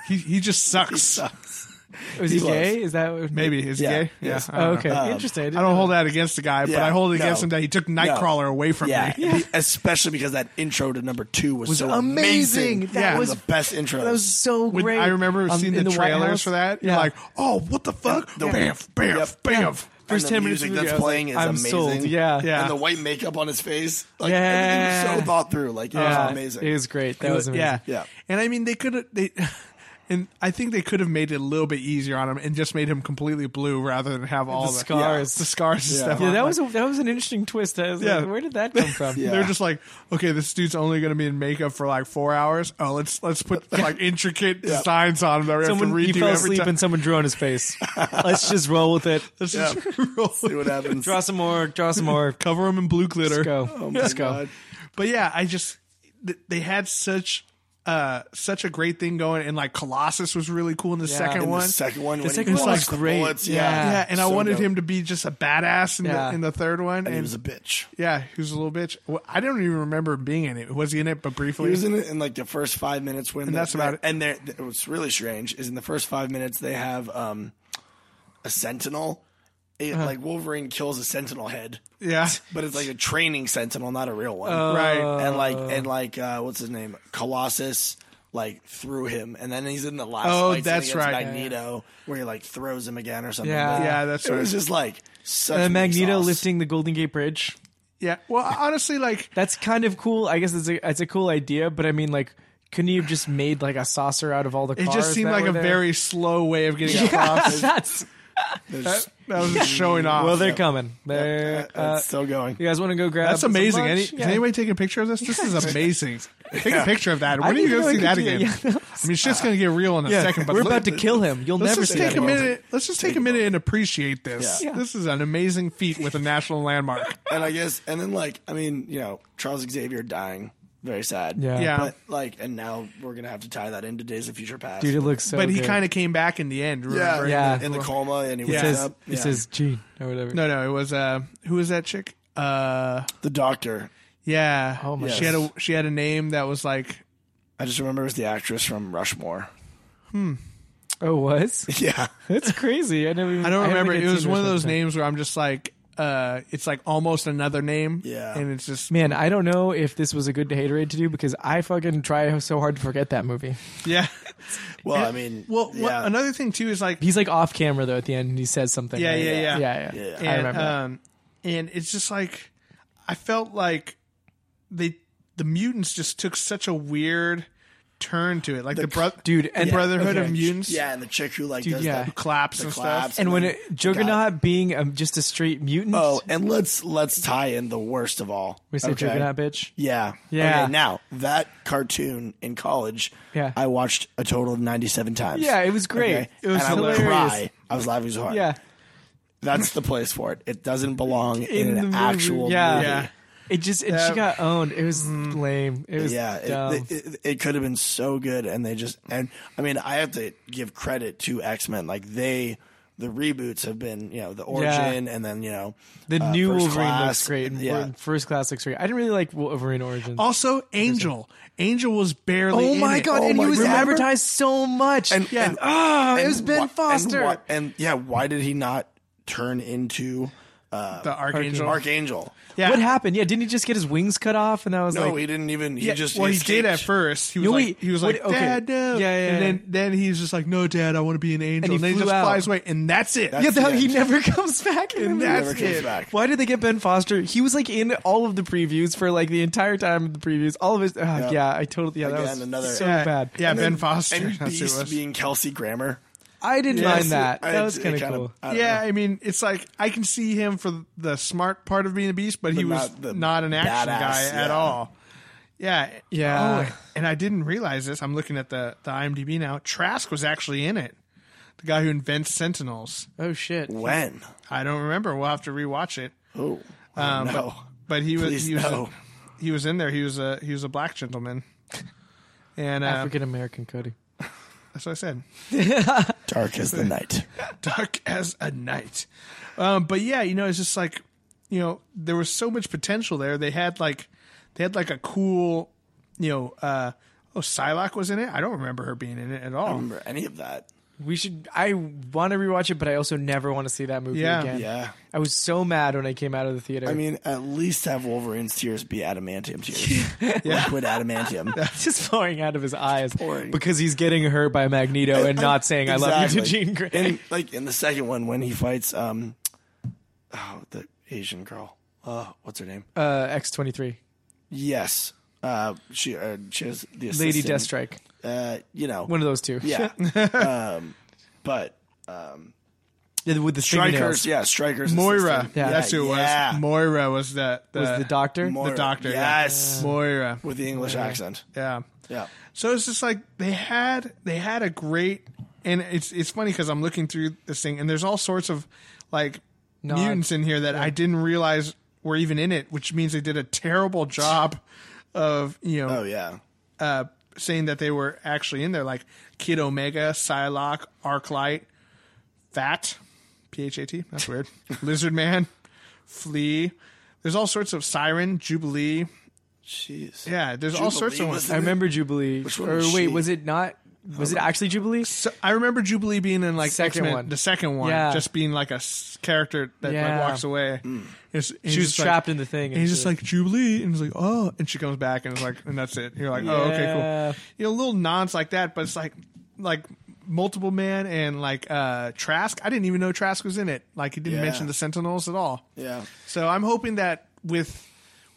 [SPEAKER 1] He he just sucks.
[SPEAKER 2] Was he,
[SPEAKER 3] he was.
[SPEAKER 2] gay? Is that what-
[SPEAKER 1] Maybe is he
[SPEAKER 3] Yeah,
[SPEAKER 1] gay. Yeah,
[SPEAKER 3] yes.
[SPEAKER 1] I don't
[SPEAKER 2] Oh,
[SPEAKER 1] know.
[SPEAKER 2] okay, interesting.
[SPEAKER 1] I don't hold that against the guy, but
[SPEAKER 3] Yeah,
[SPEAKER 1] I hold it
[SPEAKER 3] no.
[SPEAKER 1] against him that he took Nightcrawler away from
[SPEAKER 3] yeah,
[SPEAKER 1] me.
[SPEAKER 3] be- especially because that intro to number two was, so
[SPEAKER 2] amazing.
[SPEAKER 3] amazing.
[SPEAKER 2] That
[SPEAKER 1] Yeah.
[SPEAKER 2] was-
[SPEAKER 3] the best intro.
[SPEAKER 2] That was so
[SPEAKER 1] When
[SPEAKER 2] great.
[SPEAKER 1] I remember
[SPEAKER 2] Um,
[SPEAKER 1] seeing
[SPEAKER 2] in
[SPEAKER 1] the,
[SPEAKER 2] White
[SPEAKER 1] trailers
[SPEAKER 2] House.
[SPEAKER 1] for that. You're
[SPEAKER 2] Yeah.
[SPEAKER 1] like, oh, what the fuck?
[SPEAKER 3] The-
[SPEAKER 1] bamf, bamf,
[SPEAKER 3] Yep.
[SPEAKER 1] bamf.
[SPEAKER 2] first
[SPEAKER 3] and the
[SPEAKER 2] 10 minutes
[SPEAKER 3] music
[SPEAKER 2] of the
[SPEAKER 3] that's
[SPEAKER 2] video, I was
[SPEAKER 3] playing is
[SPEAKER 2] like, I'm
[SPEAKER 3] amazing.
[SPEAKER 2] sold. Yeah.
[SPEAKER 1] Yeah.
[SPEAKER 3] and the white makeup on his face. Like,
[SPEAKER 2] Yeah.
[SPEAKER 3] everything was so thought through. Like, it
[SPEAKER 1] oh,
[SPEAKER 3] was amazing.
[SPEAKER 2] It was great. That was amazing.
[SPEAKER 1] Yeah,
[SPEAKER 3] Yeah.
[SPEAKER 1] And I mean, they could have they, and I think they could have made it a little bit easier on him and just made him completely blue rather than have all the,
[SPEAKER 2] scars.
[SPEAKER 1] the scars and
[SPEAKER 3] Yeah.
[SPEAKER 1] stuff.
[SPEAKER 2] Yeah,
[SPEAKER 1] on.
[SPEAKER 2] that
[SPEAKER 1] Like,
[SPEAKER 2] was a, that was an interesting twist. I was
[SPEAKER 1] Yeah.
[SPEAKER 2] like, where did that come from?
[SPEAKER 3] Yeah.
[SPEAKER 1] They're just like, okay, this dude's only going to be in makeup for like four hours. Oh, let's let's put like intricate designs on him that we
[SPEAKER 2] Someone
[SPEAKER 1] have
[SPEAKER 2] he
[SPEAKER 1] to redo
[SPEAKER 2] fell
[SPEAKER 1] every
[SPEAKER 2] asleep
[SPEAKER 1] time.
[SPEAKER 2] and someone drew on his face. Let's just roll with it.
[SPEAKER 1] Let's
[SPEAKER 3] Yeah.
[SPEAKER 1] just roll.
[SPEAKER 3] See what happens.
[SPEAKER 2] Draw some more. Draw some more.
[SPEAKER 1] cover him in blue glitter.
[SPEAKER 2] Let's go.
[SPEAKER 1] Oh
[SPEAKER 3] my
[SPEAKER 2] Let's go.
[SPEAKER 3] God.
[SPEAKER 1] But yeah, I just th- they had such uh such a great thing going, and like Colossus was really cool in the second
[SPEAKER 2] And
[SPEAKER 3] And
[SPEAKER 1] one.
[SPEAKER 3] The second one. when he
[SPEAKER 2] second one
[SPEAKER 3] blows
[SPEAKER 1] was
[SPEAKER 3] the
[SPEAKER 2] great.
[SPEAKER 3] bullets,
[SPEAKER 2] Yeah.
[SPEAKER 3] Yeah.
[SPEAKER 1] yeah, and I
[SPEAKER 3] So
[SPEAKER 1] wanted
[SPEAKER 3] dope.
[SPEAKER 1] him to be just a badass in,
[SPEAKER 2] Yeah.
[SPEAKER 1] the, in the third one,
[SPEAKER 3] And
[SPEAKER 1] and
[SPEAKER 3] he was a bitch.
[SPEAKER 1] yeah, he was a little bitch. Well, I don't even remember him being in it. Was he in it? But briefly,
[SPEAKER 3] He was in it in like the first five minutes when
[SPEAKER 1] And that's about it.
[SPEAKER 3] And there, what's really strange is in the first five minutes they have um, a sentinel. It,
[SPEAKER 1] Uh-huh.
[SPEAKER 3] Like Wolverine kills a sentinel head,
[SPEAKER 1] yeah,
[SPEAKER 3] but it's like a training sentinel, not a real one.
[SPEAKER 1] right.
[SPEAKER 3] and like and like uh, what's his name? Colossus like threw him, and then he's in the last.
[SPEAKER 1] Oh,
[SPEAKER 3] fight scene
[SPEAKER 1] that's
[SPEAKER 3] against
[SPEAKER 1] right.
[SPEAKER 3] Magneto, where he like throws him again or something.
[SPEAKER 2] Yeah.
[SPEAKER 3] Like,
[SPEAKER 1] Yeah, that's
[SPEAKER 3] it was
[SPEAKER 1] right.
[SPEAKER 3] just like such
[SPEAKER 2] Uh, Magneto
[SPEAKER 3] sauce.
[SPEAKER 2] lifting the Golden Gate Bridge.
[SPEAKER 1] Yeah, well, honestly, like
[SPEAKER 2] That's kind of cool. I guess it's a it's a cool idea, but I mean, like, couldn't you have just made like a saucer out of all the?
[SPEAKER 1] it
[SPEAKER 2] cars
[SPEAKER 1] just seemed
[SPEAKER 2] that
[SPEAKER 1] like
[SPEAKER 2] were
[SPEAKER 1] a
[SPEAKER 2] there?
[SPEAKER 1] very slow way of getting across.
[SPEAKER 2] That's-
[SPEAKER 1] That, that was just showing off.
[SPEAKER 2] well, they're coming. They're
[SPEAKER 3] It's
[SPEAKER 2] uh,
[SPEAKER 3] still going.
[SPEAKER 2] you guys want to go grab?
[SPEAKER 1] That's
[SPEAKER 2] some
[SPEAKER 1] amazing.
[SPEAKER 2] lunch?
[SPEAKER 1] Any,
[SPEAKER 2] Yeah.
[SPEAKER 1] Is anybody taking a picture of this? This is amazing. Take a picture of that. When are
[SPEAKER 2] didn't
[SPEAKER 1] you going
[SPEAKER 2] know
[SPEAKER 1] to
[SPEAKER 2] I
[SPEAKER 1] see
[SPEAKER 2] could
[SPEAKER 1] that
[SPEAKER 2] do that.
[SPEAKER 1] again?
[SPEAKER 2] Yeah, that
[SPEAKER 1] I mean, shit's going to get real in a second. But
[SPEAKER 2] We're
[SPEAKER 1] let-
[SPEAKER 2] about to kill him. You'll
[SPEAKER 1] Let's
[SPEAKER 2] never
[SPEAKER 1] just
[SPEAKER 2] see
[SPEAKER 1] take
[SPEAKER 2] that
[SPEAKER 1] a
[SPEAKER 2] again.
[SPEAKER 1] minute. Let's just take a minute and appreciate this.
[SPEAKER 3] Yeah.
[SPEAKER 2] Yeah.
[SPEAKER 1] This is an amazing feat with a national landmark.
[SPEAKER 3] and I guess, and then like, I mean, you know, Charles Xavier dying, very sad.
[SPEAKER 2] Yeah.
[SPEAKER 1] Yeah.
[SPEAKER 3] But like, and now we're gonna have to tie that into Days of Future Past.
[SPEAKER 2] Dude, it looks so.
[SPEAKER 1] but he
[SPEAKER 2] good.
[SPEAKER 1] kind of came back in the end.
[SPEAKER 3] yeah,
[SPEAKER 1] Remember?
[SPEAKER 2] Yeah.
[SPEAKER 3] in the coma, and he
[SPEAKER 1] Yeah.
[SPEAKER 3] wakes
[SPEAKER 2] says
[SPEAKER 3] up.
[SPEAKER 2] it says Gene or whatever.
[SPEAKER 1] No, no, it was uh, who was that chick? Uh,
[SPEAKER 3] the doctor.
[SPEAKER 1] yeah.
[SPEAKER 2] Oh my
[SPEAKER 1] She had
[SPEAKER 3] goodness.
[SPEAKER 1] a she had a name that was like
[SPEAKER 3] I just remember it was the actress from Rushmore.
[SPEAKER 2] Oh, was
[SPEAKER 3] Yeah,
[SPEAKER 2] that's crazy. I never. Even,
[SPEAKER 1] I don't
[SPEAKER 2] haven't
[SPEAKER 1] remember.
[SPEAKER 2] even
[SPEAKER 1] It was
[SPEAKER 2] seen
[SPEAKER 1] one of
[SPEAKER 2] this
[SPEAKER 1] those
[SPEAKER 2] thing.
[SPEAKER 1] names where I'm just like, uh, it's like almost another name.
[SPEAKER 3] Yeah.
[SPEAKER 1] and it's just
[SPEAKER 2] Man, I don't know if this was a good haterade to do because I fucking try so hard to forget that movie.
[SPEAKER 1] yeah.
[SPEAKER 3] well, I mean,
[SPEAKER 1] Well,
[SPEAKER 3] yeah.
[SPEAKER 1] what, another thing too is like
[SPEAKER 2] He's like off camera though at the end and he says something.
[SPEAKER 1] Yeah,
[SPEAKER 2] right?
[SPEAKER 1] yeah, yeah.
[SPEAKER 2] yeah, yeah.
[SPEAKER 3] Yeah.
[SPEAKER 1] and,
[SPEAKER 2] I remember. that.
[SPEAKER 1] Um, and it's just like I felt like they the mutants just took such a weird turn to it, like the, bro-
[SPEAKER 2] Dude, and
[SPEAKER 1] Brotherhood
[SPEAKER 2] okay.
[SPEAKER 1] of Mutants,
[SPEAKER 3] yeah, and the chick who like does
[SPEAKER 2] yeah.
[SPEAKER 3] that.
[SPEAKER 1] claps
[SPEAKER 3] The
[SPEAKER 1] and
[SPEAKER 3] claps.
[SPEAKER 1] stuff.
[SPEAKER 2] And when
[SPEAKER 3] then
[SPEAKER 2] it, Juggernaut being um, just a straight mutant,
[SPEAKER 3] Oh, and let's let's tie in the worst of all.
[SPEAKER 2] we say
[SPEAKER 3] Okay.
[SPEAKER 2] Juggernaut bitch.
[SPEAKER 3] Yeah.
[SPEAKER 2] Yeah.
[SPEAKER 3] Okay, now that cartoon in college,
[SPEAKER 2] Yeah.
[SPEAKER 3] I watched a total of ninety-seven times.
[SPEAKER 2] Yeah, it was great.
[SPEAKER 3] Okay?
[SPEAKER 2] It was
[SPEAKER 3] and
[SPEAKER 2] hilarious.
[SPEAKER 3] I would cry. I was laughing so hard.
[SPEAKER 2] Yeah,
[SPEAKER 3] That's the place for it. It doesn't belong in,
[SPEAKER 2] the
[SPEAKER 3] an
[SPEAKER 2] movie.
[SPEAKER 3] actual
[SPEAKER 2] Yeah.
[SPEAKER 3] movie.
[SPEAKER 1] yeah,
[SPEAKER 2] it just it,
[SPEAKER 1] Yeah.
[SPEAKER 2] she got owned. It was
[SPEAKER 3] Mm.
[SPEAKER 2] lame. It was
[SPEAKER 3] Yeah, it-
[SPEAKER 2] dumb.
[SPEAKER 3] it, it, it could have been so good, and they just and I mean I have to give credit to X Men, like they the reboots have been you know the origin and then you know
[SPEAKER 2] the
[SPEAKER 3] uh,
[SPEAKER 2] new
[SPEAKER 3] First
[SPEAKER 2] Wolverine looks
[SPEAKER 3] Class,
[SPEAKER 2] great.
[SPEAKER 3] and-
[SPEAKER 2] And
[SPEAKER 3] yeah,
[SPEAKER 2] First class looks great. I didn't really like Wolverine Origins.
[SPEAKER 1] also Angel. Angel was barely.
[SPEAKER 2] oh
[SPEAKER 1] in
[SPEAKER 2] my
[SPEAKER 1] it.
[SPEAKER 2] god! and he
[SPEAKER 3] my
[SPEAKER 2] was
[SPEAKER 3] God.
[SPEAKER 2] advertised so much.
[SPEAKER 3] And-
[SPEAKER 2] yeah.
[SPEAKER 3] and-
[SPEAKER 2] oh, it
[SPEAKER 3] And
[SPEAKER 2] was Ben
[SPEAKER 3] wha- and
[SPEAKER 2] Foster.
[SPEAKER 3] wha- And, yeah, why did he not turn into uh,
[SPEAKER 1] the Archangel.
[SPEAKER 3] Archangel?
[SPEAKER 1] Yeah.
[SPEAKER 2] What happened? Yeah, didn't he just get his wings cut off? And I was
[SPEAKER 3] No,
[SPEAKER 2] like,
[SPEAKER 3] he didn't even. He
[SPEAKER 1] Yeah,
[SPEAKER 3] just
[SPEAKER 1] well, he did
[SPEAKER 3] escaped.
[SPEAKER 1] at first. He was
[SPEAKER 2] No,
[SPEAKER 1] like,
[SPEAKER 2] wait,
[SPEAKER 1] he was like,
[SPEAKER 2] what- okay.
[SPEAKER 1] Dad, no.
[SPEAKER 2] Yeah, yeah,
[SPEAKER 1] and
[SPEAKER 2] yeah.
[SPEAKER 1] then then he's just like, No, Dad, I want to be an angel.
[SPEAKER 2] he
[SPEAKER 1] And, then he
[SPEAKER 2] flew
[SPEAKER 1] just
[SPEAKER 2] out.
[SPEAKER 1] flies away, and that's it.
[SPEAKER 3] That's
[SPEAKER 2] yeah,
[SPEAKER 3] the
[SPEAKER 2] that, he
[SPEAKER 3] end.
[SPEAKER 2] never comes back. And
[SPEAKER 1] never
[SPEAKER 2] that's
[SPEAKER 1] comes
[SPEAKER 2] it.
[SPEAKER 3] back.
[SPEAKER 2] Why did they get Ben Foster? He was like in all of the previews for like the entire time of the previews. All of his. Oh, yeah. I totally. Yeah, that
[SPEAKER 3] Again,
[SPEAKER 2] was
[SPEAKER 3] another-
[SPEAKER 2] so
[SPEAKER 1] yeah,
[SPEAKER 2] bad.
[SPEAKER 1] Yeah, Ben Foster.
[SPEAKER 3] And
[SPEAKER 1] That's who it
[SPEAKER 3] Beast
[SPEAKER 1] was.
[SPEAKER 3] being Kelsey Grammer.
[SPEAKER 2] I didn't mind that.
[SPEAKER 3] I-
[SPEAKER 2] that was
[SPEAKER 3] it
[SPEAKER 2] kind of
[SPEAKER 3] kinda-
[SPEAKER 2] cool.
[SPEAKER 3] I don't
[SPEAKER 1] yeah,
[SPEAKER 3] know.
[SPEAKER 1] I mean, it's like I can see him for the smart part of being a beast, but he
[SPEAKER 3] But
[SPEAKER 1] was
[SPEAKER 3] not the
[SPEAKER 1] not an action
[SPEAKER 3] badass,
[SPEAKER 1] guy at
[SPEAKER 3] yeah.
[SPEAKER 1] all. Yeah.
[SPEAKER 2] Yeah.
[SPEAKER 1] Oh, and I didn't realize this. I'm looking at the, the IMDb now. Trask was actually in it. The guy who invents Sentinels.
[SPEAKER 2] Oh shit.
[SPEAKER 3] When?
[SPEAKER 1] I don't remember. We'll have to rewatch it.
[SPEAKER 3] Oh, oh,
[SPEAKER 2] Um,
[SPEAKER 3] no.
[SPEAKER 1] But he was
[SPEAKER 3] Please
[SPEAKER 1] he was
[SPEAKER 3] no.
[SPEAKER 1] he was in there. He was a he was a black gentleman. And uh,
[SPEAKER 2] African American Cody.
[SPEAKER 1] that's what I said.
[SPEAKER 3] Dark as the night.
[SPEAKER 1] dark as a night. Um, but yeah, you know, it's just like, you know, there was so much potential there. They had like, they had like a cool, you know, uh, oh, Psylocke was in it. I don't remember her being in it at all.
[SPEAKER 3] Remember any of that?
[SPEAKER 2] We should. I want to rewatch it, but I also never want to see that movie
[SPEAKER 1] Yeah.
[SPEAKER 2] again.
[SPEAKER 3] Yeah.
[SPEAKER 2] I was so mad when I came out of the theater.
[SPEAKER 3] I mean, at least have Wolverine's tears be adamantium tears. Liquid adamantium.
[SPEAKER 2] just pouring out of his eyes
[SPEAKER 3] Pouring.
[SPEAKER 2] because he's getting hurt by Magneto and not saying "I love you" to
[SPEAKER 3] Exactly.
[SPEAKER 2] Jean Grey.
[SPEAKER 3] In, like in the second one when he fights um oh, the Asian girl. Uh, what's her name?
[SPEAKER 2] uh, X twenty three,
[SPEAKER 3] yes. Uh, she uh, she has the assistant.
[SPEAKER 2] Lady Deathstrike,
[SPEAKER 3] Uh, you know.
[SPEAKER 2] one of those two.
[SPEAKER 3] yeah. um, but
[SPEAKER 2] Yeah, with the
[SPEAKER 3] Strikers,
[SPEAKER 2] fingernails.
[SPEAKER 3] yeah, Strikers.
[SPEAKER 1] Moira,
[SPEAKER 3] assistant.
[SPEAKER 2] Yeah.
[SPEAKER 1] that's who it
[SPEAKER 3] Yeah.
[SPEAKER 1] was. Moira was the the,
[SPEAKER 2] Was the doctor?
[SPEAKER 1] the
[SPEAKER 3] Moira.
[SPEAKER 1] doctor. yeah.
[SPEAKER 3] Yes.
[SPEAKER 1] Moira.
[SPEAKER 3] With the English accent.
[SPEAKER 1] Yeah.
[SPEAKER 3] Yeah.
[SPEAKER 1] So it's just like they had they had a great and it's it's funny because I'm looking through this thing and there's all sorts of like
[SPEAKER 2] Nods.
[SPEAKER 1] mutants in here that I didn't realize were even in it, which means they did a terrible job of you know
[SPEAKER 3] Oh yeah.
[SPEAKER 1] uh, saying that they were actually in there, like Kid Omega, Psylocke, Arclight, Fat, P H A T. That's weird. Lizard Man, Flea. There's all sorts of Siren, Jubilee.
[SPEAKER 3] Jeez.
[SPEAKER 1] Yeah, there's all
[SPEAKER 3] Jubilee
[SPEAKER 1] sorts of
[SPEAKER 3] was
[SPEAKER 1] ones.
[SPEAKER 2] I remember Jubilee.
[SPEAKER 3] Which one
[SPEAKER 2] or
[SPEAKER 3] was
[SPEAKER 2] wait,
[SPEAKER 3] she?
[SPEAKER 2] was it not? Was it actually Jubilee?
[SPEAKER 1] So I remember Jubilee being in like
[SPEAKER 2] Second
[SPEAKER 1] X-Men-
[SPEAKER 2] one.
[SPEAKER 1] the second one,
[SPEAKER 2] Yeah.
[SPEAKER 1] just being like a s- character that
[SPEAKER 2] Yeah.
[SPEAKER 1] like walks away.
[SPEAKER 3] Mm.
[SPEAKER 1] It's- and he's
[SPEAKER 2] She was
[SPEAKER 1] just like-
[SPEAKER 2] trapped in the thing.
[SPEAKER 1] And he's just like Jubilee, and he's like, oh, and she comes back, and it's like, and that's it. You're like, oh, okay,
[SPEAKER 2] Yeah.
[SPEAKER 1] cool. You know, little nods like that, but it's like, like multiple man and like uh Trask. I didn't even know Trask was in it. Like he didn't
[SPEAKER 3] Yeah.
[SPEAKER 1] mention the Sentinels at all.
[SPEAKER 3] Yeah.
[SPEAKER 1] So I'm hoping that with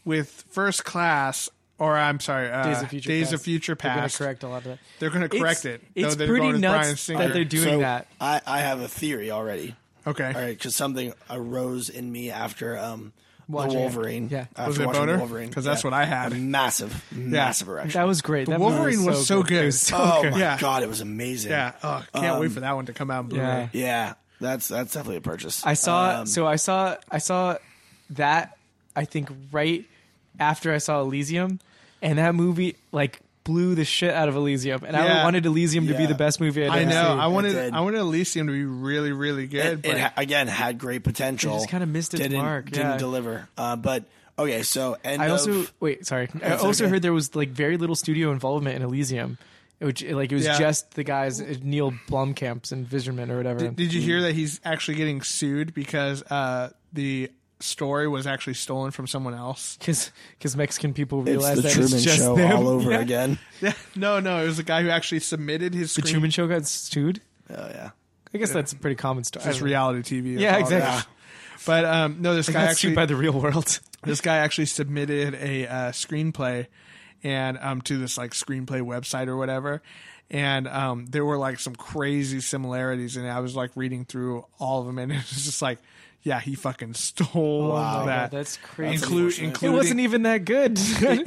[SPEAKER 1] with First Class, or I'm sorry, uh,
[SPEAKER 2] Days of Future Past.
[SPEAKER 1] Future
[SPEAKER 2] They're gonna
[SPEAKER 1] Past,
[SPEAKER 2] correct a lot of that.
[SPEAKER 1] they're going to correct it. though
[SPEAKER 2] It's
[SPEAKER 1] they're
[SPEAKER 2] pretty
[SPEAKER 1] going with Bryan
[SPEAKER 2] nuts
[SPEAKER 1] Singer.
[SPEAKER 2] that they're doing
[SPEAKER 3] So,
[SPEAKER 2] that.
[SPEAKER 3] I, I have a theory already.
[SPEAKER 1] Okay.
[SPEAKER 3] All right, because something arose in me after um
[SPEAKER 2] Watching
[SPEAKER 3] the
[SPEAKER 2] it.
[SPEAKER 3] Wolverine.
[SPEAKER 2] Yeah.
[SPEAKER 3] after
[SPEAKER 1] Was it a
[SPEAKER 3] watching
[SPEAKER 1] boner?
[SPEAKER 3] Wolverine,
[SPEAKER 1] 'Cause that's
[SPEAKER 3] Yeah.
[SPEAKER 1] what I had.
[SPEAKER 3] A massive, massive erection.
[SPEAKER 2] That was great.
[SPEAKER 1] The
[SPEAKER 2] That movie
[SPEAKER 1] Wolverine was so good.
[SPEAKER 2] It was so
[SPEAKER 3] oh
[SPEAKER 1] okay.
[SPEAKER 3] my
[SPEAKER 1] Yeah.
[SPEAKER 3] god, it was amazing.
[SPEAKER 1] Yeah. Oh, can't wait for that one to come out. In Blu-ray.
[SPEAKER 2] Yeah.
[SPEAKER 3] yeah, that's that's definitely a purchase.
[SPEAKER 2] I saw
[SPEAKER 3] Um,
[SPEAKER 2] so I saw I saw that I think right after I saw Elysium, and that movie like blew the shit out of Elysium, and
[SPEAKER 1] Yeah.
[SPEAKER 2] I wanted Elysium to be
[SPEAKER 3] Yeah.
[SPEAKER 2] the best movie I'd
[SPEAKER 1] I
[SPEAKER 2] ever
[SPEAKER 1] know.
[SPEAKER 2] seen.
[SPEAKER 1] I wanted.
[SPEAKER 3] did.
[SPEAKER 1] I wanted Elysium to be really, really good.
[SPEAKER 3] it,
[SPEAKER 1] but
[SPEAKER 3] it ha- again had great potential.
[SPEAKER 2] It just kinda missed its
[SPEAKER 3] didn't,
[SPEAKER 2] mark,
[SPEAKER 3] Didn't
[SPEAKER 2] yeah.
[SPEAKER 3] deliver. Uh, but okay, so end
[SPEAKER 2] I also
[SPEAKER 3] of,
[SPEAKER 2] wait. Sorry, I
[SPEAKER 3] That's
[SPEAKER 2] also
[SPEAKER 3] okay.
[SPEAKER 2] heard there was like very little studio involvement in Elysium, which like it was
[SPEAKER 1] Yeah.
[SPEAKER 2] just the guys uh, Neil Blomkamp's and Visionman or whatever.
[SPEAKER 1] Did you hear
[SPEAKER 3] Mm.
[SPEAKER 1] that he's actually getting sued because uh, the story was actually stolen from someone else?
[SPEAKER 2] because because Mexican people
[SPEAKER 3] it's
[SPEAKER 2] realized
[SPEAKER 3] the
[SPEAKER 2] that
[SPEAKER 3] Truman
[SPEAKER 2] it's just
[SPEAKER 3] Show
[SPEAKER 2] them.
[SPEAKER 3] all over
[SPEAKER 2] Yeah.
[SPEAKER 3] again.
[SPEAKER 1] no, no, it was the guy who actually submitted his
[SPEAKER 2] The
[SPEAKER 1] screen.
[SPEAKER 2] Truman Show got sued.
[SPEAKER 3] Oh yeah,
[SPEAKER 2] I guess that's a pretty common story.
[SPEAKER 1] It's reality TV.
[SPEAKER 2] Yeah,
[SPEAKER 1] It's all that.
[SPEAKER 2] exactly.
[SPEAKER 1] But um, no, this guy
[SPEAKER 2] Got sued
[SPEAKER 1] actually
[SPEAKER 2] by the real world.
[SPEAKER 1] this guy actually submitted a uh, screenplay and um, to this like screenplay website or whatever and um, there were like some crazy similarities and i was like reading through all of them and it was just like yeah he fucking stole
[SPEAKER 2] Oh my
[SPEAKER 1] that
[SPEAKER 2] God, that's crazy.
[SPEAKER 1] Inclu-
[SPEAKER 3] unfortunate. It
[SPEAKER 2] it
[SPEAKER 1] including,
[SPEAKER 2] wasn't even that good.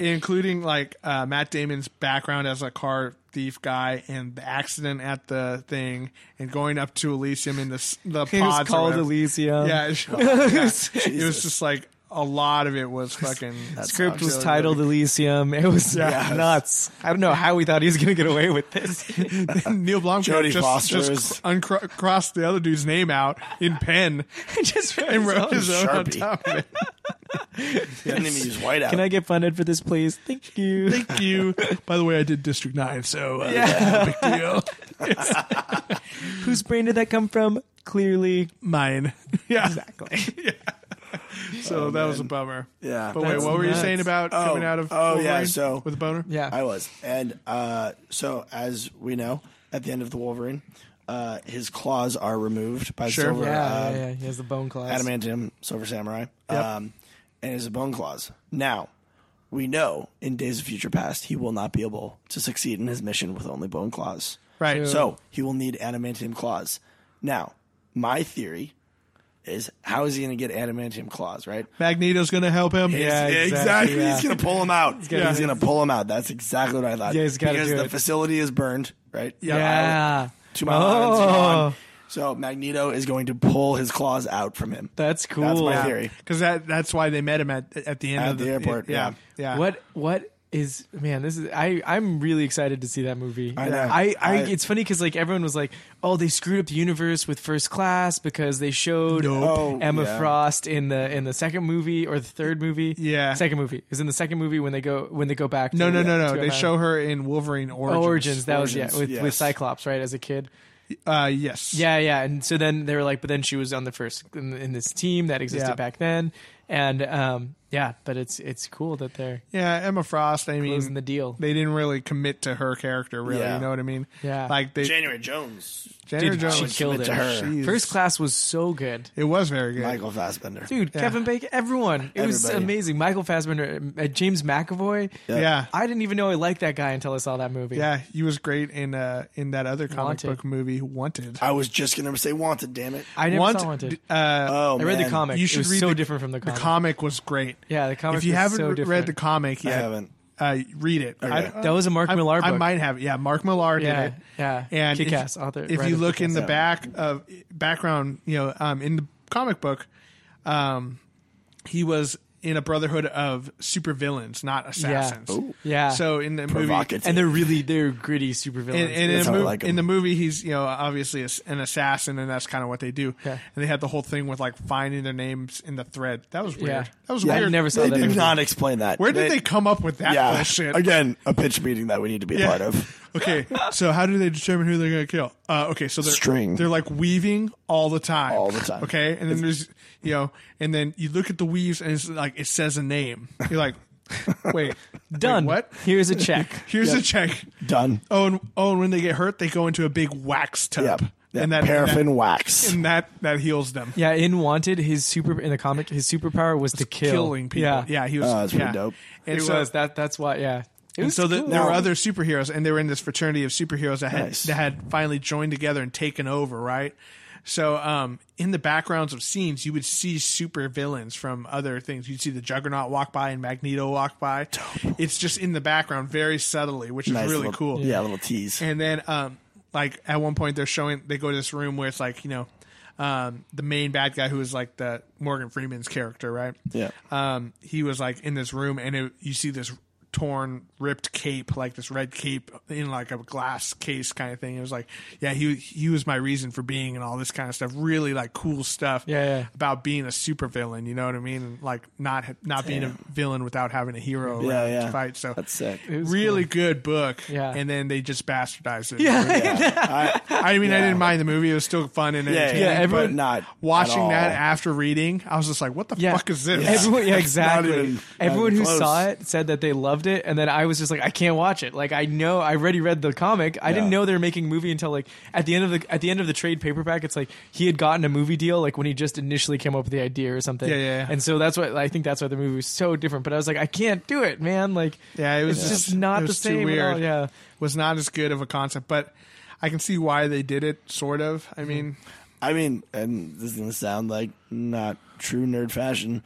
[SPEAKER 1] including like uh, matt damon's background as a car thief guy and the accident at the thing and going up to elysium in the, s- the
[SPEAKER 2] it was
[SPEAKER 1] pods or
[SPEAKER 2] called
[SPEAKER 1] whatever.
[SPEAKER 2] Elysium.
[SPEAKER 1] Um, yeah, it- it was
[SPEAKER 3] Jesus.
[SPEAKER 1] just like a lot of it was fucking
[SPEAKER 2] Script was
[SPEAKER 1] really
[SPEAKER 2] titled Elysium. It was nuts. I don't know how he thought he was going to get away with this.
[SPEAKER 1] Neil Blomkamp
[SPEAKER 3] Jodie
[SPEAKER 1] just,
[SPEAKER 3] Foster
[SPEAKER 1] just
[SPEAKER 3] is-
[SPEAKER 1] uncro- crossed the other dude's name out in pen
[SPEAKER 2] Just wrote
[SPEAKER 1] and
[SPEAKER 2] his
[SPEAKER 1] wrote
[SPEAKER 2] own.
[SPEAKER 1] his own on
[SPEAKER 3] Sharpie.
[SPEAKER 1] top of it.
[SPEAKER 3] he didn't even use whiteout.
[SPEAKER 2] Can I get funded for this, please? Thank you.
[SPEAKER 1] Thank you. By the way, I did District Nine, so uh, no big deal.
[SPEAKER 2] Whose brain did that come from? Clearly,
[SPEAKER 1] Mine, yeah.
[SPEAKER 2] exactly. Oh,
[SPEAKER 1] So that was a bummer.
[SPEAKER 3] Yeah.
[SPEAKER 1] But wait,
[SPEAKER 2] That's
[SPEAKER 1] what were you
[SPEAKER 2] nuts.
[SPEAKER 1] saying about
[SPEAKER 3] Oh,
[SPEAKER 1] coming out of?
[SPEAKER 3] oh, yeah,
[SPEAKER 1] Wolverine
[SPEAKER 3] so-
[SPEAKER 1] with a boner.
[SPEAKER 2] Yeah.
[SPEAKER 3] I was. And uh, so, as we know, at the end of the Wolverine, uh, his claws are removed by
[SPEAKER 1] Sure.
[SPEAKER 3] Silver
[SPEAKER 2] yeah,
[SPEAKER 3] um,
[SPEAKER 2] yeah, yeah. He has the bone claws.
[SPEAKER 3] Adamantium, Silver Samurai, um, and his bone claws. Now, we know in Days of Future Past, he will not be able to succeed in his mission with only bone claws.
[SPEAKER 1] Right.
[SPEAKER 3] So, he will need adamantium claws. Now, my theory is how is he going to get adamantium claws, right?
[SPEAKER 1] Magneto's gonna help him.
[SPEAKER 2] Yeah, exactly, yeah.
[SPEAKER 3] He's going to pull him out. He's
[SPEAKER 2] gonna-
[SPEAKER 3] going to pull him out. That's exactly what I thought.
[SPEAKER 2] Yeah, he's gotta
[SPEAKER 3] Because
[SPEAKER 2] do
[SPEAKER 3] the
[SPEAKER 2] it.
[SPEAKER 3] facility is burned, right?
[SPEAKER 2] Yeah. Oh.
[SPEAKER 3] Two Mile Island's gone. So Magneto is going to pull his claws out from him.
[SPEAKER 2] That's cool.
[SPEAKER 3] my theory.
[SPEAKER 1] because that that's why they met him at at the end
[SPEAKER 3] At
[SPEAKER 1] of
[SPEAKER 3] the airport,
[SPEAKER 1] Yeah,
[SPEAKER 3] yeah.
[SPEAKER 1] yeah.
[SPEAKER 2] What what is man? This is I I'm really excited to see that movie.
[SPEAKER 3] I know.
[SPEAKER 2] I, I,
[SPEAKER 3] I-
[SPEAKER 2] it's funny because like everyone was like, oh, they screwed up the universe with First Class because they showed
[SPEAKER 3] Nope.
[SPEAKER 2] Emma
[SPEAKER 3] Oh, yeah.
[SPEAKER 2] Frost in the in the second movie or the third movie.
[SPEAKER 1] Yeah.
[SPEAKER 2] second movie is in the second movie when they go when they go back.
[SPEAKER 1] No,
[SPEAKER 2] to,
[SPEAKER 1] no, no,
[SPEAKER 2] to
[SPEAKER 1] no. They
[SPEAKER 2] Emma.
[SPEAKER 1] show her in Wolverine Origins.
[SPEAKER 2] Origins. That was yeah
[SPEAKER 3] Origins,
[SPEAKER 2] with, with
[SPEAKER 3] yes.
[SPEAKER 2] Cyclops right as a kid.
[SPEAKER 1] Uh, yes.
[SPEAKER 2] Yeah, yeah. And so then they were like, but then she was on the first in, in this team that existed
[SPEAKER 1] Yeah.
[SPEAKER 2] back then, and um, yeah. But it's it's cool that they're
[SPEAKER 1] yeah. Emma Frost. I
[SPEAKER 2] closing
[SPEAKER 1] mean,
[SPEAKER 2] the deal.
[SPEAKER 1] they didn't really commit to her character, really.
[SPEAKER 3] Yeah.
[SPEAKER 1] You know what I mean?
[SPEAKER 2] Yeah.
[SPEAKER 1] Like they,
[SPEAKER 3] January Jones.
[SPEAKER 1] Janet
[SPEAKER 2] Dude,
[SPEAKER 1] Jones.
[SPEAKER 2] she killed
[SPEAKER 3] submit
[SPEAKER 2] it.
[SPEAKER 3] to her.
[SPEAKER 1] Jeez.
[SPEAKER 2] First class was so good.
[SPEAKER 1] It was very good.
[SPEAKER 3] Michael Fassbender.
[SPEAKER 2] Dude, Kevin Bacon, everyone. It was
[SPEAKER 3] Everybody.
[SPEAKER 2] amazing. Michael Fassbender, uh, James McAvoy.
[SPEAKER 1] Yeah.
[SPEAKER 2] I didn't even know I liked that guy until I saw that movie.
[SPEAKER 1] Yeah, he was great in uh in that other comic
[SPEAKER 2] Wanted.
[SPEAKER 1] book movie, Wanted.
[SPEAKER 3] I was just going to say Wanted, damn it.
[SPEAKER 2] I never
[SPEAKER 1] Want-
[SPEAKER 2] saw Wanted.
[SPEAKER 1] Uh,
[SPEAKER 3] oh,
[SPEAKER 2] I read the
[SPEAKER 3] man.
[SPEAKER 2] comic.
[SPEAKER 1] you should
[SPEAKER 2] it was
[SPEAKER 1] read
[SPEAKER 2] so
[SPEAKER 1] the-
[SPEAKER 2] different from the
[SPEAKER 1] the
[SPEAKER 2] comic.
[SPEAKER 1] comic was great.
[SPEAKER 2] yeah, the comic
[SPEAKER 1] If you
[SPEAKER 2] was
[SPEAKER 1] haven't
[SPEAKER 2] so
[SPEAKER 1] re-
[SPEAKER 2] different.
[SPEAKER 1] read the comic yet,
[SPEAKER 3] haven't.
[SPEAKER 1] Uh, read it.
[SPEAKER 3] Okay.
[SPEAKER 2] That was a Mark
[SPEAKER 1] I-
[SPEAKER 2] Millar
[SPEAKER 1] I
[SPEAKER 2] book.
[SPEAKER 1] might have. Yeah, Mark Millar did
[SPEAKER 2] Yeah,
[SPEAKER 1] it.
[SPEAKER 2] yeah.
[SPEAKER 1] And if-
[SPEAKER 2] Kick-Ass author,
[SPEAKER 1] If
[SPEAKER 2] writer
[SPEAKER 1] you
[SPEAKER 2] of
[SPEAKER 1] look in the
[SPEAKER 3] Kick-Ass.
[SPEAKER 1] back of background, you know, um, in the comic book, um, he was in a brotherhood of supervillains, not assassins.
[SPEAKER 3] Ooh.
[SPEAKER 2] Yeah.
[SPEAKER 1] Oh. So in the movie,
[SPEAKER 3] Provocative.
[SPEAKER 2] and they're really they're gritty supervillains.
[SPEAKER 1] and, and in,
[SPEAKER 3] That's
[SPEAKER 1] the
[SPEAKER 3] how I
[SPEAKER 1] movie,
[SPEAKER 3] like 'em.
[SPEAKER 1] in the movie, he's you know obviously a s- an assassin, and that's kind of what they do.
[SPEAKER 2] Yeah.
[SPEAKER 1] And they had the whole thing with like finding their names in the thread. That was weird.
[SPEAKER 2] Yeah.
[SPEAKER 1] That was
[SPEAKER 2] Yeah, I
[SPEAKER 1] weird.
[SPEAKER 2] never saw
[SPEAKER 3] They
[SPEAKER 2] that
[SPEAKER 3] did
[SPEAKER 2] movie.
[SPEAKER 3] not explain that.
[SPEAKER 1] Where did they, come up with that bullshit?
[SPEAKER 3] Again, a pitch meeting that we need to be a
[SPEAKER 1] Yeah.
[SPEAKER 3] part of.
[SPEAKER 1] Okay, so how do they determine who they're gonna kill? Uh, okay, so they're
[SPEAKER 3] String.
[SPEAKER 1] They're like weaving all the time,
[SPEAKER 3] All the time.
[SPEAKER 1] Okay, and then there's you know, and then you look at the weaves, and it's like it says a name. You're like, wait,
[SPEAKER 2] Done.
[SPEAKER 1] wait, what?
[SPEAKER 2] Here's a check.
[SPEAKER 1] Here's a check.
[SPEAKER 3] Done.
[SPEAKER 1] Oh, and oh, and when they get hurt, they go into a big wax tub,
[SPEAKER 3] Yep. That
[SPEAKER 1] and that
[SPEAKER 3] paraffin
[SPEAKER 1] and
[SPEAKER 3] wax.
[SPEAKER 1] that, and that that heals them.
[SPEAKER 2] yeah, in Wanted, his super in the comic, his superpower was to kill
[SPEAKER 1] Killing people. Yeah, he was.
[SPEAKER 3] Oh, that's pretty
[SPEAKER 1] yeah.
[SPEAKER 3] dope.
[SPEAKER 1] And
[SPEAKER 2] it
[SPEAKER 1] so,
[SPEAKER 2] was that. That's why. Yeah. It
[SPEAKER 1] And
[SPEAKER 2] was
[SPEAKER 1] so the,
[SPEAKER 2] cool.
[SPEAKER 1] there were other superheroes, and they were in this fraternity of superheroes that had
[SPEAKER 3] Nice.
[SPEAKER 1] that had finally joined together and taken over, right? So, um, in the backgrounds of scenes, you would see super villains from other things. You'd see the Juggernaut walk by and Magneto walk by. It's just in the background, very subtly, which is
[SPEAKER 3] Nice
[SPEAKER 1] really
[SPEAKER 3] little-
[SPEAKER 1] cool.
[SPEAKER 3] Yeah, little tease.
[SPEAKER 1] And then, um, like at one point, they're showing they go to this room where it's like you know, um, the main bad guy who is like the Morgan Freeman's character, right?
[SPEAKER 3] Yeah.
[SPEAKER 1] Um, he was like in this room, and it, you see this torn, ripped cape, like this red cape in like a glass case kind of thing. It was like, yeah, he he was my reason for being, and all this kind of stuff. Really like cool stuff.
[SPEAKER 2] Yeah, yeah.
[SPEAKER 1] About being a supervillain, you know what I mean? And like not not being a villain without having a hero
[SPEAKER 3] Yeah,
[SPEAKER 1] around
[SPEAKER 3] yeah.
[SPEAKER 1] to fight. So
[SPEAKER 3] That's sick.
[SPEAKER 2] was
[SPEAKER 1] really good book.
[SPEAKER 2] Yeah.
[SPEAKER 1] And then they just bastardized it.
[SPEAKER 3] I,
[SPEAKER 1] I mean, I
[SPEAKER 3] Yeah.
[SPEAKER 1] didn't mind the movie; it was still fun and
[SPEAKER 3] yeah,
[SPEAKER 1] entertaining.
[SPEAKER 3] yeah,
[SPEAKER 2] Yeah, everyone-
[SPEAKER 3] but not at
[SPEAKER 1] Watching
[SPEAKER 3] all.
[SPEAKER 1] that after reading, I was just like, "What the
[SPEAKER 2] Yeah.
[SPEAKER 1] fuck is this?"
[SPEAKER 2] Everyone, yeah,
[SPEAKER 3] not
[SPEAKER 2] exactly.
[SPEAKER 3] even- not
[SPEAKER 2] Everyone
[SPEAKER 3] even
[SPEAKER 2] who
[SPEAKER 3] close.
[SPEAKER 2] saw it said that they loved it, and then I was just like, I can't watch it. Like, I know I already read the comic. I didn't
[SPEAKER 3] Yeah.
[SPEAKER 2] know they were making a movie until like at the end of the at the end of the trade paperback. It's like he had gotten a movie deal, like when he just initially came up with the idea or something.
[SPEAKER 1] Yeah, yeah, yeah.
[SPEAKER 2] And so that's what I think that's why the movie was so different. But I was like, I can't do it, man. Like,
[SPEAKER 1] Yeah, it was
[SPEAKER 2] it's
[SPEAKER 1] just-
[SPEAKER 2] just not
[SPEAKER 1] it
[SPEAKER 2] the
[SPEAKER 1] was too
[SPEAKER 2] same. at
[SPEAKER 1] weird.
[SPEAKER 2] all. Yeah,
[SPEAKER 1] was not as good of a concept, but I can see why they did it. Sort of.
[SPEAKER 3] Mm-hmm.
[SPEAKER 1] I mean,
[SPEAKER 3] I mean, and this is going to sound like not true nerd fashion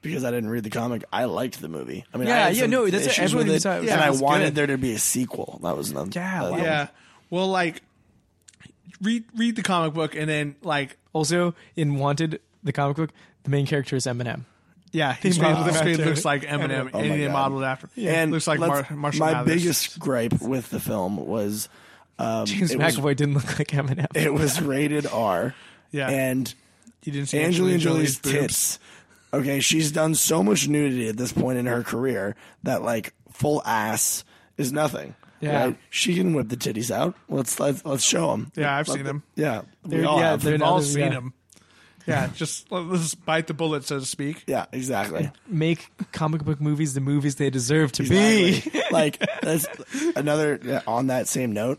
[SPEAKER 3] because I didn't read the comic. I liked the movie. I mean, I
[SPEAKER 2] Yeah,
[SPEAKER 3] had
[SPEAKER 2] yeah,
[SPEAKER 3] some
[SPEAKER 2] no, that's what
[SPEAKER 3] issues
[SPEAKER 2] everyone
[SPEAKER 3] with
[SPEAKER 2] who saw it was
[SPEAKER 3] and
[SPEAKER 2] like,
[SPEAKER 3] I
[SPEAKER 2] it's
[SPEAKER 3] wanted
[SPEAKER 2] good.
[SPEAKER 3] there to be a sequel. That was another.
[SPEAKER 2] Yeah,
[SPEAKER 3] that was
[SPEAKER 2] wow.
[SPEAKER 1] yeah. Well, like read read the comic book and then like
[SPEAKER 2] Also, in Wanted, the comic book, the main character is Eminem.
[SPEAKER 1] yeah, he
[SPEAKER 2] modeled him
[SPEAKER 1] basically
[SPEAKER 2] after-
[SPEAKER 1] looks like Eminem,
[SPEAKER 3] Oh
[SPEAKER 1] and
[SPEAKER 3] my
[SPEAKER 1] he
[SPEAKER 3] God.
[SPEAKER 1] modeled after.
[SPEAKER 3] And
[SPEAKER 1] looks like Mar-
[SPEAKER 3] let's-
[SPEAKER 1] Marshall.
[SPEAKER 3] my
[SPEAKER 1] Mathers.
[SPEAKER 3] biggest gripe with the film was um,
[SPEAKER 2] James
[SPEAKER 3] it, was
[SPEAKER 2] McAvoy didn't look like Eminem.
[SPEAKER 3] it was rated R.
[SPEAKER 1] Yeah.
[SPEAKER 3] and
[SPEAKER 1] You didn't see
[SPEAKER 3] Angelina Jolie's
[SPEAKER 1] boobs.
[SPEAKER 3] tits. Okay, she's done so much nudity at this point in her career that like full ass is nothing.
[SPEAKER 2] Yeah.
[SPEAKER 3] she can whip the titties out. Let's let's, let's show them.
[SPEAKER 1] Yeah, I've seen them.
[SPEAKER 3] Yeah, we
[SPEAKER 2] They're-
[SPEAKER 3] all
[SPEAKER 2] yeah,
[SPEAKER 3] have.
[SPEAKER 2] they're-
[SPEAKER 1] We've all
[SPEAKER 2] Another-
[SPEAKER 1] seen
[SPEAKER 2] yeah.
[SPEAKER 1] him. Yeah, just let's bite the bullet, so to speak.
[SPEAKER 3] Yeah, exactly.
[SPEAKER 2] make comic book movies the movies they deserve to be.
[SPEAKER 3] Exactly. like that's another yeah, on that same note.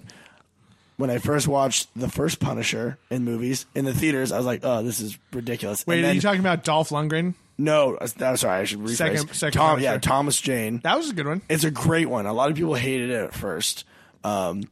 [SPEAKER 3] When I first watched the first Punisher in movies in the theaters, I was like, "Oh, this is ridiculous." And
[SPEAKER 1] Wait, are
[SPEAKER 3] then-
[SPEAKER 1] you talking about Dolph Lundgren?
[SPEAKER 3] No, I'm sorry. I should rephrase.
[SPEAKER 1] Second- second
[SPEAKER 3] Tom,
[SPEAKER 1] Punisher.
[SPEAKER 3] yeah, Thomas Jane.
[SPEAKER 1] That was a good one.
[SPEAKER 3] It's a great one. A lot of people hated it at first. Um,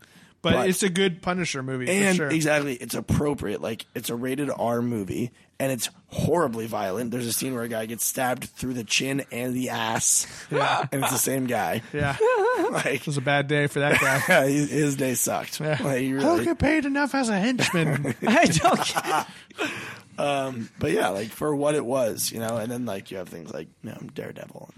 [SPEAKER 1] But,
[SPEAKER 3] But-
[SPEAKER 1] it's a good Punisher movie for
[SPEAKER 3] And
[SPEAKER 1] sure.
[SPEAKER 3] exactly, it's appropriate. Like it's a rated R movie, and it's horribly violent. There's a scene where a guy gets stabbed through the chin and the ass, and it's the same guy.
[SPEAKER 1] Yeah, it
[SPEAKER 3] Like
[SPEAKER 1] was a bad day for that guy.
[SPEAKER 3] his, his day sucked. Like, he
[SPEAKER 1] I'll
[SPEAKER 3] really-
[SPEAKER 1] get paid enough as a henchman.
[SPEAKER 2] I don't. get-
[SPEAKER 3] but yeah, like for what it was, you know. And then like you have things like you know, Daredevil.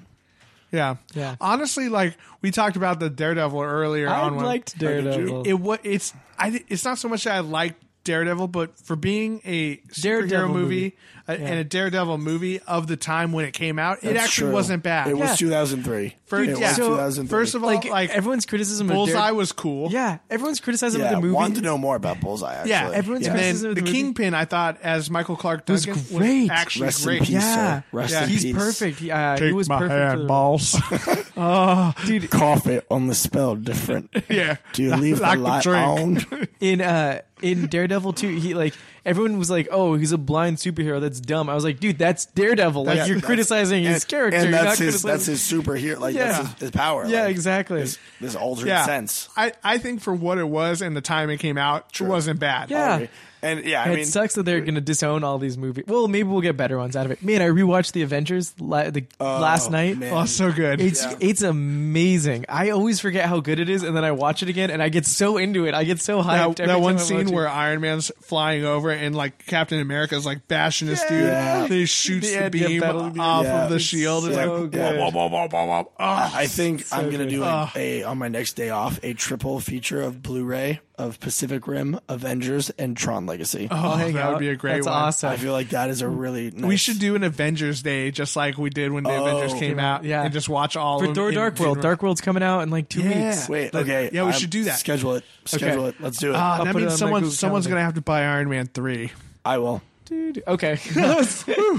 [SPEAKER 1] yeah,
[SPEAKER 2] Yeah.
[SPEAKER 1] Honestly, like we talked about the Daredevil earlier
[SPEAKER 2] I
[SPEAKER 1] on. when-
[SPEAKER 2] liked Daredevil.
[SPEAKER 1] it. What it's I. di- It's not so much that I like Daredevil, but for being a superhero
[SPEAKER 2] Daredevil
[SPEAKER 1] movie,
[SPEAKER 2] movie.
[SPEAKER 1] a- and a Daredevil movie of the time when it came out, it
[SPEAKER 3] That's
[SPEAKER 1] actually
[SPEAKER 3] true.
[SPEAKER 1] wasn't bad.
[SPEAKER 3] It
[SPEAKER 2] Yeah.
[SPEAKER 3] was 2003.
[SPEAKER 1] First-
[SPEAKER 3] it
[SPEAKER 1] yeah.
[SPEAKER 3] was
[SPEAKER 1] So,
[SPEAKER 3] 2003.
[SPEAKER 1] first of all,
[SPEAKER 2] like,
[SPEAKER 1] like,
[SPEAKER 2] everyone's criticism
[SPEAKER 1] Bullseye
[SPEAKER 2] of Daredevil.
[SPEAKER 1] was cool.
[SPEAKER 2] Yeah, everyone's criticism
[SPEAKER 3] yeah,
[SPEAKER 2] of the movie.
[SPEAKER 3] wanted to know more about Bullseye. Actually.
[SPEAKER 1] Yeah,
[SPEAKER 2] everyone's
[SPEAKER 1] and then
[SPEAKER 2] criticism of
[SPEAKER 1] the,
[SPEAKER 2] the movie-
[SPEAKER 1] Kingpin, I thought, as Michael Clark
[SPEAKER 2] was
[SPEAKER 1] Duncan, was,
[SPEAKER 2] great.
[SPEAKER 1] actually
[SPEAKER 3] Rest in
[SPEAKER 1] great.
[SPEAKER 3] peace.
[SPEAKER 2] yeah,
[SPEAKER 3] sir. Rest
[SPEAKER 1] Yeah.
[SPEAKER 3] in
[SPEAKER 2] he's
[SPEAKER 3] peace.
[SPEAKER 2] perfect. He, uh, he was perfect. for the-
[SPEAKER 1] balls.
[SPEAKER 2] Dude,
[SPEAKER 3] Coffee only spelled different.
[SPEAKER 1] yeah,
[SPEAKER 3] Do you leave
[SPEAKER 1] Like
[SPEAKER 3] the
[SPEAKER 1] the
[SPEAKER 3] light
[SPEAKER 1] drink.
[SPEAKER 3] on?
[SPEAKER 2] in uh in Daredevil 2, he like everyone was like, "Oh, he's a blind superhero. That's dumb." I was like, "Dude, that's Daredevil. Like
[SPEAKER 1] That's-
[SPEAKER 2] you're criticizing his character.
[SPEAKER 3] and
[SPEAKER 2] you're
[SPEAKER 3] that's
[SPEAKER 2] not
[SPEAKER 3] his that's
[SPEAKER 2] criticizing-
[SPEAKER 3] his superhero. Like
[SPEAKER 2] Yeah.
[SPEAKER 3] that's his, his power.
[SPEAKER 2] Yeah,
[SPEAKER 3] like,
[SPEAKER 2] exactly.
[SPEAKER 3] This, this alternate
[SPEAKER 1] yeah.
[SPEAKER 3] sense.
[SPEAKER 1] I, I think for what it was and the time it came out, it wasn't bad.
[SPEAKER 2] Yeah.
[SPEAKER 3] And Oh, yeah, I
[SPEAKER 2] it
[SPEAKER 3] mean,
[SPEAKER 2] sucks that they're gonna disown all these movies. Well, maybe we'll get better ones out of it. Man, I rewatched the Avengers la- the last night.
[SPEAKER 3] man.
[SPEAKER 1] Oh, so good.
[SPEAKER 2] It's
[SPEAKER 3] Yeah.
[SPEAKER 2] it's amazing. I always forget how good it is, and then I watch it again, and I get so into it. I get so hyped.
[SPEAKER 1] that, that
[SPEAKER 2] every time I
[SPEAKER 1] one
[SPEAKER 2] watch
[SPEAKER 1] scene
[SPEAKER 2] it.
[SPEAKER 1] where Iron Man's flying over and like Captain America's like bashing this dude.
[SPEAKER 3] Yeah.
[SPEAKER 1] They shoots
[SPEAKER 2] Yeah,
[SPEAKER 1] the,
[SPEAKER 2] yeah,
[SPEAKER 1] beam
[SPEAKER 2] battle beam.
[SPEAKER 1] off
[SPEAKER 3] Yeah.
[SPEAKER 1] of the shield. It's
[SPEAKER 3] Yeah.
[SPEAKER 1] like,
[SPEAKER 2] so
[SPEAKER 3] Yeah.
[SPEAKER 2] good.
[SPEAKER 1] wah, wah, wah, wah, wah, ah.
[SPEAKER 3] I think I'm gonna
[SPEAKER 2] good.
[SPEAKER 3] do a, a on my next day off a triple feature of Blu-ray of Pacific Rim, Avengers, and Tron Legacy.
[SPEAKER 1] Oh,
[SPEAKER 2] Hang
[SPEAKER 1] that
[SPEAKER 2] out.
[SPEAKER 1] would be a great
[SPEAKER 2] That's
[SPEAKER 1] one.
[SPEAKER 2] awesome.
[SPEAKER 3] I feel like that is a really nice,
[SPEAKER 1] We should do an Avengers Day just like we did when the
[SPEAKER 3] Oh.
[SPEAKER 1] Avengers came out.
[SPEAKER 2] Yeah.
[SPEAKER 1] And just watch all
[SPEAKER 2] for
[SPEAKER 1] of
[SPEAKER 2] Thor
[SPEAKER 1] them in
[SPEAKER 2] Dark World.
[SPEAKER 1] general.
[SPEAKER 2] Dark World's coming out in like two
[SPEAKER 1] Yeah.
[SPEAKER 2] weeks.
[SPEAKER 3] Wait,
[SPEAKER 1] Like,
[SPEAKER 3] okay,
[SPEAKER 1] yeah, we should do that.
[SPEAKER 3] Schedule it. Schedule
[SPEAKER 2] Okay.
[SPEAKER 3] it. Let's do it.
[SPEAKER 1] Ah,
[SPEAKER 2] I'll
[SPEAKER 1] that
[SPEAKER 2] put it on
[SPEAKER 1] means
[SPEAKER 2] my
[SPEAKER 1] someone
[SPEAKER 2] Google
[SPEAKER 1] someone's
[SPEAKER 2] calendar.
[SPEAKER 1] gonna have to buy Iron Man three.
[SPEAKER 3] I will.
[SPEAKER 2] Dude. Okay.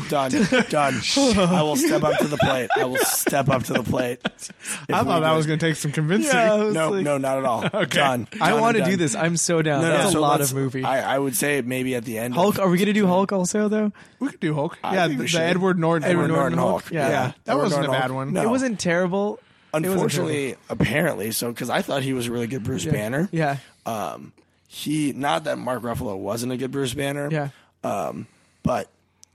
[SPEAKER 3] Done. Done. I will step up to the plate. I will step up to the plate.
[SPEAKER 1] I thought that was gonna take some convincing.
[SPEAKER 2] Yeah, I was
[SPEAKER 3] No,
[SPEAKER 2] like-
[SPEAKER 3] no, not at all. Done.
[SPEAKER 2] I
[SPEAKER 3] Done
[SPEAKER 2] want to
[SPEAKER 3] and
[SPEAKER 2] do
[SPEAKER 3] done.
[SPEAKER 2] this. I'm so down.
[SPEAKER 3] No, no,
[SPEAKER 2] That's a
[SPEAKER 3] so
[SPEAKER 2] lot
[SPEAKER 3] let's-
[SPEAKER 2] of movie.
[SPEAKER 3] I, I would say maybe at the end.
[SPEAKER 2] Hulk.
[SPEAKER 3] Of,
[SPEAKER 2] Are we gonna do Hulk also though?
[SPEAKER 1] We could do Hulk. yeah,
[SPEAKER 3] think
[SPEAKER 1] the,
[SPEAKER 3] we
[SPEAKER 1] the
[SPEAKER 3] should.
[SPEAKER 1] Edward Norton.
[SPEAKER 3] Edward
[SPEAKER 1] one.
[SPEAKER 3] Norton Hulk.
[SPEAKER 2] Yeah. Yeah.
[SPEAKER 1] That
[SPEAKER 3] Edward
[SPEAKER 1] wasn't a
[SPEAKER 3] Norton
[SPEAKER 1] bad
[SPEAKER 3] Hulk.
[SPEAKER 1] one.
[SPEAKER 3] No.
[SPEAKER 2] It wasn't terrible. It wasn't terrible.
[SPEAKER 3] Unfortunately, apparently, so because I thought he was a really good Bruce Banner.
[SPEAKER 2] Yeah.
[SPEAKER 3] Um, he not that Mark Ruffalo wasn't a good Bruce Banner.
[SPEAKER 2] Yeah.
[SPEAKER 3] Um, but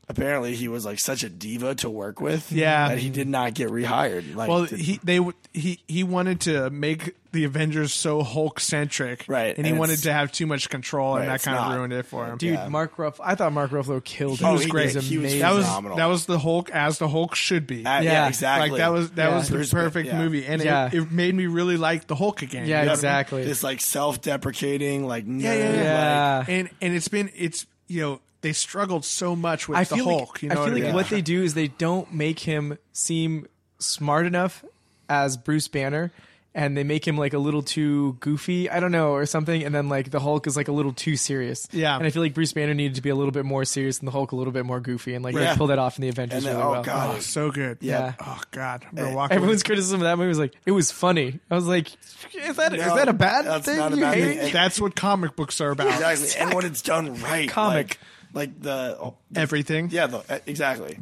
[SPEAKER 3] apparently he was like such a diva to work with.
[SPEAKER 1] Yeah.
[SPEAKER 3] That he did not get rehired. Like,
[SPEAKER 1] Well,
[SPEAKER 3] did-
[SPEAKER 1] he they w- he he wanted to make the Avengers so Hulk centric,
[SPEAKER 3] Right,
[SPEAKER 1] And he
[SPEAKER 3] and
[SPEAKER 1] wanted
[SPEAKER 3] it's-
[SPEAKER 1] to have too much control,
[SPEAKER 3] Right,
[SPEAKER 1] and that
[SPEAKER 3] it's
[SPEAKER 1] kind
[SPEAKER 3] not.
[SPEAKER 1] of ruined it for him.
[SPEAKER 2] Dude,
[SPEAKER 3] Yeah.
[SPEAKER 2] Mark Ruff. I thought Mark Ruffalo killed.
[SPEAKER 3] Oh,
[SPEAKER 2] it.
[SPEAKER 3] he
[SPEAKER 1] great.
[SPEAKER 3] did. He was
[SPEAKER 2] amazing.
[SPEAKER 1] that was
[SPEAKER 3] phenomenal.
[SPEAKER 1] that was the Hulk as the Hulk should be.
[SPEAKER 3] Uh, yeah,
[SPEAKER 2] yeah.
[SPEAKER 3] exactly.
[SPEAKER 1] Like that was that
[SPEAKER 2] Yeah.
[SPEAKER 1] was the
[SPEAKER 3] Bruce Banner,
[SPEAKER 1] perfect
[SPEAKER 3] yeah.
[SPEAKER 1] movie, and
[SPEAKER 2] Yeah.
[SPEAKER 1] it, it made me really like the Hulk again.
[SPEAKER 2] Yeah,
[SPEAKER 1] You know what I mean?
[SPEAKER 2] exactly.
[SPEAKER 3] this like self-deprecating, like nerd,
[SPEAKER 1] yeah, yeah.
[SPEAKER 2] Yeah.
[SPEAKER 1] and and it's been it's you know they struggled so much with
[SPEAKER 2] I
[SPEAKER 1] the
[SPEAKER 2] feel
[SPEAKER 1] Hulk.
[SPEAKER 2] like
[SPEAKER 1] you know
[SPEAKER 2] I feel
[SPEAKER 1] what
[SPEAKER 2] like
[SPEAKER 1] I mean?
[SPEAKER 2] what they do is they don't make him seem smart enough as Bruce Banner, and they make him like a little too goofy. I don't know or something, and then like the Hulk is like a little too serious.
[SPEAKER 1] Yeah.
[SPEAKER 2] and I feel like Bruce Banner needed to be a little bit more serious and the Hulk a little bit more goofy, and like
[SPEAKER 3] Yeah.
[SPEAKER 2] they pulled that off in the Avengers
[SPEAKER 3] And then,
[SPEAKER 2] really
[SPEAKER 3] oh
[SPEAKER 2] well.
[SPEAKER 3] god,
[SPEAKER 1] Oh, so good.
[SPEAKER 2] Yeah.
[SPEAKER 1] Oh God,
[SPEAKER 3] Eh,
[SPEAKER 1] we're walking.
[SPEAKER 2] Everyone's criticism of that movie was like it was funny. I was like, is that is
[SPEAKER 3] No,
[SPEAKER 2] that a bad
[SPEAKER 3] that's
[SPEAKER 2] thing?
[SPEAKER 3] not a
[SPEAKER 2] you
[SPEAKER 3] bad
[SPEAKER 2] hate?
[SPEAKER 3] thing.
[SPEAKER 2] it?
[SPEAKER 1] That's what comic books are about.
[SPEAKER 3] exactly. And when it's done right,
[SPEAKER 2] Comic.
[SPEAKER 3] like, like the oh,
[SPEAKER 1] Everything.
[SPEAKER 3] yeah, the, eh, exactly.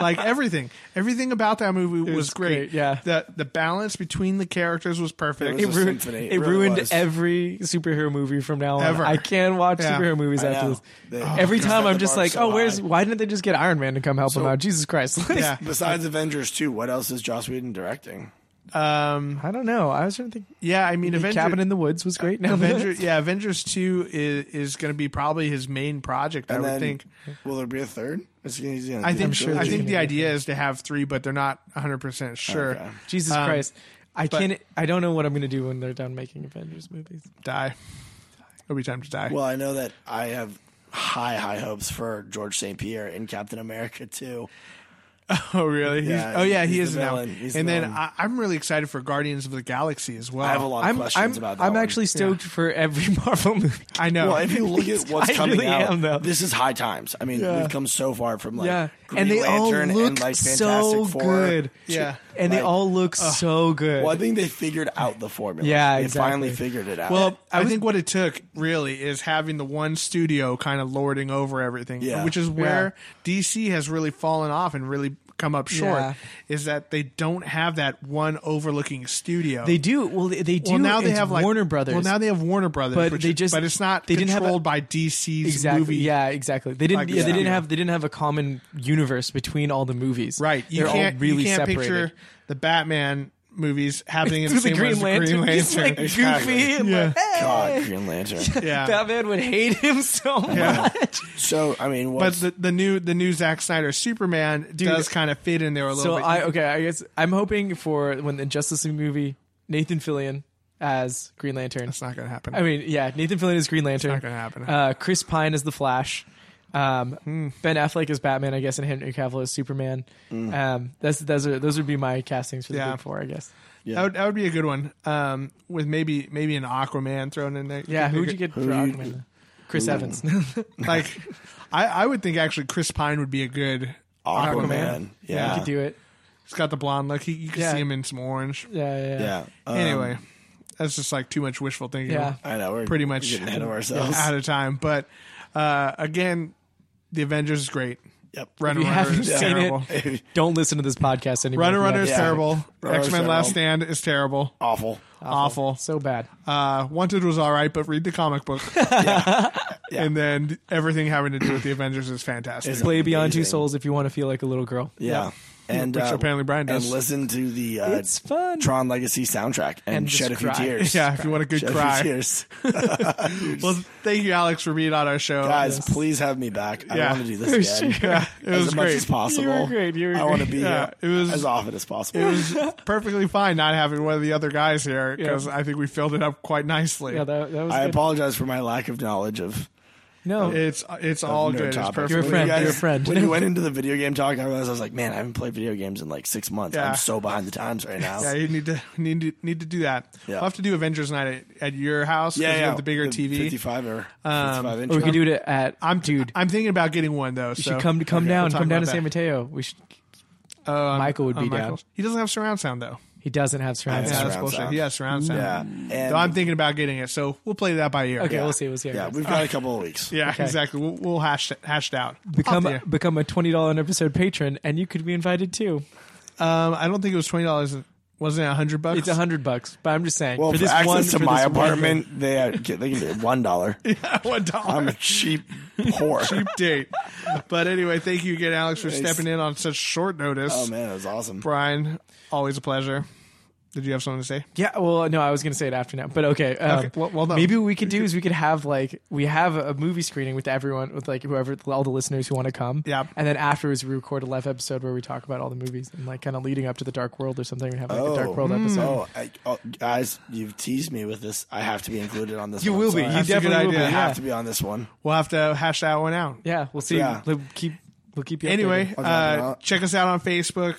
[SPEAKER 1] like everything. Everything about that movie was,
[SPEAKER 2] was
[SPEAKER 1] great.
[SPEAKER 2] great, yeah.
[SPEAKER 1] The the balance between the characters was perfect.
[SPEAKER 3] It
[SPEAKER 2] It
[SPEAKER 3] was
[SPEAKER 2] ruined,
[SPEAKER 3] symphony.
[SPEAKER 2] it
[SPEAKER 3] It really
[SPEAKER 2] ruined
[SPEAKER 3] was.
[SPEAKER 2] every superhero movie from now on.
[SPEAKER 1] Ever.
[SPEAKER 2] I can watch
[SPEAKER 1] Yeah.
[SPEAKER 2] superhero movies
[SPEAKER 3] I
[SPEAKER 2] after
[SPEAKER 3] know.
[SPEAKER 2] this.
[SPEAKER 3] They-
[SPEAKER 2] every
[SPEAKER 3] they
[SPEAKER 2] time
[SPEAKER 3] Oh, set
[SPEAKER 2] I'm
[SPEAKER 3] the
[SPEAKER 2] just
[SPEAKER 3] bar
[SPEAKER 2] like,
[SPEAKER 3] so
[SPEAKER 2] oh, where's
[SPEAKER 3] high.
[SPEAKER 2] why didn't they just get Iron Man to come help him out? Jesus Christ! Like,
[SPEAKER 1] Yeah.
[SPEAKER 3] Besides Avengers 2, what else is Joss Whedon directing?
[SPEAKER 1] um
[SPEAKER 2] I don't know. I was trying to think.
[SPEAKER 1] yeah, I mean
[SPEAKER 2] The
[SPEAKER 1] Avengers
[SPEAKER 2] Cabin in the Woods was
[SPEAKER 3] uh,
[SPEAKER 2] great. Now
[SPEAKER 1] Avengers yeah, Avengers 2 is is going to be probably his main project, I
[SPEAKER 3] And
[SPEAKER 1] would
[SPEAKER 3] then,
[SPEAKER 1] think.
[SPEAKER 3] will there be a third? Is he- he's gonna
[SPEAKER 1] I
[SPEAKER 3] do
[SPEAKER 1] think
[SPEAKER 3] a
[SPEAKER 2] sure
[SPEAKER 1] I
[SPEAKER 3] trilogy?
[SPEAKER 1] think the idea is to have 3 but they're not 100% sure.
[SPEAKER 3] Okay.
[SPEAKER 2] Jesus
[SPEAKER 1] Um,
[SPEAKER 2] Christ! I can't. I don't know what I'm gonna do when they're done making Avengers movies.
[SPEAKER 1] Die. It'll be time to die.
[SPEAKER 3] Well, I know that I have high, high hopes for George St. Pierre in Captain America 2.
[SPEAKER 1] oh really?
[SPEAKER 3] Yeah,
[SPEAKER 1] he's, oh yeah,
[SPEAKER 3] he's
[SPEAKER 1] he
[SPEAKER 3] the
[SPEAKER 1] is now.
[SPEAKER 3] villain. He's the
[SPEAKER 1] And then
[SPEAKER 3] villain.
[SPEAKER 1] I, I'm really excited for Guardians of the Galaxy as well.
[SPEAKER 3] I have a lot of
[SPEAKER 2] I'm.
[SPEAKER 3] questions
[SPEAKER 2] I'm.
[SPEAKER 3] about that.
[SPEAKER 2] I'm
[SPEAKER 3] one.
[SPEAKER 2] actually stoked for every Marvel movie.
[SPEAKER 1] I know.
[SPEAKER 3] Well, if you look at what's
[SPEAKER 2] I
[SPEAKER 3] coming
[SPEAKER 2] really
[SPEAKER 3] out,
[SPEAKER 2] am, though.
[SPEAKER 3] this is high times. I mean,
[SPEAKER 2] Yeah.
[SPEAKER 3] we've come so far from like
[SPEAKER 2] yeah,
[SPEAKER 3] Green
[SPEAKER 2] and they
[SPEAKER 3] Lantern
[SPEAKER 2] all look
[SPEAKER 3] and like Fantastic
[SPEAKER 2] so
[SPEAKER 3] Four.
[SPEAKER 2] good.
[SPEAKER 1] Yeah.
[SPEAKER 2] and they
[SPEAKER 3] Like,
[SPEAKER 2] all look so good.
[SPEAKER 3] Well, I think they figured out the formula.
[SPEAKER 2] Yeah,
[SPEAKER 3] they finally
[SPEAKER 2] exactly.
[SPEAKER 3] figured it out.
[SPEAKER 1] Well, I, think what it took really is having the one studio kind of lording over everything,
[SPEAKER 3] Yeah.
[SPEAKER 1] which is where DC has really fallen off and really come up short
[SPEAKER 2] Yeah.
[SPEAKER 1] is that they don't have that one overlooking studio.
[SPEAKER 2] They do. Well, they, they do.
[SPEAKER 1] well, now they
[SPEAKER 2] It's
[SPEAKER 1] have like
[SPEAKER 2] Warner Brothers.
[SPEAKER 1] Well, now they have Warner Brothers,
[SPEAKER 2] But
[SPEAKER 1] which
[SPEAKER 2] they
[SPEAKER 1] is-
[SPEAKER 2] just-
[SPEAKER 1] but it's not
[SPEAKER 2] they didn't have a-
[SPEAKER 1] controlled by DC's
[SPEAKER 2] exactly.
[SPEAKER 1] movie.
[SPEAKER 2] Yeah, exactly. They didn't.
[SPEAKER 1] Like,
[SPEAKER 2] yeah, they didn't
[SPEAKER 1] yeah.
[SPEAKER 2] have. They didn't have a common universe between all the movies.
[SPEAKER 1] right. You
[SPEAKER 2] They're
[SPEAKER 1] can't
[SPEAKER 2] all really
[SPEAKER 1] you can't
[SPEAKER 2] separated.
[SPEAKER 1] picture the Batman movies happening in the
[SPEAKER 2] With the
[SPEAKER 1] same way
[SPEAKER 2] Green
[SPEAKER 1] as the Green
[SPEAKER 2] Lantern, he's
[SPEAKER 1] Lantern.
[SPEAKER 2] like goofy. and
[SPEAKER 1] Yeah.
[SPEAKER 2] like, "Hey."
[SPEAKER 3] God, Green Lantern.
[SPEAKER 1] yeah.
[SPEAKER 2] Batman would hate him so much.
[SPEAKER 3] So I mean,
[SPEAKER 1] but
[SPEAKER 3] what's
[SPEAKER 1] the, the new the new Zack Snyder Superman does kind of fit in there a little
[SPEAKER 2] So
[SPEAKER 1] bit.
[SPEAKER 2] I okay, I guess I'm hoping for when the Justice League movie, Nathan Fillion as Green Lantern.
[SPEAKER 1] it's not going to happen.
[SPEAKER 2] I mean, yeah, Nathan Fillion is Green Lantern.
[SPEAKER 1] not gonna happen. Hmm.
[SPEAKER 2] Uh, Chris Pine is the Flash. Um, Ben Affleck is Batman, I guess, and Henry Cavill is Superman.
[SPEAKER 3] Hmm.
[SPEAKER 2] Um, that's those are those would be my castings for the
[SPEAKER 1] Yeah.
[SPEAKER 2] big four, I guess.
[SPEAKER 1] That would that would be a good one. Um, with maybe maybe an Aquaman thrown in there.
[SPEAKER 2] Yeah, who would you
[SPEAKER 1] Could be
[SPEAKER 2] get for Aquaman? Chris Evans.
[SPEAKER 1] good. like? I, I would think actually Chris Pine would be a good.
[SPEAKER 3] Aquaman?
[SPEAKER 1] Aquaman.
[SPEAKER 2] I
[SPEAKER 3] Yeah,
[SPEAKER 2] could do it.
[SPEAKER 1] He's got the blonde look. He, you can
[SPEAKER 2] Yeah.
[SPEAKER 1] see him in some orange.
[SPEAKER 2] Yeah, yeah, yeah.
[SPEAKER 3] yeah. Um,
[SPEAKER 1] anyway, that's just like too much wishful thinking.
[SPEAKER 2] Yeah.
[SPEAKER 3] I know we're
[SPEAKER 1] Pretty
[SPEAKER 3] we're
[SPEAKER 1] much
[SPEAKER 3] getting ahead of ourselves.
[SPEAKER 1] out of time. But uh, again, the Avengers is great.
[SPEAKER 3] Yep.
[SPEAKER 1] Runner
[SPEAKER 2] If you
[SPEAKER 1] Runner
[SPEAKER 2] haven't
[SPEAKER 1] is
[SPEAKER 2] seen
[SPEAKER 1] terrible.
[SPEAKER 2] it, don't listen to this podcast anymore.
[SPEAKER 1] Runner
[SPEAKER 2] if you
[SPEAKER 1] Runner
[SPEAKER 2] haven't
[SPEAKER 1] is
[SPEAKER 2] seen it.
[SPEAKER 1] terrible.
[SPEAKER 3] Runner is
[SPEAKER 1] X Men Last
[SPEAKER 3] terrible.
[SPEAKER 1] Stand is terrible.
[SPEAKER 3] Awful.
[SPEAKER 1] Uh, Awful.
[SPEAKER 2] so bad.
[SPEAKER 1] Uh, Wanted was all right, but read the comic book. And then everything having to do with the Avengers is fantastic.
[SPEAKER 3] Is-
[SPEAKER 2] Play Beyond Two
[SPEAKER 3] amazing.
[SPEAKER 2] Souls if you want to feel like a little girl.
[SPEAKER 3] Yeah. And
[SPEAKER 1] Which
[SPEAKER 3] uh,
[SPEAKER 1] apparently Brian does.
[SPEAKER 3] And listen to the uh,
[SPEAKER 2] It's fun.
[SPEAKER 3] Tron Legacy soundtrack and,
[SPEAKER 2] And just
[SPEAKER 3] shed a few
[SPEAKER 2] cry.
[SPEAKER 3] tears.
[SPEAKER 1] yeah, if you want a good
[SPEAKER 3] Shed a few
[SPEAKER 1] cry.
[SPEAKER 3] tears.
[SPEAKER 1] Well, thank you, Alex, for being on our show.
[SPEAKER 3] Guys, please have me back. I
[SPEAKER 1] Yeah.
[SPEAKER 3] want to do this again.
[SPEAKER 1] Yeah, it
[SPEAKER 3] As
[SPEAKER 1] was
[SPEAKER 3] much
[SPEAKER 1] great.
[SPEAKER 3] as possible.
[SPEAKER 2] You were great. You were
[SPEAKER 3] I
[SPEAKER 2] great.
[SPEAKER 3] want to be
[SPEAKER 1] Yeah,
[SPEAKER 3] here
[SPEAKER 1] it was-
[SPEAKER 3] as often as possible.
[SPEAKER 1] it was perfectly fine not having one of the other guys here because
[SPEAKER 2] Yeah.
[SPEAKER 1] I think we filled it up quite nicely.
[SPEAKER 2] Yeah, that, that was.
[SPEAKER 3] I
[SPEAKER 2] good.
[SPEAKER 3] apologize for my lack of knowledge of
[SPEAKER 2] no,
[SPEAKER 1] it's it's all
[SPEAKER 3] nerd
[SPEAKER 1] good. It's
[SPEAKER 3] topics.
[SPEAKER 1] perfect.
[SPEAKER 2] You're a friend.
[SPEAKER 3] Guys,
[SPEAKER 2] You're a friend.
[SPEAKER 3] When you went into the video game talk, I realized I was like, man, I haven't played video games in like six months.
[SPEAKER 1] Yeah.
[SPEAKER 3] I'm so behind the times right now.
[SPEAKER 1] Yeah, you need to need to, need to do that.
[SPEAKER 3] Yeah.
[SPEAKER 1] We'll have to do Avengers night at, at your house 'cause you have the bigger TV.
[SPEAKER 3] 55 or 55 inch.
[SPEAKER 2] Um, or we
[SPEAKER 3] one.
[SPEAKER 2] could do it at.
[SPEAKER 1] I'm
[SPEAKER 2] dude.
[SPEAKER 1] I'm thinking about getting one though.
[SPEAKER 2] You
[SPEAKER 1] so
[SPEAKER 2] should come come down.
[SPEAKER 1] we'll talk
[SPEAKER 2] come down
[SPEAKER 1] about that.
[SPEAKER 2] to San Mateo. We should.
[SPEAKER 1] Um,
[SPEAKER 2] Michael would
[SPEAKER 1] uh,
[SPEAKER 2] be
[SPEAKER 1] Michael.
[SPEAKER 2] down.
[SPEAKER 1] He doesn't have surround sound though.
[SPEAKER 2] He doesn't have surround
[SPEAKER 1] Yeah,
[SPEAKER 3] Yeah,
[SPEAKER 2] sound.
[SPEAKER 1] that's
[SPEAKER 3] surround
[SPEAKER 1] bullshit.
[SPEAKER 3] sound.
[SPEAKER 1] He has surround sound.
[SPEAKER 3] Yeah. And
[SPEAKER 1] So I'm thinking about getting it. So we'll play that by ear.
[SPEAKER 2] Okay,
[SPEAKER 1] Yeah,
[SPEAKER 2] we'll see. We'll see. how it
[SPEAKER 3] yeah,
[SPEAKER 2] goes.
[SPEAKER 3] we've got a couple of weeks.
[SPEAKER 2] Okay.
[SPEAKER 1] exactly. We'll, we'll hash it- hash it out.
[SPEAKER 2] become
[SPEAKER 1] Up to you.
[SPEAKER 2] become a twenty dollar an episode patron, and you could be invited too.
[SPEAKER 1] Um, I don't think it was twenty dollars. Wasn't it hundred bucks?
[SPEAKER 2] It's a hundred bucks, but I'm just saying.
[SPEAKER 3] Well,
[SPEAKER 2] for
[SPEAKER 3] for,
[SPEAKER 2] this
[SPEAKER 3] access
[SPEAKER 2] one, for
[SPEAKER 3] to my
[SPEAKER 2] this one thing-
[SPEAKER 3] apartment, they are, they can do it one dollar.
[SPEAKER 1] one dollar.
[SPEAKER 3] I'm a cheap whore.
[SPEAKER 1] cheap date. But anyway, thank you again, Alex, for
[SPEAKER 3] Thanks.
[SPEAKER 1] stepping in on such short notice.
[SPEAKER 3] Oh man, that was awesome.
[SPEAKER 1] Brian, always a pleasure. Did you have something to say?
[SPEAKER 2] Yeah, well, no, I was gonna say it after now, but okay. Um,
[SPEAKER 1] Okay, well- well done.
[SPEAKER 2] maybe what we could do is we could have like we have a movie screening with everyone, with like whoever, all the listeners who want to come.
[SPEAKER 1] Yeah.
[SPEAKER 2] and then afterwards we record a live episode where we talk about all the movies and like kind of leading up to the Dark World or something. We have like a Dark World episode.
[SPEAKER 3] Oh, I, oh, guys, you've teased me with this. I have to be included on this.
[SPEAKER 2] You
[SPEAKER 3] one,
[SPEAKER 2] will be. You
[SPEAKER 3] sorry. I have to-
[SPEAKER 2] definitely
[SPEAKER 1] good
[SPEAKER 2] will be.
[SPEAKER 1] idea.
[SPEAKER 3] I
[SPEAKER 2] Yeah.
[SPEAKER 3] have to be on this one.
[SPEAKER 1] We'll have to hash that one out.
[SPEAKER 2] yeah, we'll see.
[SPEAKER 3] Yeah.
[SPEAKER 2] We'll keep we'll keep you
[SPEAKER 1] Anyway,
[SPEAKER 2] updated.
[SPEAKER 3] I'll drop it
[SPEAKER 1] uh,
[SPEAKER 3] out.
[SPEAKER 1] check us out on Facebook.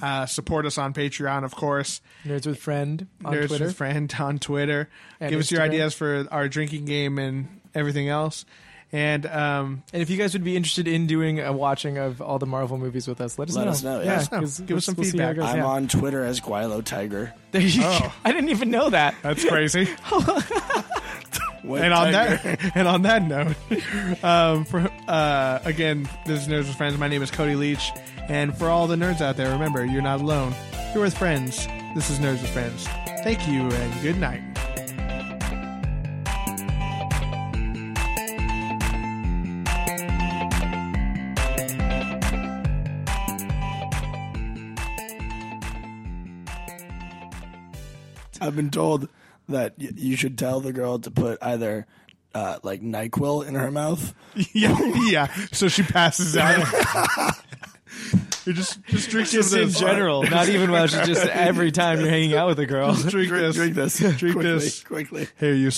[SPEAKER 1] Uh, support us on Patreon, of course.
[SPEAKER 2] nerds with friend on
[SPEAKER 1] Nerds
[SPEAKER 2] Twitter.
[SPEAKER 1] with friend on Twitter.
[SPEAKER 2] And
[SPEAKER 1] Give us your
[SPEAKER 2] Instagram.
[SPEAKER 1] um, Oh. um, uh,
[SPEAKER 3] uh, uh, Oh, Oh,